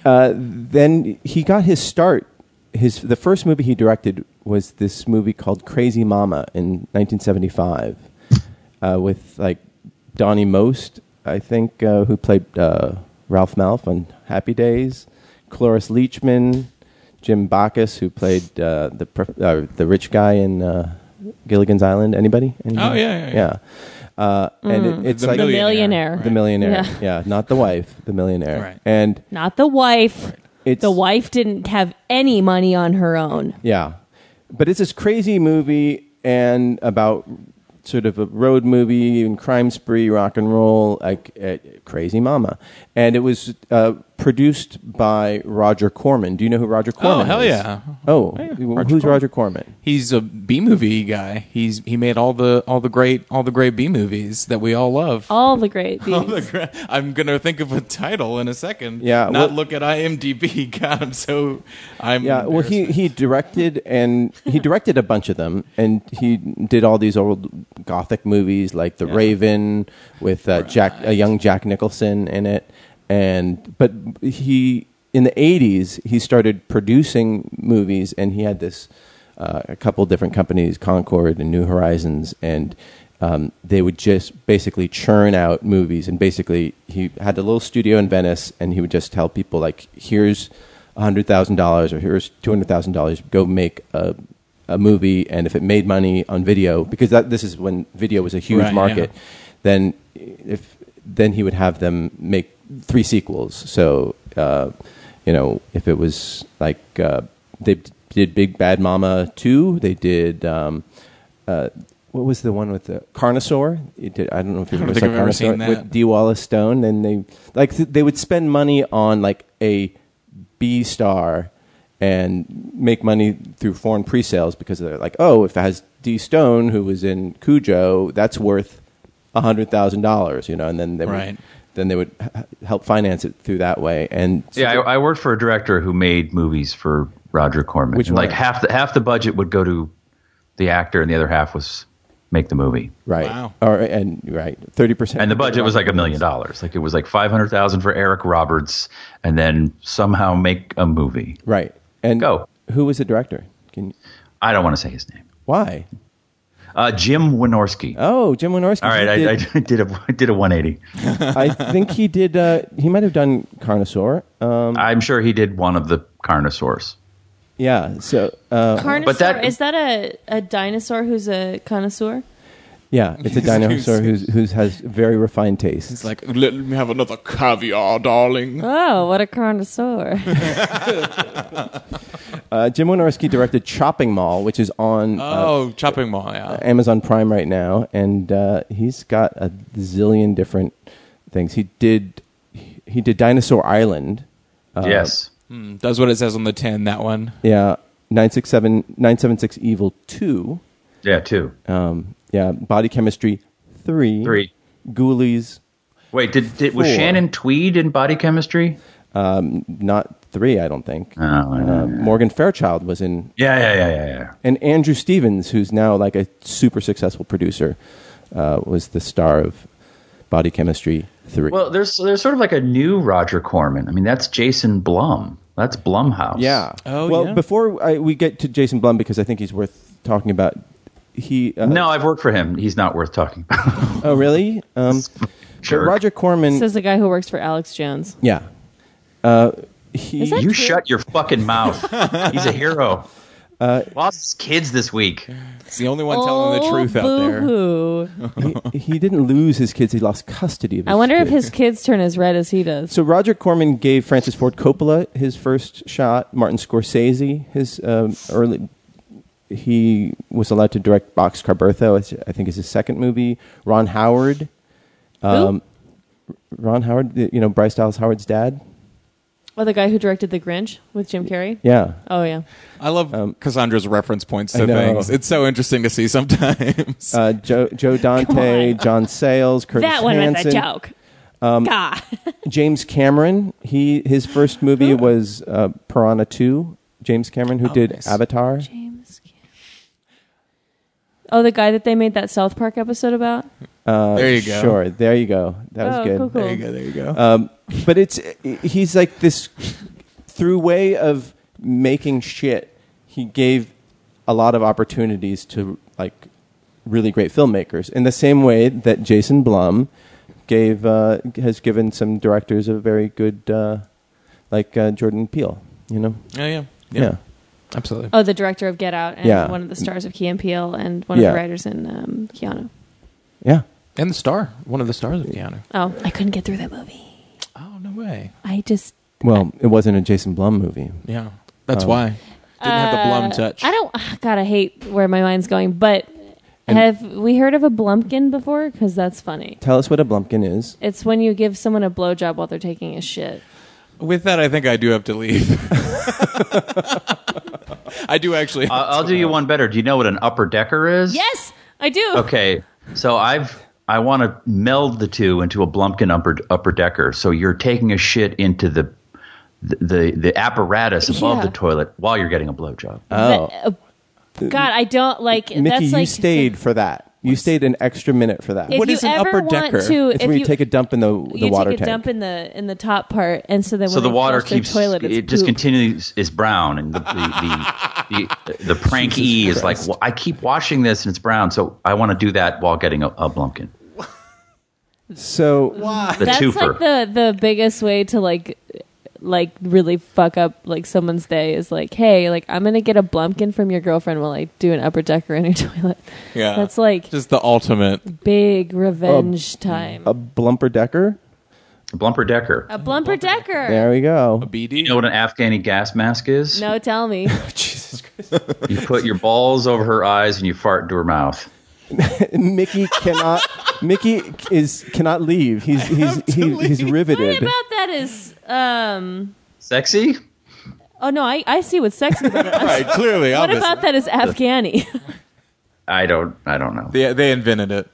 [SPEAKER 2] Uh, then he got his start. His the first movie he directed was this movie called Crazy Mama in 1975, uh, with like Donnie Most, I think, uh, who played uh, Ralph Malph on Happy Days, Cloris Leachman, Jim Bacchus, who played uh, the pre- uh, the rich guy in uh, Gilligan's Island. Anybody? Anybody?
[SPEAKER 3] Oh, yeah, yeah, yeah.
[SPEAKER 2] Uh, And it, it's
[SPEAKER 3] The
[SPEAKER 2] like
[SPEAKER 3] millionaire.
[SPEAKER 6] millionaire.
[SPEAKER 2] the millionaire.
[SPEAKER 6] Yeah.
[SPEAKER 2] Yeah. not the wife, the millionaire.
[SPEAKER 3] Right.
[SPEAKER 2] And
[SPEAKER 6] Not the wife.
[SPEAKER 2] it's
[SPEAKER 6] The wife didn't have any money on her own.
[SPEAKER 2] Yeah, but it's this crazy movie and about sort of a road movie and crime spree, rock and roll, like uh, Crazy Mama, and it was uh, produced by Roger Corman. Do you know who Roger Corman?
[SPEAKER 3] hell
[SPEAKER 2] is?
[SPEAKER 3] yeah.
[SPEAKER 2] Oh, who's
[SPEAKER 3] Corman.
[SPEAKER 2] Roger Corman?
[SPEAKER 3] He's a B movie guy. He's he made all the all the great all the great B movies that we all love.
[SPEAKER 6] All the great
[SPEAKER 3] All
[SPEAKER 6] beats.
[SPEAKER 3] the gra- I'm gonna think of a title in a second.
[SPEAKER 2] Yeah,
[SPEAKER 3] not
[SPEAKER 2] well-
[SPEAKER 3] look at IMDb. God, I'm so I'm
[SPEAKER 2] Yeah, well, he, he directed and he directed a bunch of them, and he did all these old gothic movies like The Raven with uh, Jack, a young Jack Nicholson in it, and but he in the eighties he started producing movies, and he had this uh, a couple different companies, Concord and New Horizons, and um, they would just basically churn out movies. And basically, he had a little studio in Venice, and he would just tell people like, "Here's hundred thousand dollars, or here's two hundred thousand dollars. Go make a a movie, and if it made money on video, because that this is when video was a huge
[SPEAKER 3] Right, yeah.
[SPEAKER 2] market, then if then he would have them make three sequels. So uh, you know, if it was like uh, they did Big Bad Mama two, they did. Um, uh, what was the one with the Carnosaur? It did, I don't know if you've
[SPEAKER 3] don't
[SPEAKER 2] ever
[SPEAKER 3] think
[SPEAKER 2] seen
[SPEAKER 3] I've ever seen
[SPEAKER 2] Carnosaur
[SPEAKER 3] that.
[SPEAKER 2] with D. Wallace Stone, and they like th- they would spend money on like a B star and make money through foreign pre-sales because they're like, oh, if it has D Stone who was in Cujo, that's worth hundred thousand dollars, you know, and then they
[SPEAKER 3] Right.
[SPEAKER 2] would, then they would h- h- help finance it through that way, and so
[SPEAKER 5] Yeah, I, I worked for a director who made movies for Roger Corman.
[SPEAKER 2] Which
[SPEAKER 5] like
[SPEAKER 2] one?
[SPEAKER 5] half the half the budget would go to the actor, and the other half was make the movie.
[SPEAKER 2] right,
[SPEAKER 3] Wow.
[SPEAKER 2] or and right, thirty percent,
[SPEAKER 5] And the budget was like a million dollars. Like it was like five hundred thousand for Eric Roberts, and then somehow make a movie.
[SPEAKER 2] right, and
[SPEAKER 5] Go.
[SPEAKER 2] who was the director? Can you,
[SPEAKER 5] I don't want to say his name.
[SPEAKER 2] why?
[SPEAKER 5] Uh, Jim Wynorski.
[SPEAKER 2] Oh, Jim Wynorski.
[SPEAKER 5] All right,
[SPEAKER 2] he
[SPEAKER 5] I,
[SPEAKER 2] did-
[SPEAKER 5] I did a I did a one eighty.
[SPEAKER 2] I think he did. Uh, he might have done Carnosaur. Um,
[SPEAKER 5] I'm sure he did one of the Carnosaurs.
[SPEAKER 2] yeah. So uh,
[SPEAKER 6] Carnosaur.
[SPEAKER 5] But that-
[SPEAKER 6] is that a, a dinosaur who's a connoisseur?
[SPEAKER 2] yeah, it's a dinosaur who's who's has very refined
[SPEAKER 3] It's
[SPEAKER 2] tastes.
[SPEAKER 3] like let me have another caviar, darling.
[SPEAKER 6] Oh, what a connoisseur.
[SPEAKER 2] Uh, Jim Wynorski directed Chopping Mall, which is on uh,
[SPEAKER 3] Oh, chopping mall. Yeah,
[SPEAKER 2] Amazon Prime right now, and uh, he's got a zillion different things. He did he, he did Dinosaur Island. Uh,
[SPEAKER 5] yes.
[SPEAKER 3] does what it says on the tin. That one.
[SPEAKER 2] Yeah. 967 976 Evil 2.
[SPEAKER 5] Yeah, two.
[SPEAKER 2] Um, yeah. Body Chemistry 3.
[SPEAKER 5] Three.
[SPEAKER 2] Ghoulies
[SPEAKER 5] Wait, did, did was
[SPEAKER 2] Four.
[SPEAKER 5] Shannon Tweed in Body Chemistry?
[SPEAKER 2] not three, I don't think.
[SPEAKER 5] Oh, yeah.
[SPEAKER 2] Uh, Morgan Fairchild was in,
[SPEAKER 5] yeah, yeah, yeah, yeah, yeah.
[SPEAKER 2] and Andrew Stevens, who's now like a super successful producer, uh, was the star of Body Chemistry Three.
[SPEAKER 5] Well, there's there's sort of like a new Roger Corman. I mean, that's Jason Blum. That's Blumhouse.
[SPEAKER 2] yeah.
[SPEAKER 3] Oh,
[SPEAKER 2] well,
[SPEAKER 3] yeah.
[SPEAKER 2] before I, uh, we get to Jason Blum, because I think he's worth talking about. He uh,
[SPEAKER 5] No, I've worked for him. He's not worth talking about.
[SPEAKER 2] Oh, really? Um, but
[SPEAKER 5] Jerk.
[SPEAKER 2] Roger Corman.
[SPEAKER 6] Says the guy who works for Alex Jones.
[SPEAKER 2] yeah. Uh, he,
[SPEAKER 5] you shut your fucking mouth. He's a hero.
[SPEAKER 2] Uh,
[SPEAKER 5] Lost his kids this week.
[SPEAKER 3] It's the only one telling
[SPEAKER 6] Oh,
[SPEAKER 3] the truth out there.
[SPEAKER 6] there.
[SPEAKER 2] he he didn't lose his kids; he lost custody of. His
[SPEAKER 6] I wonder if
[SPEAKER 2] kids.
[SPEAKER 6] his kids turn as red as he does.
[SPEAKER 2] So Roger Corman gave Francis Ford Coppola his first shot. Martin Scorsese, his um, early, he was allowed to direct Boxcar Bertha, which I think is his second movie. Ron Howard, um, Ron Howard, you know Bryce Dallas Howard's dad.
[SPEAKER 6] Oh, the guy who directed The Grinch with Jim Carrey?
[SPEAKER 2] Yeah,
[SPEAKER 6] Oh, yeah.
[SPEAKER 3] I love Cassandra's reference points to
[SPEAKER 2] Um, I know.
[SPEAKER 3] things. It's so interesting to see sometimes.
[SPEAKER 2] uh, Joe, Joe Dante, John Sayles, Curtis
[SPEAKER 4] That one was
[SPEAKER 2] Hanson,
[SPEAKER 4] a joke. God.
[SPEAKER 2] James Cameron. He his first movie was uh, Piranha Two. James Cameron, who did
[SPEAKER 3] nice.
[SPEAKER 2] Avatar.
[SPEAKER 6] James Cam- Oh, the guy that they made that South Park episode about?
[SPEAKER 3] there you go.
[SPEAKER 2] Sure, Uh, there you go. That was
[SPEAKER 6] oh,
[SPEAKER 2] good.
[SPEAKER 6] cool, cool.
[SPEAKER 3] There you go. There you go.
[SPEAKER 2] but it's he's like this through way of making shit he gave a lot of opportunities to like really great filmmakers in the same way that jason blum gave uh, has given some directors a very good, uh, like uh, Jordan Peele. You know,
[SPEAKER 3] Yeah, yeah, yeah,
[SPEAKER 2] yeah,
[SPEAKER 3] absolutely.
[SPEAKER 6] Oh, the director of Get Out and
[SPEAKER 2] Yeah.
[SPEAKER 6] one of the stars of Key and Peele and one
[SPEAKER 2] Yeah.
[SPEAKER 6] of the writers in um, Keanu.
[SPEAKER 2] yeah.
[SPEAKER 3] And the star, one of the stars of Keanu.
[SPEAKER 6] Oh, I couldn't get through that movie.
[SPEAKER 3] Oh no way.
[SPEAKER 6] I just
[SPEAKER 2] Well, it wasn't a Jason Blum movie.
[SPEAKER 3] Yeah, that's
[SPEAKER 2] Oh.
[SPEAKER 3] why didn't have the Blum
[SPEAKER 6] Uh,
[SPEAKER 3] touch.
[SPEAKER 6] I don't. ah, God, I hate where my mind's going. But
[SPEAKER 2] And-
[SPEAKER 6] have we heard of a blumpkin before? Because that's funny.
[SPEAKER 2] Tell us what a blumpkin is.
[SPEAKER 6] It's when you give someone a blowjob while they're taking a shit.
[SPEAKER 3] With that, I think I do have to leave. I do actually.
[SPEAKER 6] Uh,
[SPEAKER 5] I- I'll do you one better. Do you know what an upper decker is?
[SPEAKER 6] Yes, I do.
[SPEAKER 5] Okay, so I've I want to meld the two into a Blumpkin upper upper decker. So you're taking a shit into the the the apparatus above
[SPEAKER 6] Yeah.
[SPEAKER 5] the toilet while you're getting a blowjob.
[SPEAKER 6] But, uh, God, I don't like.
[SPEAKER 2] Mickey,
[SPEAKER 6] that's
[SPEAKER 2] you
[SPEAKER 6] like
[SPEAKER 2] stayed for that. You stayed an extra minute for that.
[SPEAKER 6] If
[SPEAKER 2] What
[SPEAKER 6] you
[SPEAKER 2] is an
[SPEAKER 6] ever
[SPEAKER 2] upper
[SPEAKER 6] want
[SPEAKER 2] decker?
[SPEAKER 6] to-
[SPEAKER 2] it's
[SPEAKER 6] if
[SPEAKER 2] when you,
[SPEAKER 6] you-
[SPEAKER 2] take a dump in the the
[SPEAKER 6] you
[SPEAKER 2] water
[SPEAKER 6] take a
[SPEAKER 2] tank.
[SPEAKER 6] dump in the in the top part, and so then
[SPEAKER 5] So
[SPEAKER 6] when
[SPEAKER 5] the
[SPEAKER 6] they
[SPEAKER 5] water
[SPEAKER 6] flush their
[SPEAKER 5] keeps
[SPEAKER 6] toilet, it's
[SPEAKER 5] it just
[SPEAKER 6] poop.
[SPEAKER 5] continues is brown and the the the, the, the prank E is like well, I keep washing this and it's brown. So I want to do that while getting a, a Blumpkin.
[SPEAKER 2] so
[SPEAKER 5] The
[SPEAKER 6] That's
[SPEAKER 5] twofer.
[SPEAKER 6] like the the biggest way to like like really fuck up like someone's day is like, hey, like I'm gonna get a blumpkin from your girlfriend while I do an upper decker in your toilet.
[SPEAKER 3] yeah,
[SPEAKER 6] That's like
[SPEAKER 3] just the ultimate.
[SPEAKER 6] big revenge time.
[SPEAKER 2] a blumper decker.
[SPEAKER 5] A Blumper decker.
[SPEAKER 6] A blumper decker.
[SPEAKER 2] There we go.
[SPEAKER 3] BD.
[SPEAKER 5] You know what an Afghani gas mask is?
[SPEAKER 6] No, tell me.
[SPEAKER 3] Jesus Christ.
[SPEAKER 5] You put your balls over her eyes and you fart into her mouth.
[SPEAKER 2] Mickey cannot. Mickey is cannot leave. He's he's he's, he's
[SPEAKER 6] What
[SPEAKER 2] riveted.
[SPEAKER 6] about that is um
[SPEAKER 5] Sexy?
[SPEAKER 6] oh no, I, I see what's sexy about it.
[SPEAKER 3] Right, clearly,
[SPEAKER 6] what
[SPEAKER 3] obviously.
[SPEAKER 6] about that is Afghani?
[SPEAKER 5] I don't I don't know.
[SPEAKER 3] They, they invented it.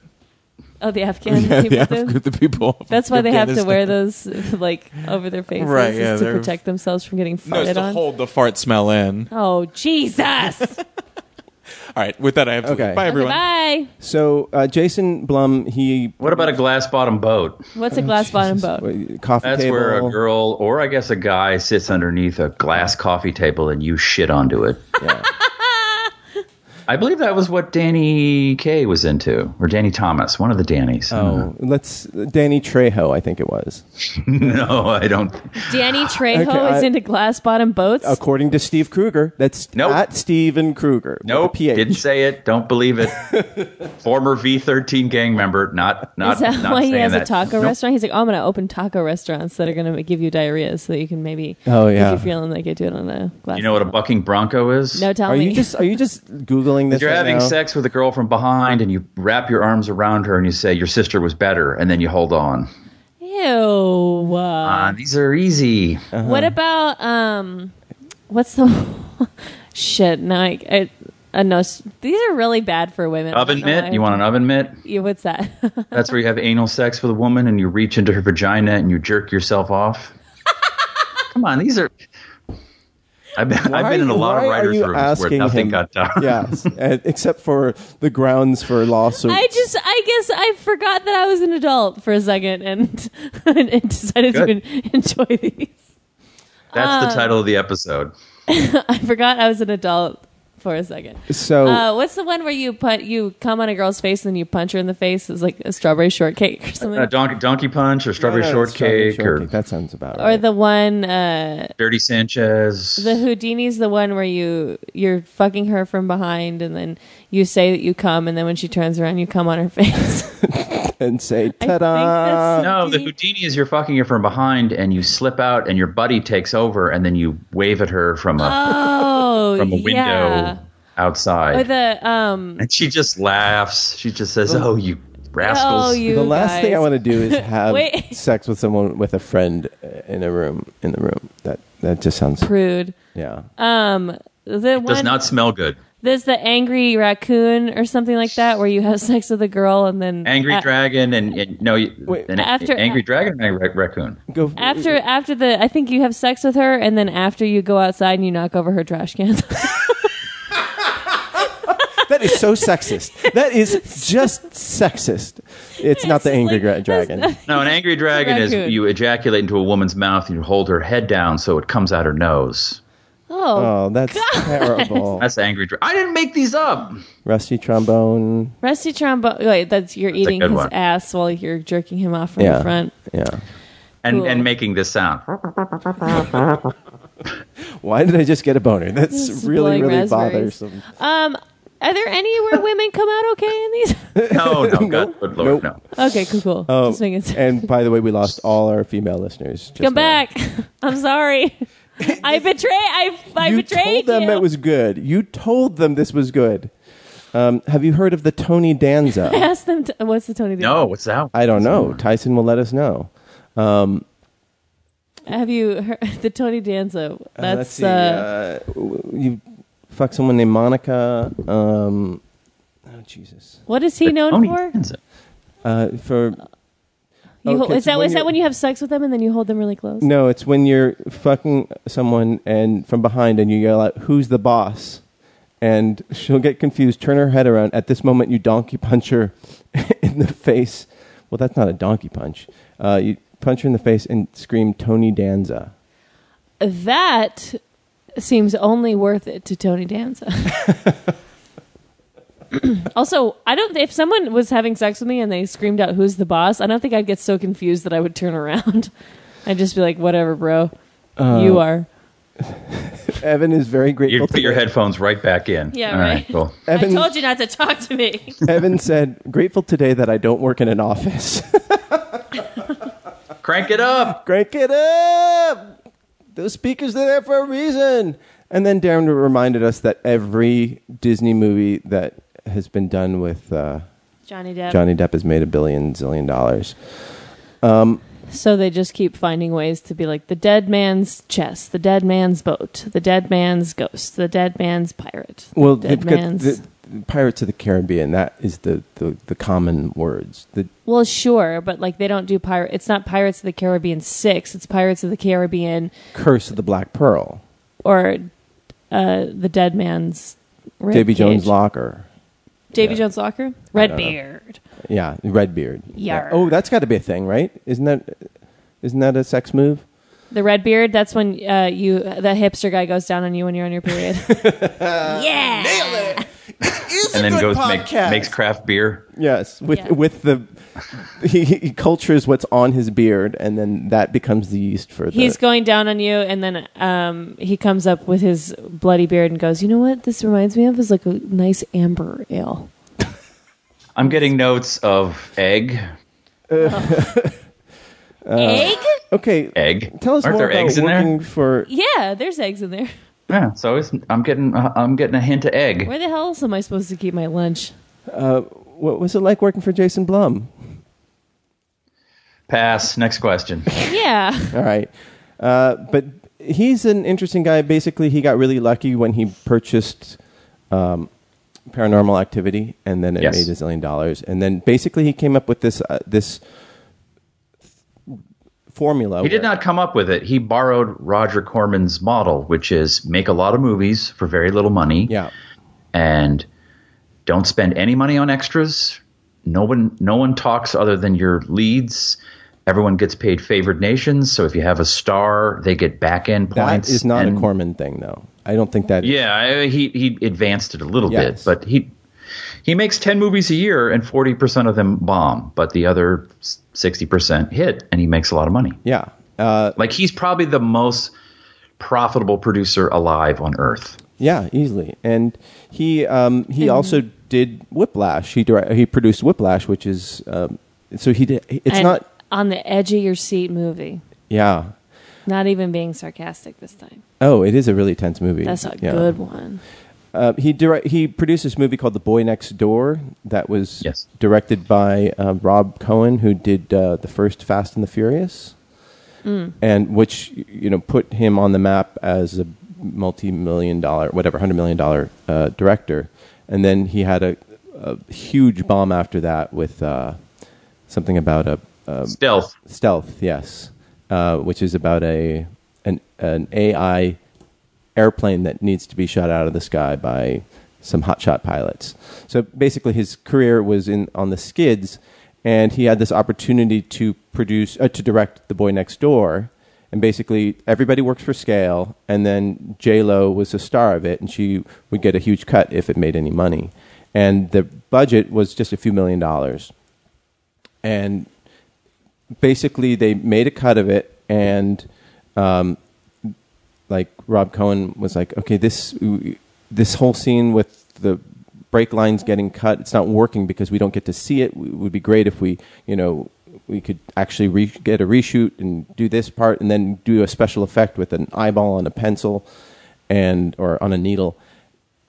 [SPEAKER 6] oh the Afghan people
[SPEAKER 3] Yeah,
[SPEAKER 6] do?
[SPEAKER 3] the people. of
[SPEAKER 6] That's why they have to
[SPEAKER 3] Afghanistan.
[SPEAKER 6] wear those like over their faces
[SPEAKER 3] Right, yeah,
[SPEAKER 6] is to
[SPEAKER 3] they're-
[SPEAKER 6] protect themselves from getting
[SPEAKER 3] No, it's
[SPEAKER 6] farted
[SPEAKER 3] to
[SPEAKER 6] on.
[SPEAKER 3] hold the fart smell in.
[SPEAKER 6] Oh Jesus!
[SPEAKER 3] All right, with that, I have to.
[SPEAKER 2] Okay.
[SPEAKER 3] Leave. Bye, everyone.
[SPEAKER 6] Bye.
[SPEAKER 2] So uh, Jason Blum, he uh,
[SPEAKER 5] What about a glass bottom boat?
[SPEAKER 6] What's a glass bottom boat?
[SPEAKER 2] coffee
[SPEAKER 5] That's
[SPEAKER 2] table.
[SPEAKER 5] where a girl or I guess a guy sits underneath a glass coffee table and you shit onto it.
[SPEAKER 2] Yeah.
[SPEAKER 5] I believe that was what Danny Kaye was into, or Danny Thomas, one of the Dannys.
[SPEAKER 2] Oh, let's Danny Trejo, I think it was.
[SPEAKER 5] no, I don't.
[SPEAKER 6] Danny Trejo
[SPEAKER 2] Okay, I-
[SPEAKER 6] is into glass bottom boats.
[SPEAKER 2] According to Steve Kruger, that's
[SPEAKER 5] Nope.
[SPEAKER 2] not Steven Kruger. with
[SPEAKER 5] Nope,
[SPEAKER 2] a PH.
[SPEAKER 5] didn't say it. Don't believe it. Former V13 gang member, not not.
[SPEAKER 6] Is that
[SPEAKER 5] not
[SPEAKER 6] why he
[SPEAKER 5] saying
[SPEAKER 6] has
[SPEAKER 5] that.
[SPEAKER 6] a taco
[SPEAKER 5] Nope.
[SPEAKER 6] restaurant? He's like, oh, I'm going to open taco restaurants that are going to give you diarrhea so that you can maybe,
[SPEAKER 2] Oh, yeah.
[SPEAKER 6] if you're feeling like you do it on a glass.
[SPEAKER 5] You know what a bucking bronco is?
[SPEAKER 6] No, tell
[SPEAKER 2] Are
[SPEAKER 6] me.
[SPEAKER 2] you just are you just googling this?
[SPEAKER 5] You're
[SPEAKER 2] right
[SPEAKER 5] having
[SPEAKER 2] now?
[SPEAKER 5] sex with a girl from behind, and you wrap your arms around her, and you say your sister was better, and then you hold on.
[SPEAKER 6] Ew.
[SPEAKER 5] Ah, these are easy.
[SPEAKER 6] What about um, what's the shit? Now I, I, uh, no, s- these are really bad for women. I
[SPEAKER 5] oven
[SPEAKER 6] don't know
[SPEAKER 5] mitt?
[SPEAKER 6] why.
[SPEAKER 5] You want an oven mitt?
[SPEAKER 6] Yeah, what's that?
[SPEAKER 5] That's where you have anal sex with a woman, and you reach into her vagina and you jerk yourself off. Come on, these are. I've been, I've been in a lot of
[SPEAKER 2] why are
[SPEAKER 5] writers'
[SPEAKER 2] you
[SPEAKER 5] rooms where
[SPEAKER 2] asking
[SPEAKER 5] nothing
[SPEAKER 2] him?
[SPEAKER 5] got done.
[SPEAKER 2] yes, uh, except for the grounds for lawsuits.
[SPEAKER 6] I just, I guess I forgot that I was an adult for a second and, and, and decided
[SPEAKER 5] Good.
[SPEAKER 6] to en- enjoy these.
[SPEAKER 5] That's
[SPEAKER 6] Uh,
[SPEAKER 5] the title of the episode.
[SPEAKER 6] I forgot I was an adult for a second.
[SPEAKER 2] so
[SPEAKER 6] Uh, what's the one where you put you come on a girl's face and you punch her in the face? It's like a strawberry shortcake or something.
[SPEAKER 5] Uh, donkey, donkey Punch
[SPEAKER 2] No,
[SPEAKER 5] or
[SPEAKER 2] no,
[SPEAKER 5] Strawberry
[SPEAKER 2] it's
[SPEAKER 5] Shortcake
[SPEAKER 2] Strawberry
[SPEAKER 5] or
[SPEAKER 2] That sounds about
[SPEAKER 6] or
[SPEAKER 2] right.
[SPEAKER 6] the one, uh,
[SPEAKER 5] Dirty Sanchez.
[SPEAKER 6] the Houdini's the one where you you're fucking her from behind and then you say that you come and then when she turns around you come on her face.
[SPEAKER 2] and say
[SPEAKER 6] I think
[SPEAKER 2] ta-da.
[SPEAKER 6] that's-
[SPEAKER 5] no, the Houdini is you're fucking her from behind, and you slip out, and your buddy takes over, and then you wave at her from a
[SPEAKER 6] oh,
[SPEAKER 5] from a window
[SPEAKER 6] yeah.
[SPEAKER 5] outside,
[SPEAKER 6] Or the um.
[SPEAKER 5] and she just laughs. She just says, "Oh, you rascals!"
[SPEAKER 6] Oh, you
[SPEAKER 2] The last thing I
[SPEAKER 6] guys.
[SPEAKER 2] want to do is have
[SPEAKER 6] Wait.
[SPEAKER 2] sex with someone with a friend uh, in a room in the room. That that just sounds
[SPEAKER 6] prude.
[SPEAKER 2] yeah.
[SPEAKER 6] Um, the one
[SPEAKER 5] Does not smell good.
[SPEAKER 6] there's the angry raccoon or something like that, where you have sex with a girl and then
[SPEAKER 5] Angry
[SPEAKER 6] a-
[SPEAKER 5] Dragon and, and no, you-
[SPEAKER 2] Wait.
[SPEAKER 5] an,
[SPEAKER 6] After-
[SPEAKER 5] Angry Dragon and Angry Ra- Raccoon.
[SPEAKER 2] Go
[SPEAKER 6] After after the, I think you have sex with her, and then after you go outside and you knock over her trash cans.
[SPEAKER 2] That is so sexist. That is just sexist. It's not the angry
[SPEAKER 6] like-
[SPEAKER 2] gra- dragon.
[SPEAKER 5] No, an Angry Dragon is
[SPEAKER 6] raccoon.
[SPEAKER 5] you ejaculate into a woman's mouth and you hold her head down so it comes out her nose.
[SPEAKER 6] Oh,
[SPEAKER 2] Oh, that's terrible.
[SPEAKER 5] That's angry. Dra- I didn't make these up.
[SPEAKER 2] Rusty trombone.
[SPEAKER 6] rusty trombone. Wait, that's you're eating
[SPEAKER 5] good
[SPEAKER 6] his
[SPEAKER 5] one.
[SPEAKER 6] ass while you're jerking him off from
[SPEAKER 2] Yeah.
[SPEAKER 6] the front.
[SPEAKER 2] Yeah.
[SPEAKER 5] And
[SPEAKER 6] Cool.
[SPEAKER 5] and making this sound.
[SPEAKER 2] Why did I just get a boner? That's
[SPEAKER 6] Just
[SPEAKER 2] really,
[SPEAKER 6] blowing
[SPEAKER 2] really
[SPEAKER 6] raspberries.
[SPEAKER 2] bothersome.
[SPEAKER 6] Um, are there any where women come out okay in these?
[SPEAKER 5] No, no, God, good lord, no.
[SPEAKER 6] okay, cool, cool.
[SPEAKER 2] Oh,
[SPEAKER 6] Just making sense.
[SPEAKER 2] and by the way, we lost all our female listeners. just
[SPEAKER 6] Come
[SPEAKER 2] now.
[SPEAKER 6] back. I'm sorry. I betray. I I
[SPEAKER 2] you told
[SPEAKER 6] betrayed
[SPEAKER 2] them
[SPEAKER 6] you.
[SPEAKER 2] it was good. You told them this was good. Um, have you heard of the Tony Danza?
[SPEAKER 6] Ask them. To, what's the Tony? the-
[SPEAKER 5] No, what's that?
[SPEAKER 2] I don't know. Tyson will let us know.
[SPEAKER 6] Have you heard the Tony Danza?
[SPEAKER 2] Uh,
[SPEAKER 6] That's
[SPEAKER 2] see,
[SPEAKER 6] uh,
[SPEAKER 2] uh, you fuck someone named Monica. Um, oh Jesus!
[SPEAKER 6] what is he known
[SPEAKER 5] Tony
[SPEAKER 6] for?
[SPEAKER 5] Danza.
[SPEAKER 2] Uh, for
[SPEAKER 6] You ho-
[SPEAKER 2] Oh, Okay,
[SPEAKER 6] is
[SPEAKER 2] so
[SPEAKER 6] that
[SPEAKER 2] when
[SPEAKER 6] is
[SPEAKER 2] you-
[SPEAKER 6] that when you have sex with them and then you hold them really close?
[SPEAKER 2] no, it's when you're fucking someone and from behind and you yell out, "Who's the boss?" And she'll get confused, turn her head around. At this moment, you donkey punch her in the face. Well, that's not a donkey punch. Uh, you punch her in the face and scream Tony Danza.
[SPEAKER 6] That seems only worth it to Tony Danza. also, I don't. If someone was having sex with me and they screamed out, "Who's the boss?" I don't think I'd get so confused that I would turn around. I'd just be like, "Whatever, bro.
[SPEAKER 2] Uh,
[SPEAKER 6] you are."
[SPEAKER 2] Evan is very grateful.
[SPEAKER 5] You'd
[SPEAKER 2] to
[SPEAKER 5] put your
[SPEAKER 2] the-
[SPEAKER 5] headphones right back in.
[SPEAKER 6] Yeah,
[SPEAKER 5] All
[SPEAKER 6] right.
[SPEAKER 5] cool.
[SPEAKER 2] Evan,
[SPEAKER 6] you not to talk to me.
[SPEAKER 2] Evan said, "Grateful today that I don't work in an office."
[SPEAKER 5] Crank it up.
[SPEAKER 2] crank it up. Those speakers are there for a reason. And then Darren reminded us that every Disney movie that has been done with uh,
[SPEAKER 6] Johnny Depp.
[SPEAKER 2] Johnny Depp has made a billion zillion dollars.
[SPEAKER 6] So they just keep finding ways to be like the dead man's chest, the dead man's boat, the dead man's ghost, the dead man's pirate. the
[SPEAKER 2] Well,
[SPEAKER 6] dead
[SPEAKER 2] they've got
[SPEAKER 6] man's.
[SPEAKER 2] the, Pirates of the Caribbean. That is the, the, the common words. The,
[SPEAKER 6] well, sure, but like they don't do pirate. It's not Pirates of the Caribbean six. It's Pirates of the Caribbean
[SPEAKER 2] Curse of the Black Pearl,
[SPEAKER 6] or uh, the dead man's. Rib
[SPEAKER 2] Davy
[SPEAKER 6] cage.
[SPEAKER 2] Jones Locker.
[SPEAKER 6] Davy
[SPEAKER 2] yeah.
[SPEAKER 6] Jones Locker. Red
[SPEAKER 2] don't know.
[SPEAKER 6] beard.
[SPEAKER 2] Yeah, Redbeard.
[SPEAKER 6] Yar.
[SPEAKER 2] Oh, that's got to be a thing, right? Isn't that isn't that a sex move?
[SPEAKER 6] The red beard. That's when uh, you the hipster guy goes down on you when you're on your period.
[SPEAKER 5] And then goes make, makes craft beer.
[SPEAKER 2] Yes, with
[SPEAKER 6] Yeah.
[SPEAKER 2] with the he, he cultures what's on his beard, and then that becomes the yeast for the.
[SPEAKER 6] He's going down on you, and then um, he comes up with his bloody beard and goes, "You know what? This reminds me of is like a nice amber ale."
[SPEAKER 5] I'm getting notes of egg.
[SPEAKER 2] Uh.
[SPEAKER 6] Egg?
[SPEAKER 2] okay.
[SPEAKER 5] Egg.
[SPEAKER 2] Tell us
[SPEAKER 5] Aren't
[SPEAKER 2] more
[SPEAKER 5] there
[SPEAKER 2] about
[SPEAKER 5] eggs in
[SPEAKER 2] working
[SPEAKER 5] there?
[SPEAKER 2] for.
[SPEAKER 6] Yeah, there's eggs in there.
[SPEAKER 5] Yeah. So it's, I'm getting uh, I'm getting a hint of egg.
[SPEAKER 6] Where the hell else am I supposed to keep my lunch?
[SPEAKER 2] What was it like working for Jason Blum?
[SPEAKER 5] Pass. Next question.
[SPEAKER 6] Yeah,
[SPEAKER 2] All right, uh, but he's an interesting guy. Basically, he got really lucky when he purchased um, Paranormal Activity, and then it
[SPEAKER 5] Yes.
[SPEAKER 2] made a zillion dollars. And then basically, he came up with this uh, this formula.
[SPEAKER 5] He did
[SPEAKER 2] where-
[SPEAKER 5] not come up with it. He borrowed Roger Corman's model, which is make a lot of movies for very little money.
[SPEAKER 2] Yeah.
[SPEAKER 5] and don't spend any money on extras. No one, no one talks other than your leads. Everyone gets paid favored nations. So if you have a star, they get back end
[SPEAKER 2] That
[SPEAKER 5] points.
[SPEAKER 2] is not
[SPEAKER 5] and-
[SPEAKER 2] a Corman thing, though. I don't think that.
[SPEAKER 5] Yeah, I- he he advanced it a little
[SPEAKER 2] Yes.
[SPEAKER 5] bit, but he he makes ten movies a year, and forty percent of them bomb, but the other sixty percent hit, and he makes a lot of money.
[SPEAKER 2] Yeah. Uh,
[SPEAKER 5] Like he's probably the most profitable producer alive on Earth.
[SPEAKER 2] yeah, easily. And he um, he also did Whiplash. He direct, he produced Whiplash, which is um, so he did. It's
[SPEAKER 6] And
[SPEAKER 2] not.
[SPEAKER 6] on the edge of your seat movie.
[SPEAKER 2] Yeah.
[SPEAKER 6] Not even being sarcastic this time.
[SPEAKER 2] Oh, it is a really tense movie.
[SPEAKER 6] That's a
[SPEAKER 2] Yeah.
[SPEAKER 6] good one.
[SPEAKER 2] Uh, he direct, he produced this movie called The Boy Next Door that was
[SPEAKER 5] Yes.
[SPEAKER 2] directed by uh, Rob Cohen, who did uh, the first Fast and the Furious, and which you know put him on the map as a multi-million dollar, whatever, hundred million dollar uh, director. And then he had a, a huge bomb after that with uh, something about a, a
[SPEAKER 5] Stealth.
[SPEAKER 2] Stealth, yes, uh, which is about a an an AI airplane that needs to be shot out of the sky by some hotshot pilots. So basically, his career was in on the skids, and he had this opportunity to produce uh, to direct The Boy Next Door, and basically everybody works for scale. And then J Lo was the star of it, and she would get a huge cut if it made any money. And the budget was just a few million dollars, and basically they made a cut of it and um, like rob cohen was like okay this this whole scene with the brake lines getting cut it's not working because we don't get to see it it would be great if we you know we could actually re- get a reshoot and do this part and then do a special effect with an eyeball on a pencil and or on a needle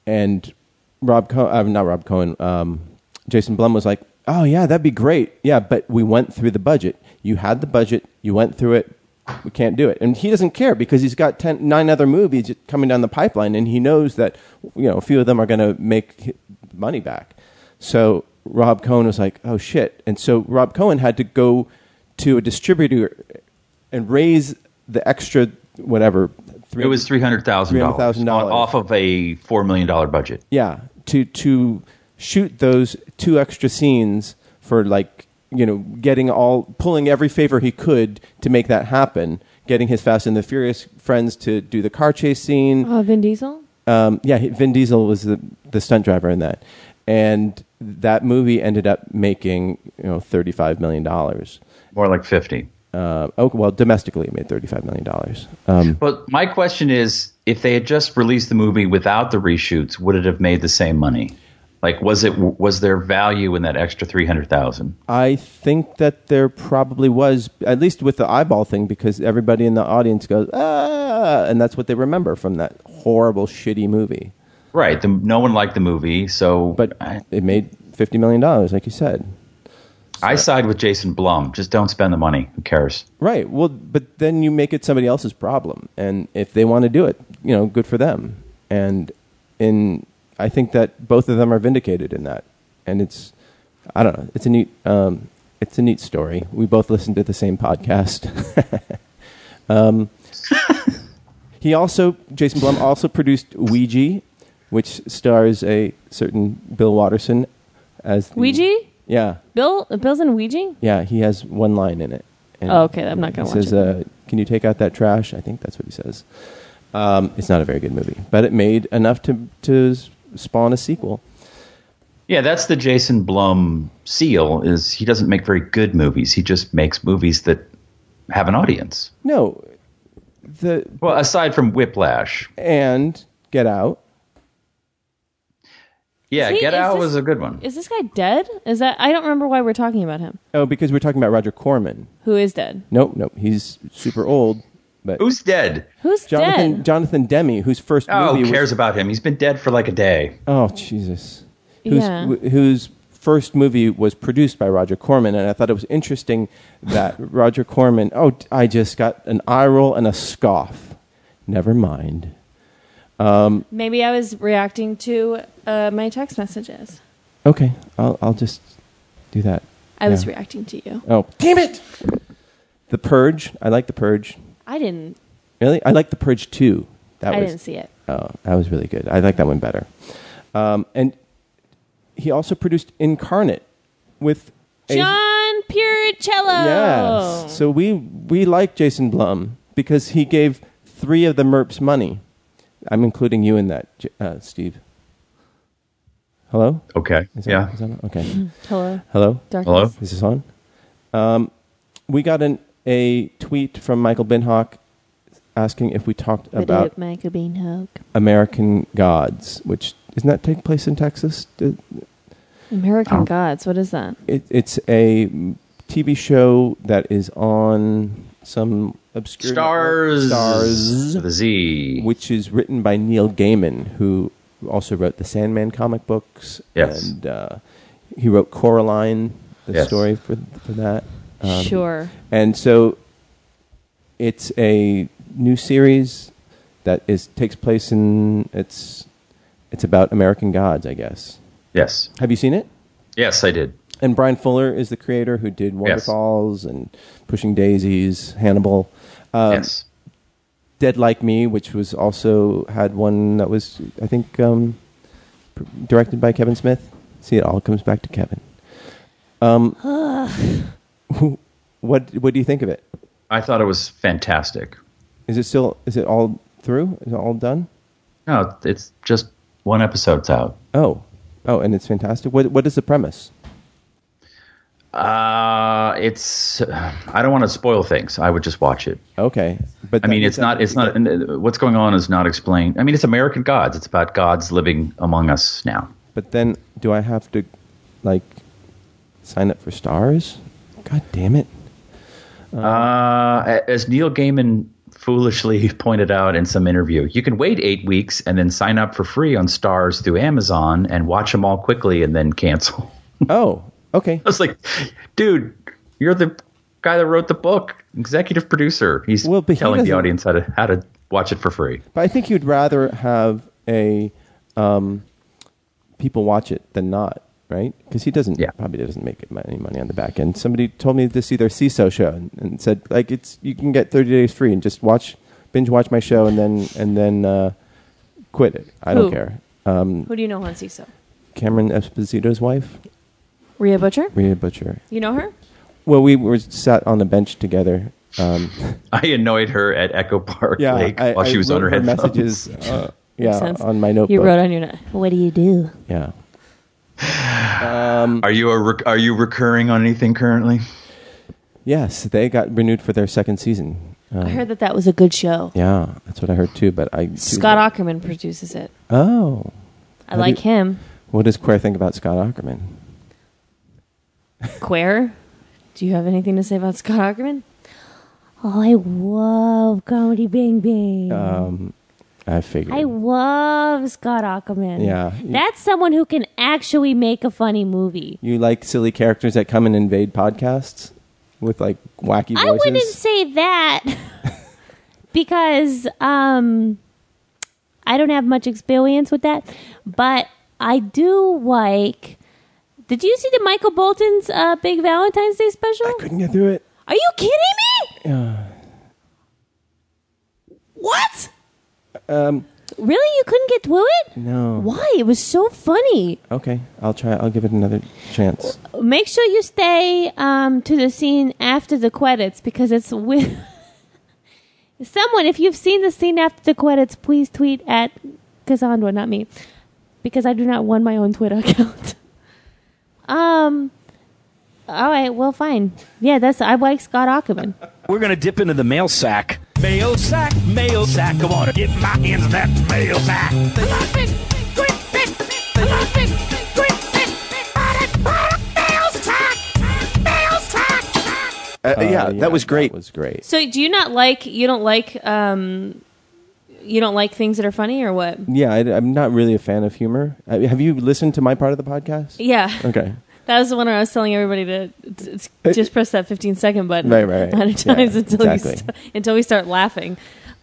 [SPEAKER 2] and rob cohen uh, not rob cohen um, jason blum was like oh yeah that'd be great yeah but we went through the budget you had the budget you went through it we can't do it and he doesn't care because he's got ten, nine other movies coming down the pipeline and he knows that you know a few of them are going to make hi- money back so rob cohen was like oh shit and so rob cohen had to go to a distributor and raise the extra whatever three,
[SPEAKER 5] It was three hundred thousand dollars
[SPEAKER 2] $300,000.
[SPEAKER 5] off of a four million dollar budget.
[SPEAKER 2] yeah to to shoot those two extra scenes for like you know getting all pulling every favor he could to make that happen getting his fast and the furious friends to do the car chase scene
[SPEAKER 6] Oh, Vin Diesel.
[SPEAKER 2] um, yeah, he- Vin Diesel was the, the stunt driver in that, and that movie ended up making you know thirty five million dollars.
[SPEAKER 5] More like fifty.
[SPEAKER 2] Uh, oh well, domestically it made thirty five million dollars. Um,
[SPEAKER 5] But my question is, if they had just released the movie without the reshoots, would it have made the same money? Like, was it was there value in that extra three hundred thousand?
[SPEAKER 2] I think that there probably was at least with the eyeball thing because everybody in the audience goes ah, and that's what they remember from that horrible shitty movie.
[SPEAKER 5] Right. The, no one liked the movie, so
[SPEAKER 2] But
[SPEAKER 5] I,
[SPEAKER 2] it made fifty million dollars, like you said.
[SPEAKER 5] I side with Jason Blum. Just don't spend the money. Who cares?
[SPEAKER 2] Right. Well, but then you make it somebody else's problem, and if they want to do it, you know, good for them. And in, I think that both of them are vindicated in that, and it's, I don't know, it's a neat, um, it's a neat story. We both listened to the same podcast. um, he also, Jason Blum, also produced Ouija, which stars a certain Bill Watterson as the,
[SPEAKER 6] Ouija.
[SPEAKER 2] Yeah,
[SPEAKER 6] Bill. Bill's in Ouija.
[SPEAKER 2] yeah, he has one line in it. And
[SPEAKER 6] Oh, okay, I'm not gonna
[SPEAKER 2] he
[SPEAKER 6] watch
[SPEAKER 2] says,
[SPEAKER 6] it.
[SPEAKER 2] Uh, "Can you take out that trash?" I think that's what he says. Um, it's not a very good movie, but it made enough to to s- spawn a sequel.
[SPEAKER 5] Yeah, that's the Jason Blum seal. Is he doesn't make very good movies. He just makes movies that have an audience.
[SPEAKER 2] No, the
[SPEAKER 5] Well, aside from Whiplash,
[SPEAKER 2] and Get Out.
[SPEAKER 5] yeah,
[SPEAKER 6] See,
[SPEAKER 5] Get
[SPEAKER 6] is
[SPEAKER 5] Out
[SPEAKER 6] this-
[SPEAKER 5] was a good one.
[SPEAKER 6] Is this guy dead? Is that I don't remember why we're talking about him.
[SPEAKER 2] Oh, because we're talking about Roger Corman.
[SPEAKER 6] Who is dead?
[SPEAKER 2] Nope, nope, he's super old. But
[SPEAKER 5] Who's dead?
[SPEAKER 6] Who's
[SPEAKER 2] Jonathan
[SPEAKER 6] dead?
[SPEAKER 2] Jonathan Demi, whose first
[SPEAKER 5] Oh,
[SPEAKER 2] movie
[SPEAKER 5] who cares
[SPEAKER 2] was
[SPEAKER 5] about him? He's been dead for like a day.
[SPEAKER 2] oh Jesus, whose
[SPEAKER 6] Yeah.
[SPEAKER 2] wh- whose first movie was produced by Roger Corman, and I thought it was interesting that Roger Corman. Oh, t- I just got an eye roll and a scoff. Never mind.
[SPEAKER 6] Maybe I was reacting to uh, my text messages.
[SPEAKER 2] Okay, I'll I'll just do that.
[SPEAKER 6] I was
[SPEAKER 2] Yeah.
[SPEAKER 6] reacting to you.
[SPEAKER 2] Oh, damn it! The Purge. I like The Purge.
[SPEAKER 6] I didn't.
[SPEAKER 2] Really, I like The Purge too. That
[SPEAKER 6] I
[SPEAKER 2] was
[SPEAKER 6] didn't see it.
[SPEAKER 2] Oh, that was really good. I like that one better. Um, and he also produced Incarnate with a-
[SPEAKER 6] John Puricello.
[SPEAKER 2] Yes. So we we like Jason Blum because he gave three of the Merps money. I'm including you in that, J- uh, Steve. Hello.
[SPEAKER 5] Okay.
[SPEAKER 2] Is that-
[SPEAKER 5] yeah.
[SPEAKER 2] is that on? okay.
[SPEAKER 6] Hello,
[SPEAKER 2] Hello.
[SPEAKER 6] darkness.
[SPEAKER 5] Hello.
[SPEAKER 2] Is this on? Um, we got an, a tweet from Michael Binhock asking if we talked about
[SPEAKER 6] Michael Beanhog.
[SPEAKER 2] American Gods, which doesn't that take place in Texas? Did-
[SPEAKER 6] American Gods. What is that?
[SPEAKER 2] it, it's a TV show that is on some obscure
[SPEAKER 5] Stars.
[SPEAKER 2] Stars,
[SPEAKER 5] The Z.
[SPEAKER 2] which is written by Neil Gaiman, who also wrote the Sandman comic books.
[SPEAKER 5] Yes.
[SPEAKER 2] and uh, he wrote Coraline, the
[SPEAKER 5] Yes.
[SPEAKER 2] story for for that. Um,
[SPEAKER 6] sure.
[SPEAKER 2] and so it's a new series that is takes place in it's it's about American gods, I guess.
[SPEAKER 5] yes.
[SPEAKER 2] Have you seen it?
[SPEAKER 5] Yes, I did.
[SPEAKER 2] And Brian Fuller is the creator who did
[SPEAKER 5] Yes.
[SPEAKER 2] Wonderfalls and Pushing Daisies, Hannibal, um,
[SPEAKER 5] yes.
[SPEAKER 2] Dead Like Me, which was also had one that was I think um, pr- directed by Kevin Smith. See, it all comes back to Kevin. Um, what what do you think of it?
[SPEAKER 5] I thought it was fantastic.
[SPEAKER 2] Is it still? Is it all through? Is it all done?
[SPEAKER 5] No, it's just one episode's out.
[SPEAKER 2] Oh, oh, and it's fantastic. What What is the premise?
[SPEAKER 5] Uh, it's I don't want to spoil things. I would just watch it.
[SPEAKER 2] Okay, but
[SPEAKER 5] I mean, it's not. It's not. and What's going on is not explained. I mean, it's American Gods. It's about gods living among us now.
[SPEAKER 2] But then, do I have to like sign up for stars? God damn it!
[SPEAKER 5] Uh, as Neil Gaiman foolishly pointed out in some interview, you can wait eight weeks and then sign up for free on Stars through Amazon and watch them all quickly and then cancel.
[SPEAKER 2] Oh, okay.
[SPEAKER 5] I was like, dude, you're the guy that wrote the book, executive producer. He's
[SPEAKER 2] Well, but he
[SPEAKER 5] telling the
[SPEAKER 2] doesn't-
[SPEAKER 5] audience how to how to watch it for free.
[SPEAKER 2] But I think you'd rather have a um, people watch it than not, right? Because he doesn't,
[SPEAKER 5] Yeah.
[SPEAKER 2] probably doesn't make it mon- any money on the back end. Somebody told me to see their CISO show and, and said like it's you can get thirty days free and just watch binge watch my show and then and then uh, quit it. I
[SPEAKER 6] Who?
[SPEAKER 2] don't care.
[SPEAKER 6] Who do you know on CISO?
[SPEAKER 2] Cameron Esposito's wife,
[SPEAKER 6] Rhea Butcher?
[SPEAKER 2] Rhea Butcher.
[SPEAKER 6] You know her?
[SPEAKER 2] Well, we were sat on a bench together. Um,
[SPEAKER 5] I annoyed her at Echo Park
[SPEAKER 2] yeah,
[SPEAKER 5] Lake
[SPEAKER 2] I,
[SPEAKER 5] while
[SPEAKER 2] I
[SPEAKER 5] she was on her
[SPEAKER 2] wrote
[SPEAKER 5] headphones.
[SPEAKER 2] messages. uh, yeah,
[SPEAKER 6] Sense.
[SPEAKER 2] on my notebook.
[SPEAKER 6] You wrote on your net.
[SPEAKER 8] What do you do?
[SPEAKER 2] yeah.
[SPEAKER 5] Are you a rec- are you recurring on anything currently?
[SPEAKER 2] Yes, they got renewed for their second season. Uh,
[SPEAKER 6] I heard that that was a good show.
[SPEAKER 2] Yeah, that's what I heard too. But I
[SPEAKER 6] Scott Ackerman produces it.
[SPEAKER 2] Oh,
[SPEAKER 6] I like him.
[SPEAKER 2] what does Queer think about Scott Ackerman?
[SPEAKER 6] Queer? Do you have anything to say about Scott Ackerman?
[SPEAKER 8] Oh, I love Comedy Bang Bang.
[SPEAKER 2] Um, I figured.
[SPEAKER 8] I love Scott Ackerman.
[SPEAKER 2] Yeah.
[SPEAKER 8] That's someone who can actually make a funny movie.
[SPEAKER 2] you like silly characters that come and invade podcasts with like wacky
[SPEAKER 8] I wouldn't
[SPEAKER 2] voices.
[SPEAKER 8] say that because um, I don't have much experience with that, but I do like. Did you see the Michael Bolton's uh, big Valentine's Day special?
[SPEAKER 2] Couldn't get through it.
[SPEAKER 8] Are you kidding me? What? Um, really, you couldn't get through it?
[SPEAKER 2] No.
[SPEAKER 8] Why? It was so funny.
[SPEAKER 2] Okay, I'll try. I'll give it another chance.
[SPEAKER 8] Make sure you stay um, to the scene after the credits because it's with someone. If you've seen the scene after the credits, please tweet at Cassandra, not me, because I do not want my own Twitter account. um. All right. Well, fine. Yeah, that's I like Scott Ackerman.
[SPEAKER 11] We're gonna dip into the mail sack. Mail sack, mail sack. Come on, get my hands in that mail sack. Uh,
[SPEAKER 2] Uh,
[SPEAKER 11] yeah, that was great.
[SPEAKER 2] That was great.
[SPEAKER 6] So do you not like you don't like um you don't like things that are funny or what?
[SPEAKER 2] Yeah, I, am not really a fan of humor. I, have you listened to my part of the podcast?
[SPEAKER 6] Yeah.
[SPEAKER 2] Okay.
[SPEAKER 6] That was the one where I was telling everybody to t- t- just press that 15 second button.
[SPEAKER 2] Right, right, right.
[SPEAKER 6] 100 times
[SPEAKER 2] Yeah,
[SPEAKER 6] until, you
[SPEAKER 2] exactly.
[SPEAKER 6] st- until we start laughing.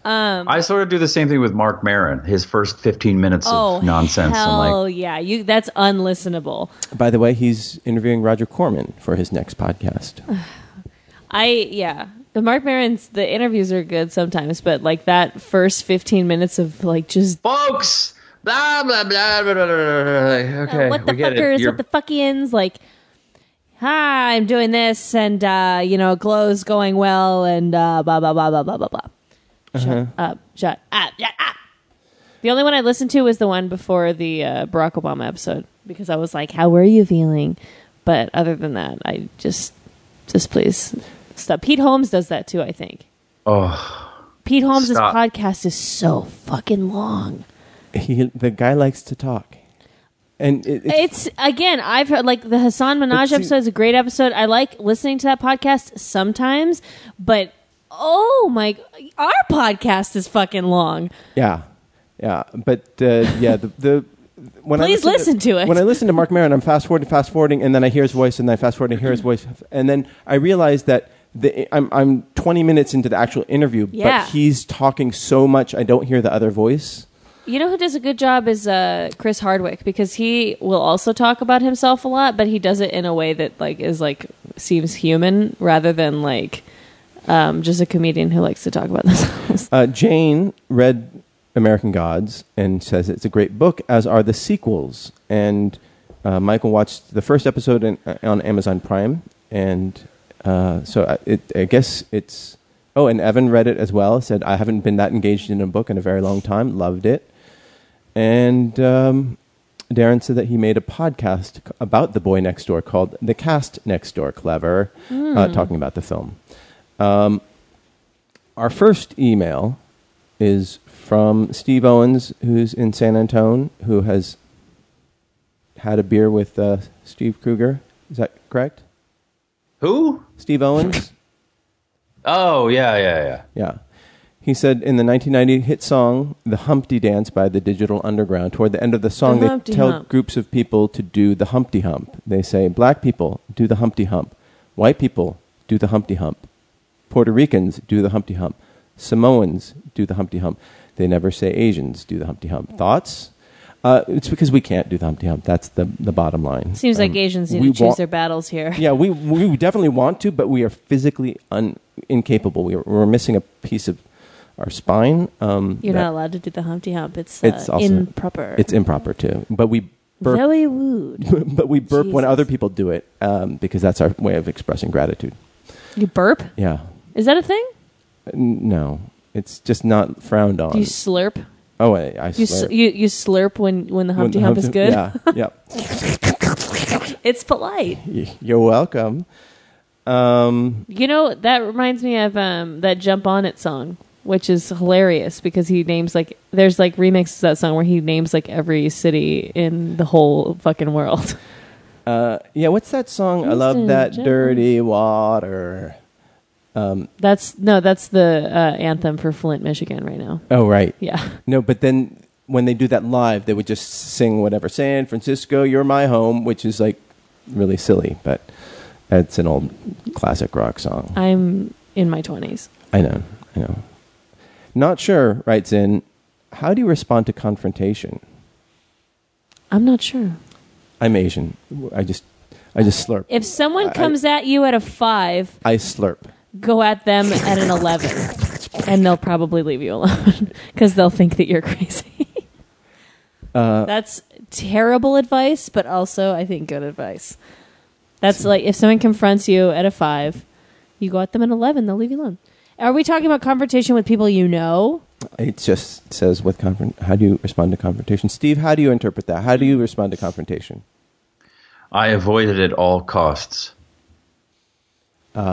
[SPEAKER 6] Um,
[SPEAKER 5] I sort of do the same thing with Mark Maron. His first fifteen minutes
[SPEAKER 6] Oh,
[SPEAKER 5] of nonsense. I'm
[SPEAKER 6] Hell
[SPEAKER 5] like,
[SPEAKER 6] yeah. You that's unlistenable.
[SPEAKER 2] By the way, he's interviewing Roger Corman for his next podcast.
[SPEAKER 8] Uh.
[SPEAKER 6] I yeah. The Mark Maron's the interviews are good sometimes, but like that first 15 minutes of like just
[SPEAKER 5] folks, blah blah blah blah blah. blah, blah. Okay,
[SPEAKER 6] Uh, what the
[SPEAKER 5] we get
[SPEAKER 6] fuckers,
[SPEAKER 5] it. You're-
[SPEAKER 6] what the fuckians, like, hi, I'm doing this, and uh, you know, glow's going well, and uh, blah blah blah blah blah blah blah.
[SPEAKER 5] Uh-huh.
[SPEAKER 6] Shut up! Shut up! Shut up! The only one I listened to was the one before the uh, Barack Obama episode because I was like, "How were you feeling?" But other than that, I just, just please stop. Pete Holmes does that too, I think.
[SPEAKER 5] oh,
[SPEAKER 6] Pete Holmes'
[SPEAKER 5] Stop.
[SPEAKER 6] podcast is so fucking long.
[SPEAKER 2] He, the guy likes to talk, and it,
[SPEAKER 8] Uh,
[SPEAKER 2] it's
[SPEAKER 6] It's again, I've heard like the Hassan Minaj
[SPEAKER 2] see-
[SPEAKER 6] episode is a great episode. I like listening to that podcast sometimes, but oh my, our podcast is fucking long.
[SPEAKER 2] Yeah, yeah, but uh, yeah, the, the when
[SPEAKER 6] Please
[SPEAKER 2] I
[SPEAKER 6] listen to it.
[SPEAKER 2] When I listen to Mark Maron, I'm fast forwarding, fast forwarding, and then I hear his voice, and then I fast forward and hear his voice, and then I realize that the, I'm I'm 20 minutes into the actual interview,
[SPEAKER 6] Yeah.
[SPEAKER 2] but he's talking so much I don't hear the other voice.
[SPEAKER 6] You know who does a good job is uh, Chris Hardwick because he will also talk about himself a lot, but he does it in a way that like is like seems human rather than like um, just a comedian who likes to talk about themselves.
[SPEAKER 2] Uh, Jane read American Gods and says it's a great book, as are the sequels. And uh, Michael watched the first episode in, uh, on Amazon Prime, and uh, so I, it, I uh, guess it's Oh, and Evan read it as well. Said I haven't been that engaged in a book in a very long time. Loved it. And um, Darren said that he made a podcast c- about the boy next door called "The Cast Next Door Clever," uh, talking about the film. Our first email is from Steve Owens, who's in San Antone, who has had a beer with uh, Steve Kruger. Is that correct?
[SPEAKER 5] Who?
[SPEAKER 2] Steve Owens?
[SPEAKER 5] Oh, yeah, yeah, yeah.
[SPEAKER 2] Yeah. He said in the 1990 hit song The Humpty Dance by the Digital Underground, toward the end of the song,
[SPEAKER 6] The
[SPEAKER 2] they
[SPEAKER 6] Humpty
[SPEAKER 2] tell
[SPEAKER 6] Hump.
[SPEAKER 2] groups of people to do the Humpty Hump. They say, Black people, do the Humpty Hump. White people, do the Humpty Hump. Puerto Ricans, do the Humpty Hump. Samoans, do the Humpty Hump. They never say Asians, do the Humpty Hump. Thoughts? Uh, it's because we can't do the Humpty Hump. That's the, the bottom line.
[SPEAKER 6] Seems like Asians need
[SPEAKER 2] Um, we
[SPEAKER 6] to choose
[SPEAKER 2] want-
[SPEAKER 6] their battles here.
[SPEAKER 2] Yeah, Uh, we we definitely want to, but we are physically un, incapable. We are, we're missing a piece of our spine. Um,
[SPEAKER 6] You're
[SPEAKER 2] that-
[SPEAKER 6] not allowed to do the Humpty Hump. It's, uh,
[SPEAKER 2] It's also-
[SPEAKER 6] improper.
[SPEAKER 2] It's improper too, but we burp.
[SPEAKER 6] Zoe Wood.
[SPEAKER 2] But we burp when
[SPEAKER 6] Jesus.
[SPEAKER 2] other people do it um, because that's our way of expressing gratitude.
[SPEAKER 6] You burp?
[SPEAKER 2] Yeah,
[SPEAKER 6] Is that a thing?
[SPEAKER 2] N- no, it's just not frowned on.
[SPEAKER 6] Do you slurp?
[SPEAKER 2] oh, I, I
[SPEAKER 6] You,
[SPEAKER 2] slur.
[SPEAKER 6] sl- you you slurp when, when the
[SPEAKER 2] When
[SPEAKER 6] Humpty
[SPEAKER 2] the
[SPEAKER 6] Hump is
[SPEAKER 2] Humpty-
[SPEAKER 6] good?
[SPEAKER 2] Yeah,
[SPEAKER 6] It's polite.
[SPEAKER 2] yeah. You're welcome.
[SPEAKER 6] You know, that reminds me of um, that Jump On It song, which is hilarious because he names like, there's like remixes of that song where he names like every city in the whole fucking world.
[SPEAKER 2] Yeah, what's that song? I
[SPEAKER 6] Mr.
[SPEAKER 2] love that
[SPEAKER 6] Jones.
[SPEAKER 2] dirty water.
[SPEAKER 6] That's, no, that's the uh, anthem for Flint, Michigan right now.
[SPEAKER 2] Oh, right.
[SPEAKER 6] Yeah.
[SPEAKER 2] No, but then when they do that live, they would just sing whatever San Francisco, you're my home, which is like really silly, but it's an old classic rock song.
[SPEAKER 6] I'm in my 20s.
[SPEAKER 2] I know, I know. Not sure writes in, how do you respond to confrontation?
[SPEAKER 6] I'm not sure.
[SPEAKER 2] I'm Asian. I just, I just slurp.
[SPEAKER 6] If someone comes at you at a five,
[SPEAKER 2] I slurp.
[SPEAKER 6] go at them at an 11 and they'll probably leave you alone because they'll think that you're crazy
[SPEAKER 2] Uh,
[SPEAKER 6] that's terrible advice but also i think good advice that's like if someone confronts you at a 5 you go at them at 11 they'll leave you alone are we talking about confrontation with people you know
[SPEAKER 2] It just says with confront. How do you respond to confrontation, Steve? How do you interpret that? How do you respond to confrontation?
[SPEAKER 5] I avoided at all costs.
[SPEAKER 6] by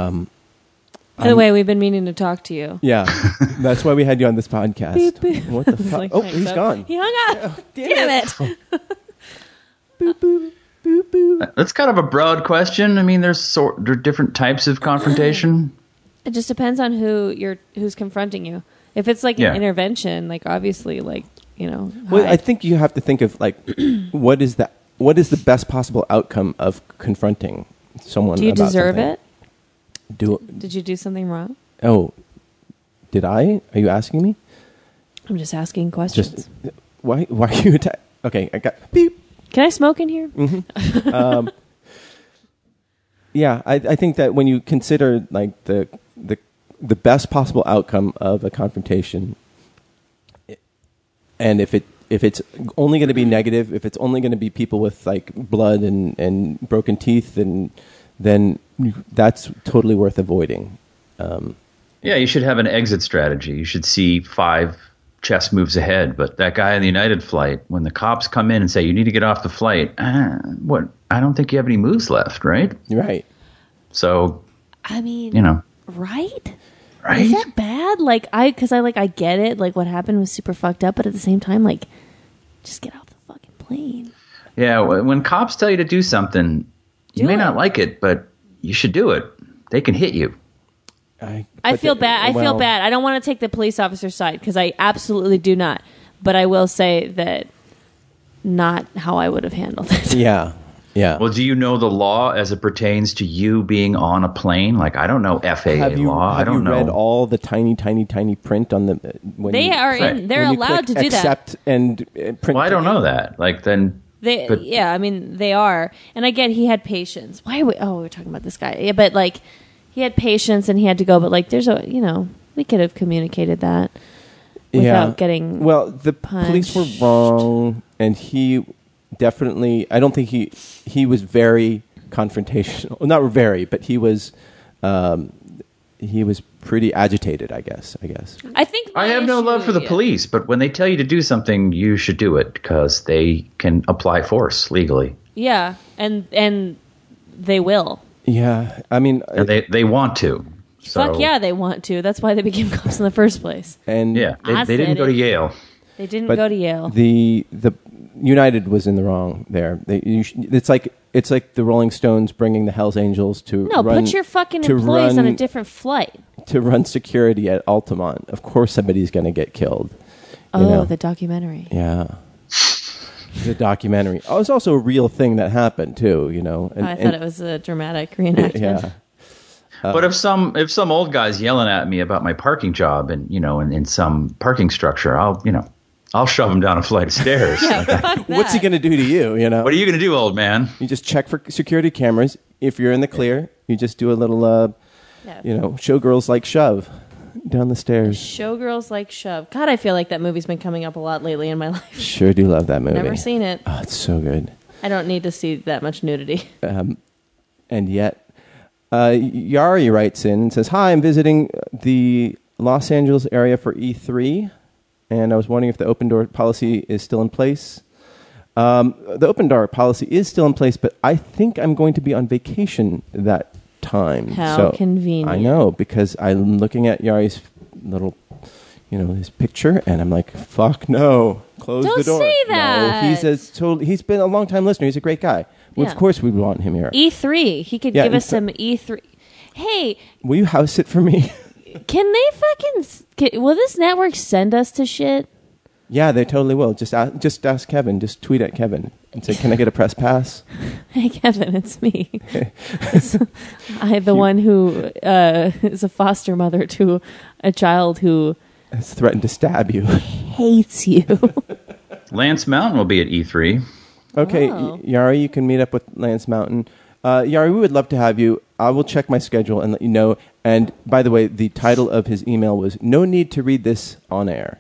[SPEAKER 6] the way we've been meaning to talk to you
[SPEAKER 2] Yeah, that's why we had you on this podcast. What the fuck?
[SPEAKER 6] Like,
[SPEAKER 2] oh,
[SPEAKER 6] hangs
[SPEAKER 2] he's
[SPEAKER 6] up.
[SPEAKER 2] gone.
[SPEAKER 6] he hung up damn, it,
[SPEAKER 5] That's kind of a broad question. I mean, there's sort there are different types of confrontation.
[SPEAKER 2] Mm-hmm.
[SPEAKER 6] it just depends on who you're who's confronting you if it's like
[SPEAKER 5] Yeah.
[SPEAKER 6] an intervention like obviously like you know
[SPEAKER 2] Well,
[SPEAKER 6] hi.
[SPEAKER 2] I think you have to think of like what is the what is the best possible outcome of confronting someone.
[SPEAKER 6] Do you
[SPEAKER 2] about
[SPEAKER 6] deserve
[SPEAKER 2] something?
[SPEAKER 6] it?
[SPEAKER 2] Do
[SPEAKER 6] Did you do something wrong?
[SPEAKER 2] oh, did I? Are you asking me?
[SPEAKER 6] I'm just asking questions.
[SPEAKER 2] Just why? Why are you atta- Okay, I got beep.
[SPEAKER 6] Can I smoke in here?
[SPEAKER 2] Mm. Yeah, I, I think that when you consider like the the the best possible outcome of a confrontation, and if it if it's only going to be negative, if it's only going to be people with like blood and and broken teeth, and then that's totally worth avoiding.
[SPEAKER 5] Yeah, you should have an exit strategy. You should see five chess moves ahead. But that guy in the United flight, when the cops come in and say you need to get off the flight, "Ah, what? I don't think you have any moves left, right?
[SPEAKER 2] Right.
[SPEAKER 5] So
[SPEAKER 6] I mean,
[SPEAKER 5] you know,
[SPEAKER 6] right?
[SPEAKER 5] right?
[SPEAKER 6] Is that bad? Like I, because I like I get it. Like what happened was super fucked up, but at the same time, like just get off the fucking plane.
[SPEAKER 5] Yeah, wh- when cops tell you to do something, you
[SPEAKER 6] Do
[SPEAKER 5] may
[SPEAKER 6] it.
[SPEAKER 5] not like it, but you should do it. They can hit you.
[SPEAKER 2] I,
[SPEAKER 6] I
[SPEAKER 2] but
[SPEAKER 6] feel
[SPEAKER 2] the-
[SPEAKER 6] bad. I
[SPEAKER 2] well,
[SPEAKER 6] feel bad. I don't want to take the police officer's side because I absolutely do not. But I will say that not how I would have handled it.
[SPEAKER 2] Yeah. Yeah.
[SPEAKER 5] Well, do you know the law as it pertains to you being on a plane? Like, I don't know FAA
[SPEAKER 2] have you
[SPEAKER 5] law.
[SPEAKER 2] have
[SPEAKER 5] I don't
[SPEAKER 2] you
[SPEAKER 5] know.
[SPEAKER 2] read all the tiny, tiny, tiny print on the? uh, When
[SPEAKER 6] They
[SPEAKER 2] you-
[SPEAKER 6] are in. They're
[SPEAKER 2] Mm. when you
[SPEAKER 6] allowed to
[SPEAKER 2] click
[SPEAKER 6] do that.
[SPEAKER 2] accept and uh, print.
[SPEAKER 5] well, I don't know that. Like, then
[SPEAKER 6] They,
[SPEAKER 5] But-
[SPEAKER 6] yeah, I mean they are, and I get he had patience. Why are we? Oh, we're talking about this guy. Yeah, but like he had patience and he had to go. But like, there's a you know we could have communicated that without getting
[SPEAKER 2] well the police were
[SPEAKER 6] punched.
[SPEAKER 2] wrong and he definitely i don't think he he was very confrontational not very but he was um, he was pretty agitated. I guess. I guess.
[SPEAKER 6] I think
[SPEAKER 5] I
[SPEAKER 6] my
[SPEAKER 5] have no
[SPEAKER 6] issue-
[SPEAKER 5] love for the
[SPEAKER 6] yeah.
[SPEAKER 5] police, but when they tell you to do something, you should do it because they can apply force legally.
[SPEAKER 6] Yeah, and and they will.
[SPEAKER 2] Yeah. I mean.
[SPEAKER 5] And they, they want to. So,
[SPEAKER 6] Fuck yeah, they want to. That's why they became cops in the first place.
[SPEAKER 2] And
[SPEAKER 5] Yeah. They,
[SPEAKER 6] I
[SPEAKER 5] they didn't
[SPEAKER 6] said
[SPEAKER 5] go to
[SPEAKER 6] it.
[SPEAKER 5] Yale.
[SPEAKER 6] They didn't
[SPEAKER 2] But
[SPEAKER 6] go to Yale.
[SPEAKER 2] The the United was in the wrong there. They, you sh- it's like it's like the Rolling Stones bringing the Hell's Angels to
[SPEAKER 6] No,
[SPEAKER 2] run-
[SPEAKER 6] put your fucking
[SPEAKER 2] to
[SPEAKER 6] employees on a
[SPEAKER 2] run-
[SPEAKER 6] different flight.
[SPEAKER 2] to run security at Altamont. Of course, somebody's going to get killed. You
[SPEAKER 6] Oh,
[SPEAKER 2] know?
[SPEAKER 6] the documentary.
[SPEAKER 2] yeah. The documentary. Oh, it's also a real thing that happened too. You know, and,
[SPEAKER 6] Oh, I thought
[SPEAKER 2] and-
[SPEAKER 6] it was a dramatic reenactment.
[SPEAKER 2] Yeah,
[SPEAKER 5] but if some if some old guy's yelling at me about my parking job and you know in, in some parking structure, I'll you know I'll shove him down a flight of stairs.
[SPEAKER 2] what's he going to do to you? You know,
[SPEAKER 5] What are you gonna do, old man?
[SPEAKER 2] you just check for security cameras. If you're in the clear, you just do a little, uh, you know, showgirls like shove down the stairs.
[SPEAKER 6] Showgirls like shove. God, I feel like that movie's been coming up a lot lately in my life.
[SPEAKER 2] Sure, do love that movie.
[SPEAKER 6] Never seen it.
[SPEAKER 2] Oh, it's so good.
[SPEAKER 6] I don't need to see that much nudity.
[SPEAKER 2] and yet uh, yari writes in and says hi i'm visiting the los angeles area for e3 and i was wondering if the open door policy is still in place um, the open door policy is still in place but i think i'm going to be on vacation that time
[SPEAKER 6] How
[SPEAKER 2] So-
[SPEAKER 6] convenient.
[SPEAKER 2] i know because i'm looking at yari's little you know his picture and i'm like fuck no close
[SPEAKER 6] Don't
[SPEAKER 2] the door
[SPEAKER 6] say
[SPEAKER 2] no,
[SPEAKER 6] that.
[SPEAKER 2] he's a totally, he's been a long time listener he's a great guy Well,
[SPEAKER 6] Yeah.
[SPEAKER 2] of course we would want him here
[SPEAKER 6] E3. E He could
[SPEAKER 2] Yeah, E
[SPEAKER 6] give us
[SPEAKER 2] E3.
[SPEAKER 6] some E3. Hey,
[SPEAKER 2] Will you house it for me?
[SPEAKER 6] can they fucking? s- Can, will this network send us to shit?
[SPEAKER 2] yeah, they totally will. Just ask, just ask Kevin. Just tweet at Kevin and say, "Can I get a press pass?"
[SPEAKER 6] Hey Kevin, it's me. It's- I, the one who uh, is a foster mother to a child who
[SPEAKER 2] It's threatened to stab you.
[SPEAKER 6] hates you.
[SPEAKER 5] Lance Mountain will be at E E3.
[SPEAKER 2] okay,
[SPEAKER 6] Wow.
[SPEAKER 2] Y- um, Yari, you can meet up with Lance Mountain. Uh, Yari, we would love to have you. I will check my schedule and let you know. And by the way, the title of his email was "No need to read this on air."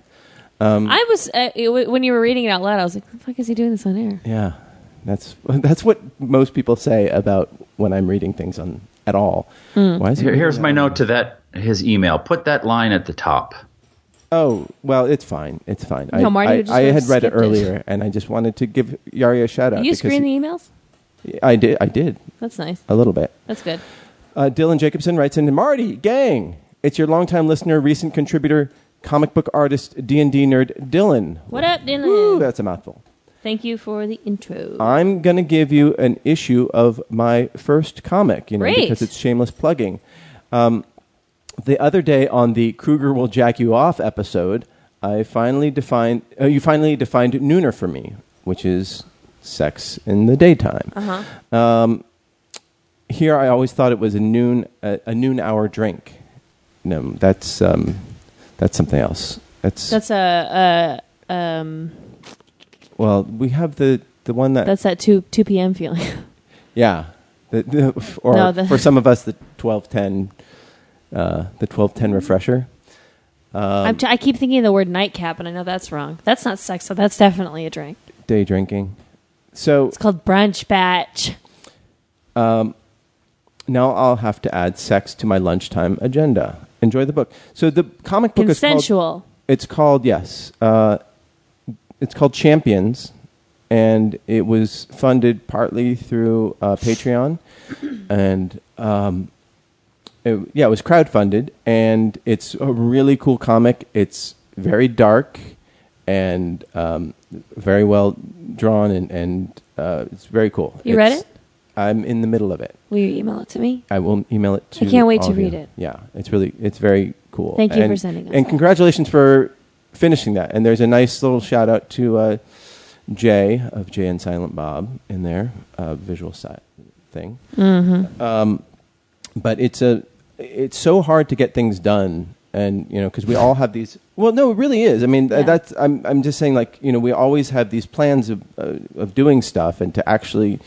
[SPEAKER 6] I was uh, it, wa- when you were reading it out loud. I was like, "The fuck is he doing this on air?"
[SPEAKER 2] Yeah, that's that's what most people say about when I'm reading things on at all.
[SPEAKER 6] Hmm.
[SPEAKER 2] Why is he
[SPEAKER 5] Here,
[SPEAKER 2] reading
[SPEAKER 5] here's
[SPEAKER 2] that
[SPEAKER 5] my
[SPEAKER 2] on-
[SPEAKER 5] note to that his email. Put that line at the top.
[SPEAKER 2] Oh well, it's fine. It's fine. I,
[SPEAKER 6] No, Marty,
[SPEAKER 2] I,
[SPEAKER 6] you just
[SPEAKER 2] I
[SPEAKER 6] would've
[SPEAKER 2] had read it
[SPEAKER 6] skipped it.
[SPEAKER 2] earlier, and I just wanted to give Yari a shout out.
[SPEAKER 6] you
[SPEAKER 2] because
[SPEAKER 6] screen
[SPEAKER 2] he-
[SPEAKER 6] the emails?
[SPEAKER 2] I did. I did
[SPEAKER 6] That's nice.
[SPEAKER 2] a little bit.
[SPEAKER 6] That's good.
[SPEAKER 2] Uh, Dylan Jacobson writes in, Marty, gang, it's your longtime listener, recent contributor, comic book artist, D and D nerd, Dylan.
[SPEAKER 6] What up, Dylan?
[SPEAKER 2] Woo, that's a mouthful.
[SPEAKER 6] Thank you for the intro.
[SPEAKER 2] I'm going to give you an issue of my first comic, you know,
[SPEAKER 6] Great.
[SPEAKER 2] because it's shameless plugging. Um, the other day on the Kruger will jack you off episode, I finally defined uh, you finally defined nooner for me, which is sex in the daytime. Uh-huh. Um, here, I always thought it was a noon a, a noon hour drink. No, that's um, that's something else. That's,
[SPEAKER 6] That's a, uh, a um.
[SPEAKER 2] well, we have the the one that
[SPEAKER 6] That's that two two p.m. feeling.
[SPEAKER 2] Yeah. The, the, or
[SPEAKER 6] No, the-
[SPEAKER 2] for some of us, the twelve ten, uh, the twelve ten refresher. Um,
[SPEAKER 6] I'm t- I keep thinking of the word nightcap, and I know that's wrong. That's not sex, so that's definitely a drink.
[SPEAKER 2] Day drinking. So
[SPEAKER 6] It's called brunch batch.
[SPEAKER 2] now I'll have to add sex to my lunchtime agenda. Enjoy the book. So the comic book is called,
[SPEAKER 6] Consensual.
[SPEAKER 2] It's called yes. Uh, it's called Champions, and it was funded partly through uh, Patreon, and um, it, yeah, it was crowdfunded, and it's a really cool comic. It's very dark and um, very well drawn, and, and uh, it's very cool.
[SPEAKER 6] You read
[SPEAKER 2] It's-
[SPEAKER 6] it?
[SPEAKER 2] I'm in the middle of it.
[SPEAKER 6] Will you email it to me?
[SPEAKER 2] I will email it to.
[SPEAKER 6] I can't wait
[SPEAKER 2] all
[SPEAKER 6] to
[SPEAKER 2] of you.
[SPEAKER 6] read it.
[SPEAKER 2] Yeah, it's really it's very cool.
[SPEAKER 6] Thank you for
[SPEAKER 2] And-
[SPEAKER 6] sending us
[SPEAKER 2] And
[SPEAKER 6] that.
[SPEAKER 2] congratulations for finishing that. And there's a nice little shout out to uh, Jay of Jay and Silent Bob in there, uh, visual side thing. Um,
[SPEAKER 6] Mm-hmm.
[SPEAKER 2] but it's a it's so hard to get things done. And you know, because we all have these. Well, no, it really is. I mean, th-
[SPEAKER 6] Yeah.
[SPEAKER 2] that's. I'm. I'm just saying, like, you know, we always have these plans of uh, of doing stuff, and to actually,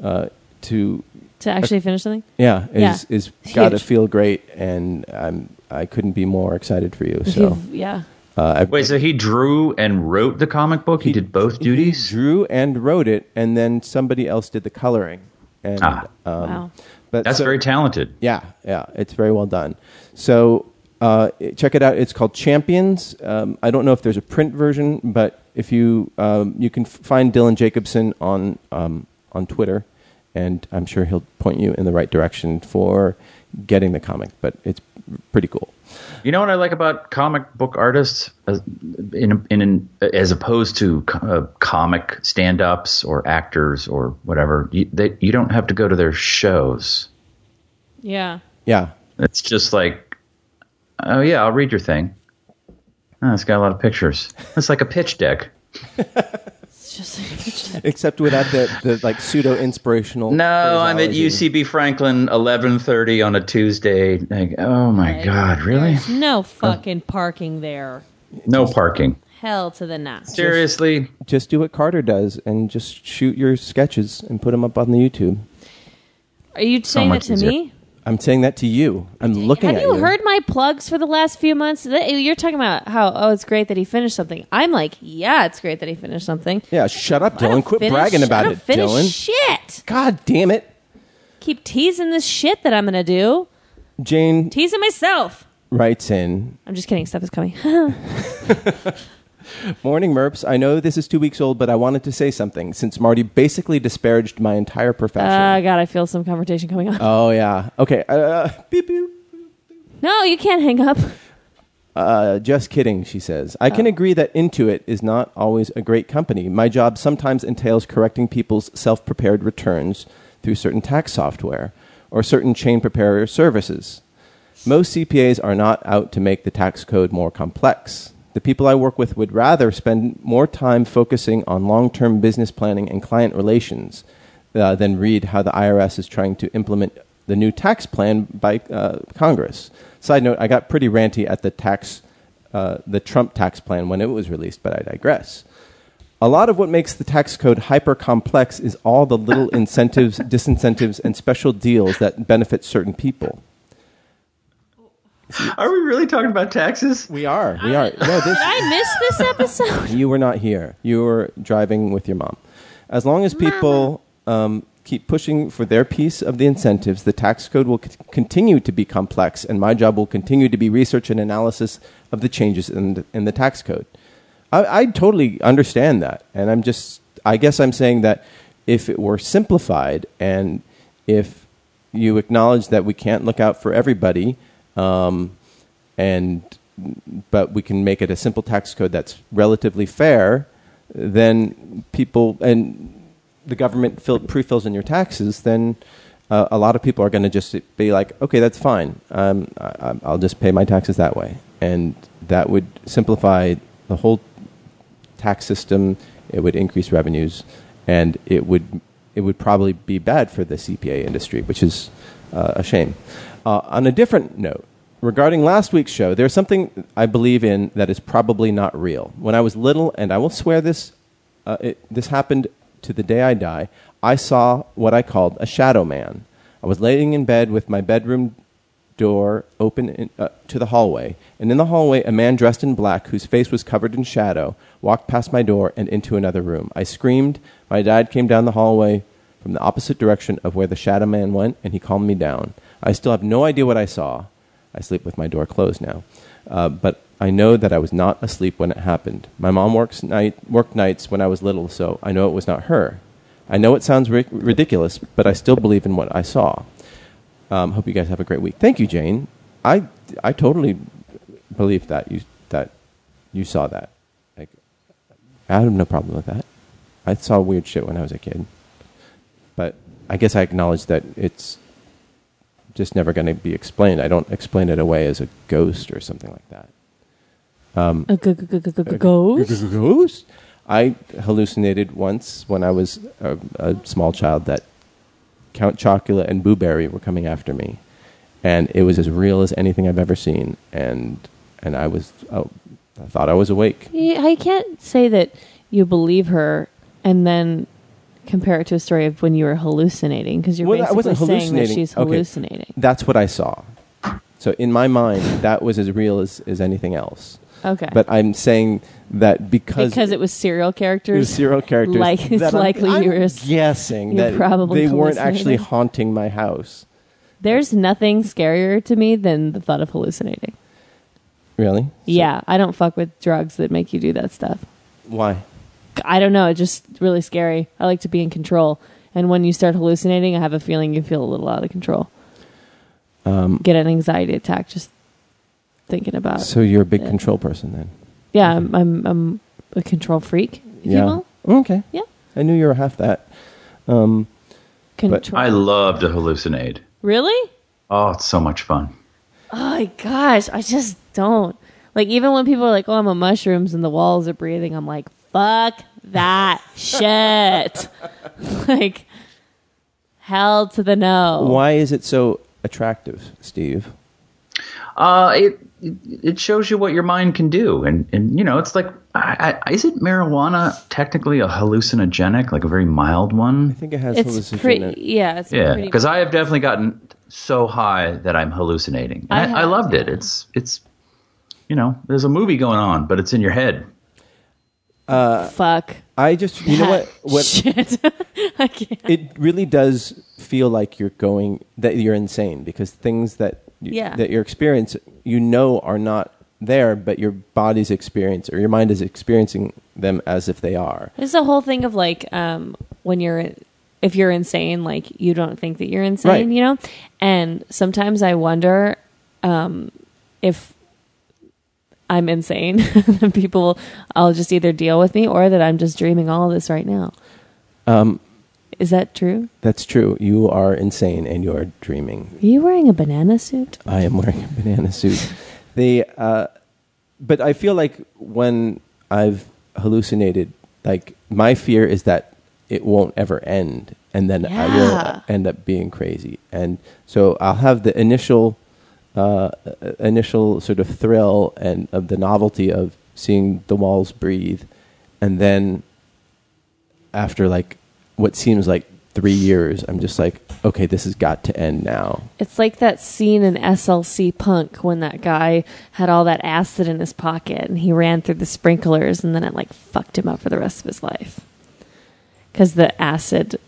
[SPEAKER 2] uh, to
[SPEAKER 6] To actually finish something?
[SPEAKER 2] Uh, yeah, is
[SPEAKER 6] Yeah.
[SPEAKER 2] is
[SPEAKER 6] Huge.
[SPEAKER 2] gotta feel great, and I'm I couldn't be more excited for you.
[SPEAKER 6] If
[SPEAKER 2] So
[SPEAKER 6] you've- yeah.
[SPEAKER 2] uh, I
[SPEAKER 5] Wait, so he drew and wrote the comic book? He, did both duties?
[SPEAKER 2] drew and wrote it, and then somebody else did the coloring. And
[SPEAKER 6] Uh,
[SPEAKER 5] Ah.
[SPEAKER 2] um,
[SPEAKER 6] Wow.
[SPEAKER 2] But
[SPEAKER 5] That's
[SPEAKER 2] so-
[SPEAKER 5] very talented.
[SPEAKER 2] yeah, yeah, it's very well done. So uh, check it out. It's called Champions. Um, I don't know if there's a print version, but if you um, you can f- find Dylan Jacobson on um, on Twitter, and I'm sure he'll point you in the right direction for getting the comic. But it's pretty cool.
[SPEAKER 5] You know what I like about comic book artists, as, in, in, in as opposed to co- uh, comic stand-ups or actors or whatever. You, they, you don't have to go to their shows.
[SPEAKER 6] Yeah.
[SPEAKER 2] Yeah,
[SPEAKER 5] It's just like, oh yeah, I'll read your thing. Oh, it's got a lot of pictures. It's like a pitch deck.
[SPEAKER 2] except without the, the like pseudo inspirational.
[SPEAKER 5] No, I'm at UCB Franklin, 11:30 on a Tuesday. Like, oh my god, really?
[SPEAKER 6] No fucking parking there.
[SPEAKER 5] No parking.
[SPEAKER 6] Hell to the nah.
[SPEAKER 5] Seriously,
[SPEAKER 2] Just do what Carter does and just shoot your sketches and put them up on the YouTube.
[SPEAKER 6] Are you saying that
[SPEAKER 5] much
[SPEAKER 6] to
[SPEAKER 5] easier.
[SPEAKER 6] me?
[SPEAKER 2] I'm saying that to you. I'm looking
[SPEAKER 6] Have
[SPEAKER 2] at
[SPEAKER 6] you heard my plugs for the last few months? Th- You're talking about how oh it's great that he finished something. I'm like, yeah, it's great that he finished something.
[SPEAKER 2] Yeah, shut up,
[SPEAKER 6] I don't
[SPEAKER 2] Dylan. Quit
[SPEAKER 6] finish-
[SPEAKER 2] bragging
[SPEAKER 6] I
[SPEAKER 2] about
[SPEAKER 6] don't
[SPEAKER 2] it,
[SPEAKER 6] finish
[SPEAKER 2] Dylan.
[SPEAKER 6] Shit.
[SPEAKER 2] God damn it.
[SPEAKER 6] Keep teasing this shit that I'm gonna do.
[SPEAKER 2] Jane
[SPEAKER 6] Teasing myself.
[SPEAKER 2] writes in
[SPEAKER 6] I'm just kidding. Stuff is coming.
[SPEAKER 2] Morning, Merps. I know this is two weeks old, but I wanted to say something since Marty basically disparaged my entire profession.
[SPEAKER 6] Ah, God, I feel some conversation coming on.
[SPEAKER 2] oh, yeah. Okay. Uh, beep, beep.
[SPEAKER 6] no, you can't hang up.
[SPEAKER 2] Uh, just kidding, she says. I can agree that Intuit is not always a great company. My job sometimes entails correcting people's self prepared returns through certain tax software or certain chain preparer services. Most CPAs are not out to make the tax code more complex. The people I work with would rather spend more time focusing on long term business planning and client relations uh, than read how the IRS is trying to implement the new tax plan by uh, Congress. Side note I got pretty ranty at the tax. Uh, the Trump tax plan when it was released, but I digress. A lot of what makes the tax code hyper complex is all the little incentives, disincentives, and special deals that benefit certain people.
[SPEAKER 5] are we really talking about taxes?
[SPEAKER 2] We are. We are. No, this,
[SPEAKER 6] I missed this episode.
[SPEAKER 2] you were not here. You were driving with your mom. As long as people um, keep pushing for their piece of the incentives, the tax code will c- continue to be complex, and my job will continue to be research and analysis of the changes in the, in the tax code. I, I totally understand that, and I'm just. I guess I'm saying that if it were simplified and if you acknowledge that we can't look out for everybody, um, and but we can make it a simple tax code that's relatively fair, then people and the government fill, pre-fills in your taxes, then uh, a lot of people are going to just be like, okay, that's fine. Um, I, I- I'll just pay my taxes that way, and that would simplify the whole tax system. It would increase revenues, and it would it would probably be bad for the CPA industry, which is uh, a shame. Uh, on a different note, regarding last week's show, there's something I believe in that is probably not real. When I was little, and I will swear this, uh, it, this happened to the day I die. I saw what I called a shadow man. I was laying in bed with my bedroom door open in, uh, to the hallway, and in the hallway, a man dressed in black, whose face was covered in shadow, walked past my door and into another room. I screamed. My dad came down the hallway from the opposite direction of where the shadow man went, and he calmed me down. I still have no idea what I saw. I sleep with my door closed now, uh, but I know that I was not asleep when it happened. My mom works night, worked nights when I was little, so I know it was not her. I know it sounds ri- ridiculous, but I still believe in what I saw. Um, hope you guys have a great week. Thank you, Jane. I, I totally believe that you that you saw that. Like, I have no problem with that. I saw weird shit when I was a kid, but I guess I acknowledge that it's just never going to be explained. I don't explain it away as a ghost or something like that.
[SPEAKER 6] A g- g- g- g- g- ghost.
[SPEAKER 2] Ghost? I hallucinated once when I was a, a small child that Count Chocula and Boo Berry were coming after me, and it was as real as anything I've ever seen. And and I was, oh, I thought I was awake.
[SPEAKER 6] Yeah, I can't say that you believe her and then compare it to a story of when you were hallucinating because you're
[SPEAKER 2] I
[SPEAKER 6] basically
[SPEAKER 2] wasn't
[SPEAKER 6] saying that
[SPEAKER 2] hallucinating.
[SPEAKER 6] she's
[SPEAKER 2] Okay.
[SPEAKER 6] hallucinating.
[SPEAKER 2] That's what I saw. So in my mind, that was as real as, as anything else.
[SPEAKER 6] Okay.
[SPEAKER 2] But I'm saying that because
[SPEAKER 6] because it was serial
[SPEAKER 2] It was
[SPEAKER 6] characters.
[SPEAKER 2] serial characters.
[SPEAKER 6] Like, it's
[SPEAKER 2] that I'm-
[SPEAKER 6] likely
[SPEAKER 2] I'm
[SPEAKER 6] you were s-
[SPEAKER 2] guessing
[SPEAKER 6] you're
[SPEAKER 2] that
[SPEAKER 6] probably
[SPEAKER 2] they weren't
[SPEAKER 6] hallucinating.
[SPEAKER 2] actually haunting my house.
[SPEAKER 6] There's nothing scarier to me than the thought of hallucinating.
[SPEAKER 2] Really?
[SPEAKER 6] yeah, I don't fuck with drugs that make you do that stuff.
[SPEAKER 2] Why?
[SPEAKER 6] I don't know. It's just really scary. I like to be in control. And when you start hallucinating, I have a feeling you feel a little out of control. Get an anxiety attack just thinking about it.
[SPEAKER 2] So you're a big control person then?
[SPEAKER 6] Yeah, I'm, I'm, I'm a control freak, if you will.
[SPEAKER 2] Okay.
[SPEAKER 6] Yeah.
[SPEAKER 2] I knew you were half that.
[SPEAKER 6] Control.
[SPEAKER 5] I love to hallucinate.
[SPEAKER 6] really?
[SPEAKER 5] Oh, it's so much fun.
[SPEAKER 6] Oh my gosh, I just don't. Like even when people are like, "Oh, I'm on mushrooms and the walls are breathing," I'm like, "Fuck that shit!" like, hell to the no.
[SPEAKER 2] Why is it so attractive, Steve?
[SPEAKER 5] Uh, it it shows you what your mind can do, and and you know it's like, I, I, is it marijuana technically a hallucinogenic, like a very mild one?
[SPEAKER 2] I think it has
[SPEAKER 6] It's
[SPEAKER 2] hallucinogen.
[SPEAKER 6] pretty. Yeah, it's
[SPEAKER 5] Yeah,
[SPEAKER 6] pretty.
[SPEAKER 5] because I have definitely gotten so high that I'm hallucinating. And I, I,
[SPEAKER 6] have,
[SPEAKER 5] loved it. It's it's, you know, there's a movie going on, but it's in your head.
[SPEAKER 6] fuck.
[SPEAKER 2] I just, you know what? What
[SPEAKER 6] shit? I can't.
[SPEAKER 2] it really does feel like you're going that you're insane because things that you,
[SPEAKER 6] Yeah.
[SPEAKER 2] that you're experiencing you know are not there but your body's experience or your mind is experiencing them as if they are
[SPEAKER 6] There's a whole thing of like um, when you're if you're insane, like you don't think that you're insane,
[SPEAKER 2] Right.
[SPEAKER 6] you know. And sometimes I wonder um, if I'm insane. Then People, I'll just either deal with me or that I'm just dreaming all this right now. Um, is that true?
[SPEAKER 2] that's true you are insane and you're dreaming
[SPEAKER 6] Are you wearing a banana suit?
[SPEAKER 2] i am wearing a banana suit they uh but i feel like when i've hallucinated like my fear is that it won't ever end and then i
[SPEAKER 6] Yeah.
[SPEAKER 2] will end up being crazy. And so I'll have the initial, uh, uh, initial sort of thrill and of the novelty of seeing the walls breathe, and then after like what seems like three years, I'm just like, okay, this has got to end now.
[SPEAKER 6] It's like that scene in SLC Punk when that guy had all that acid in his pocket and he ran through the sprinklers and then it like fucked him up for the rest of his life. Because the acid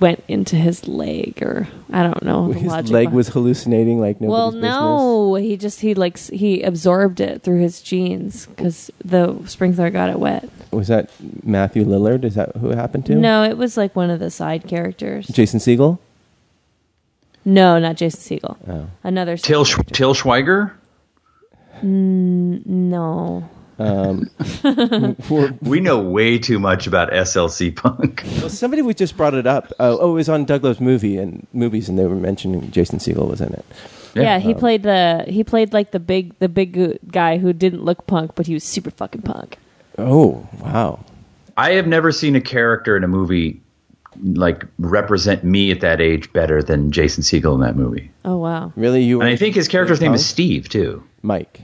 [SPEAKER 6] went into his leg or I don't know. the
[SPEAKER 2] His
[SPEAKER 6] logic
[SPEAKER 2] leg
[SPEAKER 6] behind-
[SPEAKER 2] was hallucinating like nobody's
[SPEAKER 6] Well,
[SPEAKER 2] business.
[SPEAKER 6] no, he just he like s- he absorbed it through his jeans because the sprinkler got it wet.
[SPEAKER 2] Was that Matthew Lillard? Is that who it happened to?
[SPEAKER 6] No, it was like one of the side characters.
[SPEAKER 2] Jason Siegel?
[SPEAKER 6] no, not Jason Siegel.
[SPEAKER 2] Oh.
[SPEAKER 6] Another side
[SPEAKER 5] Till
[SPEAKER 6] character.
[SPEAKER 5] Till Schweiger.
[SPEAKER 6] No,
[SPEAKER 5] We know way too much about SLC punk.
[SPEAKER 2] Well, somebody we just brought it up. Uh, oh, it was on Doug Love's movie and movies, and they were mentioning Jason Siegel was in it.
[SPEAKER 6] Yeah, he played the he played like the big the big goo- guy who didn't look punk, but he was super fucking punk.
[SPEAKER 2] Oh wow!
[SPEAKER 5] I have never seen a character in a movie like represent me at that age better than Jason Siegel in that movie.
[SPEAKER 6] Oh wow,
[SPEAKER 2] Really, you?
[SPEAKER 5] And I
[SPEAKER 2] were-
[SPEAKER 5] think his character's name is Steve too.
[SPEAKER 2] Mike.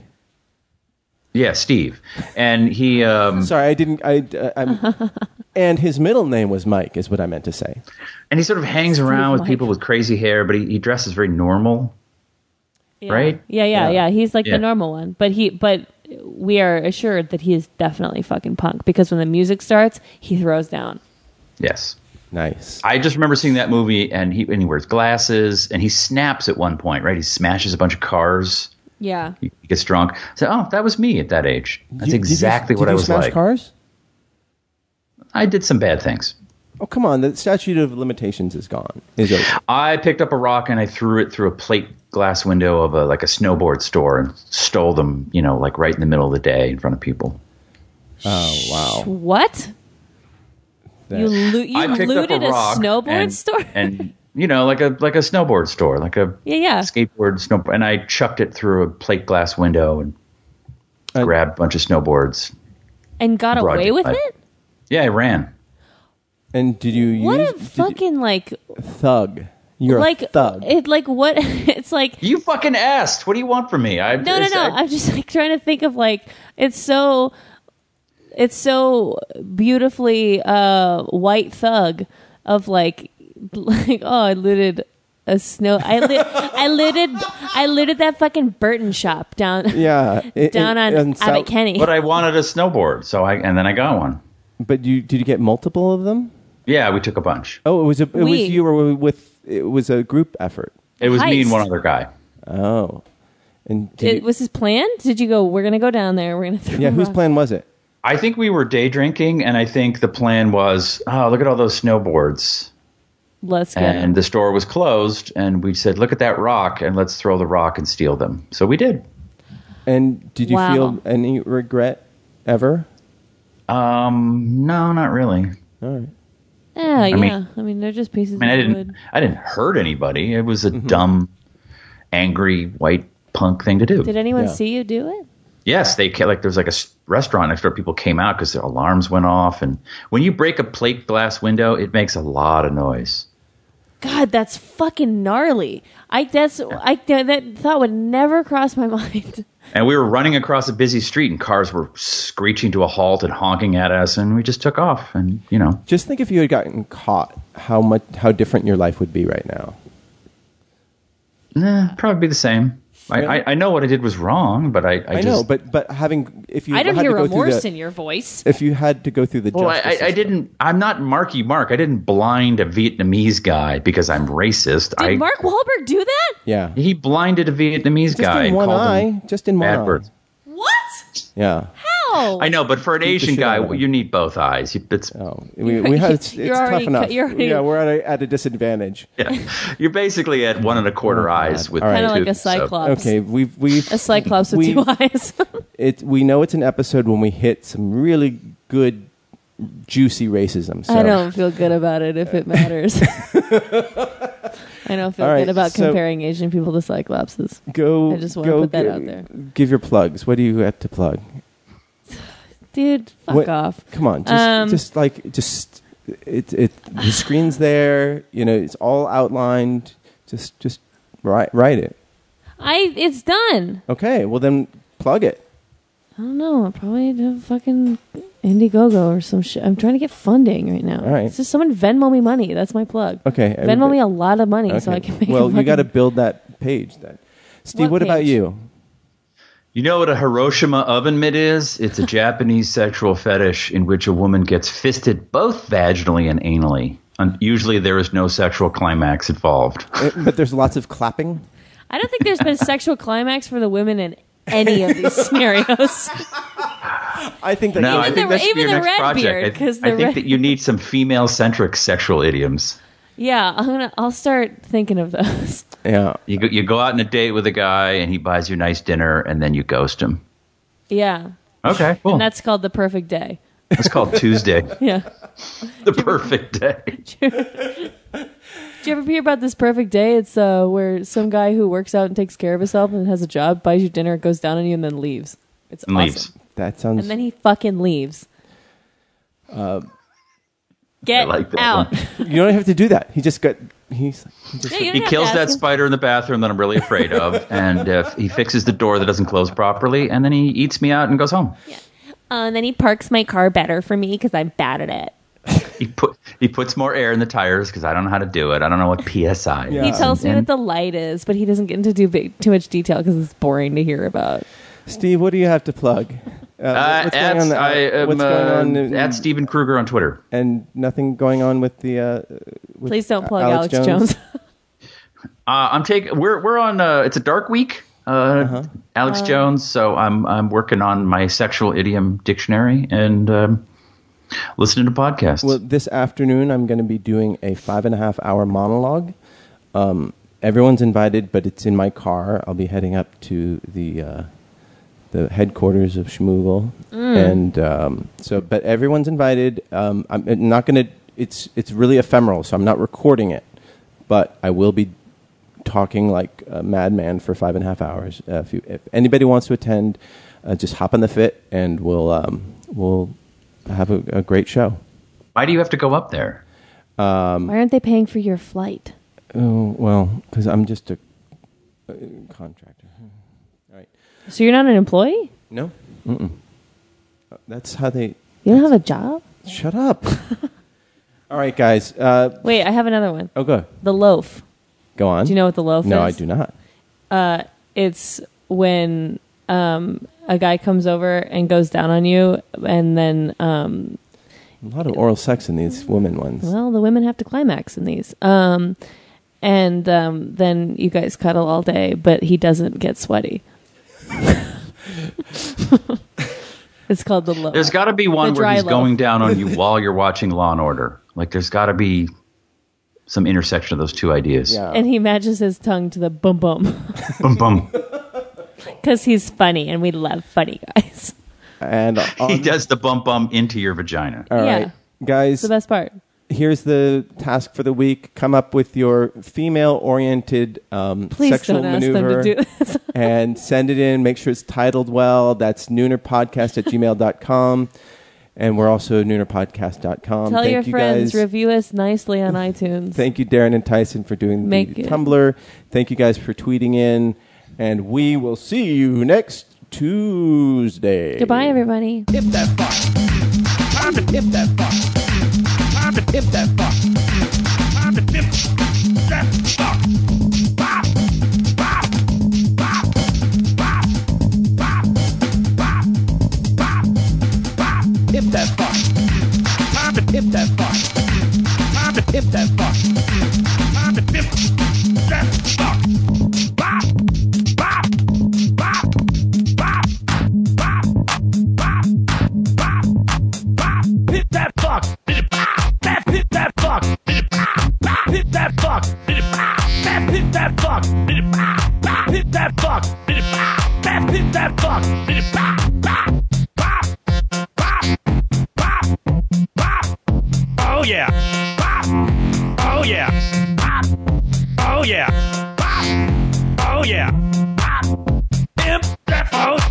[SPEAKER 5] Yeah, Steve. And he um
[SPEAKER 2] Sorry, I didn't. I. Uh, I'm, and his middle name was Mike, is what I meant to say.
[SPEAKER 5] and he sort of hangs around with
[SPEAKER 6] Mike.
[SPEAKER 5] people with crazy hair, but he, he dresses very normal. Right?
[SPEAKER 6] yeah, yeah, yeah. He's like
[SPEAKER 5] Yeah.
[SPEAKER 6] the normal one, but he but we are assured that he is definitely fucking punk because when the music starts, he throws down.
[SPEAKER 5] Yes.
[SPEAKER 2] Nice.
[SPEAKER 5] I just remember seeing that movie and he and he wears glasses and he snaps at one point, right? He smashes a bunch of cars.
[SPEAKER 6] Yeah,
[SPEAKER 5] He gets drunk. So, oh, that was me at that age. That's
[SPEAKER 2] You- did you-
[SPEAKER 5] exactly
[SPEAKER 2] did
[SPEAKER 5] what
[SPEAKER 2] you
[SPEAKER 5] I was
[SPEAKER 2] smash
[SPEAKER 5] like.
[SPEAKER 2] Cars?
[SPEAKER 5] I did some bad things.
[SPEAKER 2] Oh come on! The statute of limitations is gone. Is it?
[SPEAKER 5] I picked up a rock and I threw it through a plate glass window of a like a snowboard store and stole them, you know, like right in the middle of the day in front of people.
[SPEAKER 2] Oh wow!
[SPEAKER 6] what
[SPEAKER 2] That-
[SPEAKER 6] you loo- you
[SPEAKER 5] I picked up
[SPEAKER 6] looted a,
[SPEAKER 5] rock
[SPEAKER 6] snowboard
[SPEAKER 5] and-
[SPEAKER 6] store?
[SPEAKER 5] and you know, like a like a snowboard store, like a
[SPEAKER 6] yeah, yeah.
[SPEAKER 5] skateboard snowboard, and I chucked it through a plate glass window and
[SPEAKER 2] Uh,
[SPEAKER 5] grabbed a bunch of snowboards.
[SPEAKER 6] And got
[SPEAKER 5] Broad
[SPEAKER 6] away with
[SPEAKER 5] daylight.
[SPEAKER 6] it.
[SPEAKER 5] Yeah, I ran.
[SPEAKER 2] and did you use?
[SPEAKER 6] What a
[SPEAKER 2] did you-
[SPEAKER 6] fucking like
[SPEAKER 2] thug! You're
[SPEAKER 6] like
[SPEAKER 2] a thug.
[SPEAKER 6] it like what it's like
[SPEAKER 5] You fucking asked. What do you want from me? I
[SPEAKER 6] No, no, no.
[SPEAKER 5] I,
[SPEAKER 6] I'm just like trying to think of like it's so it's so beautifully uh white thug of like like oh I looted a snow I lit I looted I looted that fucking Burton shop down
[SPEAKER 2] yeah, it-
[SPEAKER 6] down
[SPEAKER 2] it-
[SPEAKER 6] on
[SPEAKER 2] and
[SPEAKER 6] Abbott
[SPEAKER 2] so-
[SPEAKER 6] Kenny.
[SPEAKER 5] but I wanted a snowboard, so I and then I got one.
[SPEAKER 2] But you did you get multiple of them?
[SPEAKER 5] Yeah, we took a bunch.
[SPEAKER 2] Oh, it was a, it
[SPEAKER 6] We-
[SPEAKER 2] was you were with it was a group effort.
[SPEAKER 5] It was me and
[SPEAKER 6] Heist.
[SPEAKER 5] one other guy.
[SPEAKER 2] Oh, and did
[SPEAKER 6] It
[SPEAKER 2] you-
[SPEAKER 6] was his plan. Did you go? We're gonna go down there. We're gonna throw.
[SPEAKER 2] yeah,
[SPEAKER 6] a
[SPEAKER 2] whose
[SPEAKER 6] rock."
[SPEAKER 2] plan was it?
[SPEAKER 5] I think we were day drinking, and I think the plan was, oh, look at all those snowboards.
[SPEAKER 6] Let's go.
[SPEAKER 5] And the store was closed, and we said, look at that rock, and let's throw the rock and steal them. So we did.
[SPEAKER 2] And did you
[SPEAKER 6] Wow.
[SPEAKER 2] feel any regret ever?
[SPEAKER 5] Um, no, not really. I
[SPEAKER 2] All right.
[SPEAKER 6] yeah, yeah.
[SPEAKER 5] mean-
[SPEAKER 6] I mean, they're just pieces
[SPEAKER 5] mean, I
[SPEAKER 6] of
[SPEAKER 5] didn't,
[SPEAKER 6] wood.
[SPEAKER 5] I didn't hurt anybody. It was a dumb, angry white punk thing to do.
[SPEAKER 6] Did anyone
[SPEAKER 2] Yeah.
[SPEAKER 6] see you do it?
[SPEAKER 5] Yes, they ca- like there was like a s- restaurant next door. People came out because their alarms went off, and when you break a plate glass window, it makes a lot of noise.
[SPEAKER 6] God, that's fucking gnarly. I that's I that thought would never cross my mind.
[SPEAKER 5] And we were running across a busy street, and cars were screeching to a halt and honking at us, and we just took off. And you know,
[SPEAKER 2] Just think if you had gotten caught, how much how different your life would be right now.
[SPEAKER 5] nah, probably be the same. I,
[SPEAKER 2] Really?
[SPEAKER 5] I, I know what I did was wrong, but I, I,
[SPEAKER 2] I
[SPEAKER 5] just,
[SPEAKER 2] know, but but having if you
[SPEAKER 6] I don't
[SPEAKER 2] had
[SPEAKER 6] hear
[SPEAKER 2] to go through
[SPEAKER 6] remorse
[SPEAKER 2] the,
[SPEAKER 6] in your voice.
[SPEAKER 2] if you had to go through the
[SPEAKER 5] Well, I,
[SPEAKER 2] justice
[SPEAKER 5] I, I
[SPEAKER 2] system-
[SPEAKER 5] didn't. I'm not Marky Mark. I didn't blind a Vietnamese guy because I'm racist.
[SPEAKER 6] Did
[SPEAKER 5] I
[SPEAKER 6] Mark Wahlberg do that?
[SPEAKER 2] yeah
[SPEAKER 5] he blinded a Vietnamese
[SPEAKER 2] just
[SPEAKER 5] guy
[SPEAKER 2] in
[SPEAKER 5] and
[SPEAKER 2] one
[SPEAKER 5] called him
[SPEAKER 2] eye just in one
[SPEAKER 5] bad
[SPEAKER 2] eye.
[SPEAKER 5] words.
[SPEAKER 6] What?
[SPEAKER 2] yeah
[SPEAKER 6] How?
[SPEAKER 5] I know, but for an
[SPEAKER 2] the
[SPEAKER 5] Asian
[SPEAKER 2] shit
[SPEAKER 5] guy,
[SPEAKER 2] out of him.
[SPEAKER 5] you need both eyes. You- It's
[SPEAKER 2] oh, we, we had, it's,
[SPEAKER 6] You're
[SPEAKER 2] it's tough
[SPEAKER 6] already cut-
[SPEAKER 2] enough
[SPEAKER 6] you're already-
[SPEAKER 2] yeah we're at a, at a disadvantage
[SPEAKER 5] you're basically at one and a quarter eyes with
[SPEAKER 2] Oh, All right.
[SPEAKER 6] Kind of like a
[SPEAKER 5] tooth, so-
[SPEAKER 6] cyclops.
[SPEAKER 2] okay we've we've
[SPEAKER 6] A cyclops with
[SPEAKER 2] we-
[SPEAKER 6] two eyes.
[SPEAKER 2] it we know it's an episode when we hit some really good juicy racism so
[SPEAKER 6] I don't feel good about it if it matters. I don't feel
[SPEAKER 2] All right,
[SPEAKER 6] good about
[SPEAKER 2] so-
[SPEAKER 6] comparing Asian people to cyclopses.
[SPEAKER 2] go
[SPEAKER 6] I just wanna
[SPEAKER 2] go
[SPEAKER 6] put that
[SPEAKER 2] gi-
[SPEAKER 6] out there.
[SPEAKER 2] give your plugs what do you have to plug
[SPEAKER 6] Dude, fuck
[SPEAKER 2] What-
[SPEAKER 6] off.
[SPEAKER 2] Come on, just,
[SPEAKER 6] Um,
[SPEAKER 2] just like just it, it. The screen's there. You know, it's all outlined. Just, just write, write it.
[SPEAKER 6] I it's done.
[SPEAKER 2] Okay. Well, then plug it.
[SPEAKER 6] I don't know. I probably do fucking Indiegogo or some shit. I'm trying to get funding right now.
[SPEAKER 2] All right.
[SPEAKER 6] It's just someone Venmo me money. That's my plug.
[SPEAKER 2] Okay,
[SPEAKER 6] Venmo
[SPEAKER 2] everybody-
[SPEAKER 6] me a lot of money
[SPEAKER 2] Okay.
[SPEAKER 6] so I can make. a
[SPEAKER 2] well, you
[SPEAKER 6] fucking-
[SPEAKER 2] got to build that page then. Steve, what,
[SPEAKER 6] What
[SPEAKER 2] about
[SPEAKER 6] page?
[SPEAKER 2] you?
[SPEAKER 5] You know what a Hiroshima oven mitt is? It's a Japanese sexual fetish in which a woman gets fisted both vaginally and anally. And usually, there is no sexual climax involved.
[SPEAKER 2] Uh, but there's lots of clapping.
[SPEAKER 6] I don't think there's been a sexual climax for the women in any of these scenarios.
[SPEAKER 2] I think that.
[SPEAKER 5] No, I
[SPEAKER 6] the-
[SPEAKER 5] think that should be
[SPEAKER 6] even
[SPEAKER 5] your
[SPEAKER 6] the
[SPEAKER 5] next
[SPEAKER 6] red beard,
[SPEAKER 5] project. I-
[SPEAKER 6] 'cause
[SPEAKER 5] I,
[SPEAKER 6] the
[SPEAKER 5] think
[SPEAKER 6] red-
[SPEAKER 5] that you need some female-centric sexual idioms.
[SPEAKER 6] yeah, I'm gonna. I'll start thinking of those.
[SPEAKER 2] yeah.
[SPEAKER 5] You go, you go out on a date with a guy, and he buys you a nice dinner, and then you ghost him.
[SPEAKER 6] Yeah,
[SPEAKER 5] Okay, cool.
[SPEAKER 6] and that's called the perfect day.
[SPEAKER 5] That's called Tuesday.
[SPEAKER 6] Yeah.
[SPEAKER 5] the perfect day.
[SPEAKER 6] Did you ever hear about this perfect day? It's uh, where some guy who works out and takes care of himself and has a job buys you dinner, goes down on you, and then leaves. It's
[SPEAKER 5] And
[SPEAKER 6] awesome.
[SPEAKER 5] leaves.
[SPEAKER 2] That sounds.
[SPEAKER 6] And then he fucking leaves. Uh, Get
[SPEAKER 5] like that
[SPEAKER 6] out.
[SPEAKER 5] one.
[SPEAKER 2] you don't have to do that. He just got. He's. He just,
[SPEAKER 6] Yeah, you don't
[SPEAKER 5] He
[SPEAKER 6] have to
[SPEAKER 5] kills
[SPEAKER 6] ask
[SPEAKER 5] that
[SPEAKER 6] him.
[SPEAKER 5] spider in the bathroom that I'm really afraid of, and uh, he fixes the door that doesn't close properly, and then he eats me out and goes home.
[SPEAKER 6] Uh, and then he parks my car better for me because I'm bad at it.
[SPEAKER 5] He put he puts more air in the tires because I don't know how to do it. I don't know what psi is.
[SPEAKER 2] He
[SPEAKER 6] He tells me
[SPEAKER 5] And-
[SPEAKER 6] what the light is, but he doesn't get into too big, too much detail because it's boring to hear about.
[SPEAKER 2] Steve, what do you have to plug? Uh,
[SPEAKER 5] Uh,
[SPEAKER 2] what's
[SPEAKER 5] at,
[SPEAKER 2] going on?
[SPEAKER 5] I am,
[SPEAKER 2] what's going
[SPEAKER 5] uh,
[SPEAKER 2] on? in-
[SPEAKER 5] at Steven Kruger on Twitter. Uh,
[SPEAKER 2] and nothing going on with the. Uh, with
[SPEAKER 6] Please don't plug
[SPEAKER 2] Alex
[SPEAKER 6] Alex,
[SPEAKER 2] Jones.
[SPEAKER 6] Jones.
[SPEAKER 5] Uh, I'm taking we're we're on uh, it's a dark week. Uh,
[SPEAKER 2] Uh-huh.
[SPEAKER 6] Uh.
[SPEAKER 5] Alex Jones. So I'm I'm working on my sexual idiom dictionary and um, listening to podcasts.
[SPEAKER 2] Well, this afternoon I'm going to be doing a five and a half hour monologue. Um, everyone's invited, but it's in my car. I'll be heading up to the uh, the headquarters of Schmoogle,
[SPEAKER 6] Hmm.
[SPEAKER 2] and um, so. But everyone's invited. Um, I'm I'm not going to. It's it's really ephemeral, so I'm not recording it, but I will be talking like a madman for five and a half hours. Uh, if, you, if anybody wants to attend, uh, just hop on the fit, and we'll um, we'll have a, a great show.
[SPEAKER 5] Why do you have to go up there? Um,
[SPEAKER 6] Why aren't they paying for your flight?
[SPEAKER 2] Oh well, because I'm just a uh, contractor. All right.
[SPEAKER 6] So you're not an employee?
[SPEAKER 2] No. Mm-mm. Uh, That's how they.
[SPEAKER 6] You don't have a job?
[SPEAKER 2] Shut up. All right, guys. Uh,
[SPEAKER 6] Wait, I have another one.
[SPEAKER 2] oh, go
[SPEAKER 6] The loaf.
[SPEAKER 2] go on.
[SPEAKER 6] Do you know what the loaf is?
[SPEAKER 2] No, I do not.
[SPEAKER 6] it's when um, a guy comes over and goes down on you, and then um,
[SPEAKER 2] A lot of oral sex in these women ones.
[SPEAKER 6] well, the women have to climax in these. Um, and um, then you guys cuddle all day, but he doesn't get sweaty. it's called the low.
[SPEAKER 5] There's got to be one
[SPEAKER 6] The
[SPEAKER 5] where
[SPEAKER 6] dry
[SPEAKER 5] he's
[SPEAKER 6] loaf.
[SPEAKER 5] going down on you while you're watching Law and Order. Like there's got to be some intersection of those two ideas.
[SPEAKER 2] Yeah.
[SPEAKER 6] and he matches his tongue to the boom boom
[SPEAKER 5] Boom, boom.
[SPEAKER 6] because he's funny, and we love funny guys.
[SPEAKER 2] And uh,
[SPEAKER 5] he
[SPEAKER 2] on-
[SPEAKER 5] does the bump bump into your vagina.
[SPEAKER 2] all right,
[SPEAKER 6] Yeah.
[SPEAKER 2] guys.
[SPEAKER 6] It's the best part.
[SPEAKER 2] here's the task for the week. Come up with your female-oriented um,
[SPEAKER 6] Please
[SPEAKER 2] sexual
[SPEAKER 6] don't ask
[SPEAKER 2] maneuver
[SPEAKER 6] them to do this.
[SPEAKER 2] and send it in. Make sure it's titled well. That's noonerpodcast at gmail.com. And we're also noonerpodcast.com.
[SPEAKER 6] Tell
[SPEAKER 2] Thank
[SPEAKER 6] your
[SPEAKER 2] you
[SPEAKER 6] friends.
[SPEAKER 2] guys.
[SPEAKER 6] Review us nicely on iTunes.
[SPEAKER 2] Thank you, Darren and Tyson, for doing
[SPEAKER 6] Make
[SPEAKER 2] the
[SPEAKER 6] it.
[SPEAKER 2] Tumblr. Thank you guys for tweeting in. And we will see you next Tuesday.
[SPEAKER 6] Goodbye, everybody.
[SPEAKER 11] Tip that fuck. Time to tip that fuck. Time to tip that fuck. Time to tip that fuck. Bop, bop, bop, bop, bop, bop, bop, bop. Tip that fuck. Time to tip that fuck. Time to tip that fuck. Time to tip that fuck. Bop, bop, bop, bop, bop, bop bop, bop, hit that fuck, hit it, bop, that hit that fuck, hit it, bop, bop, hit that fuck, hit it, bop, that hit that fuck, hit it, bop, bop, hit that fuck, hit it, bop, that hit that fuck, hit it, bop, bop, bop, bop, bop, bop, oh yeah, bop, oh yeah, bop, oh yeah, bop, oh yeah, bop, imp that fuck,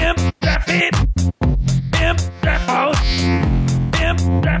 [SPEAKER 11] imp that fit. Imp that fuck. Imp that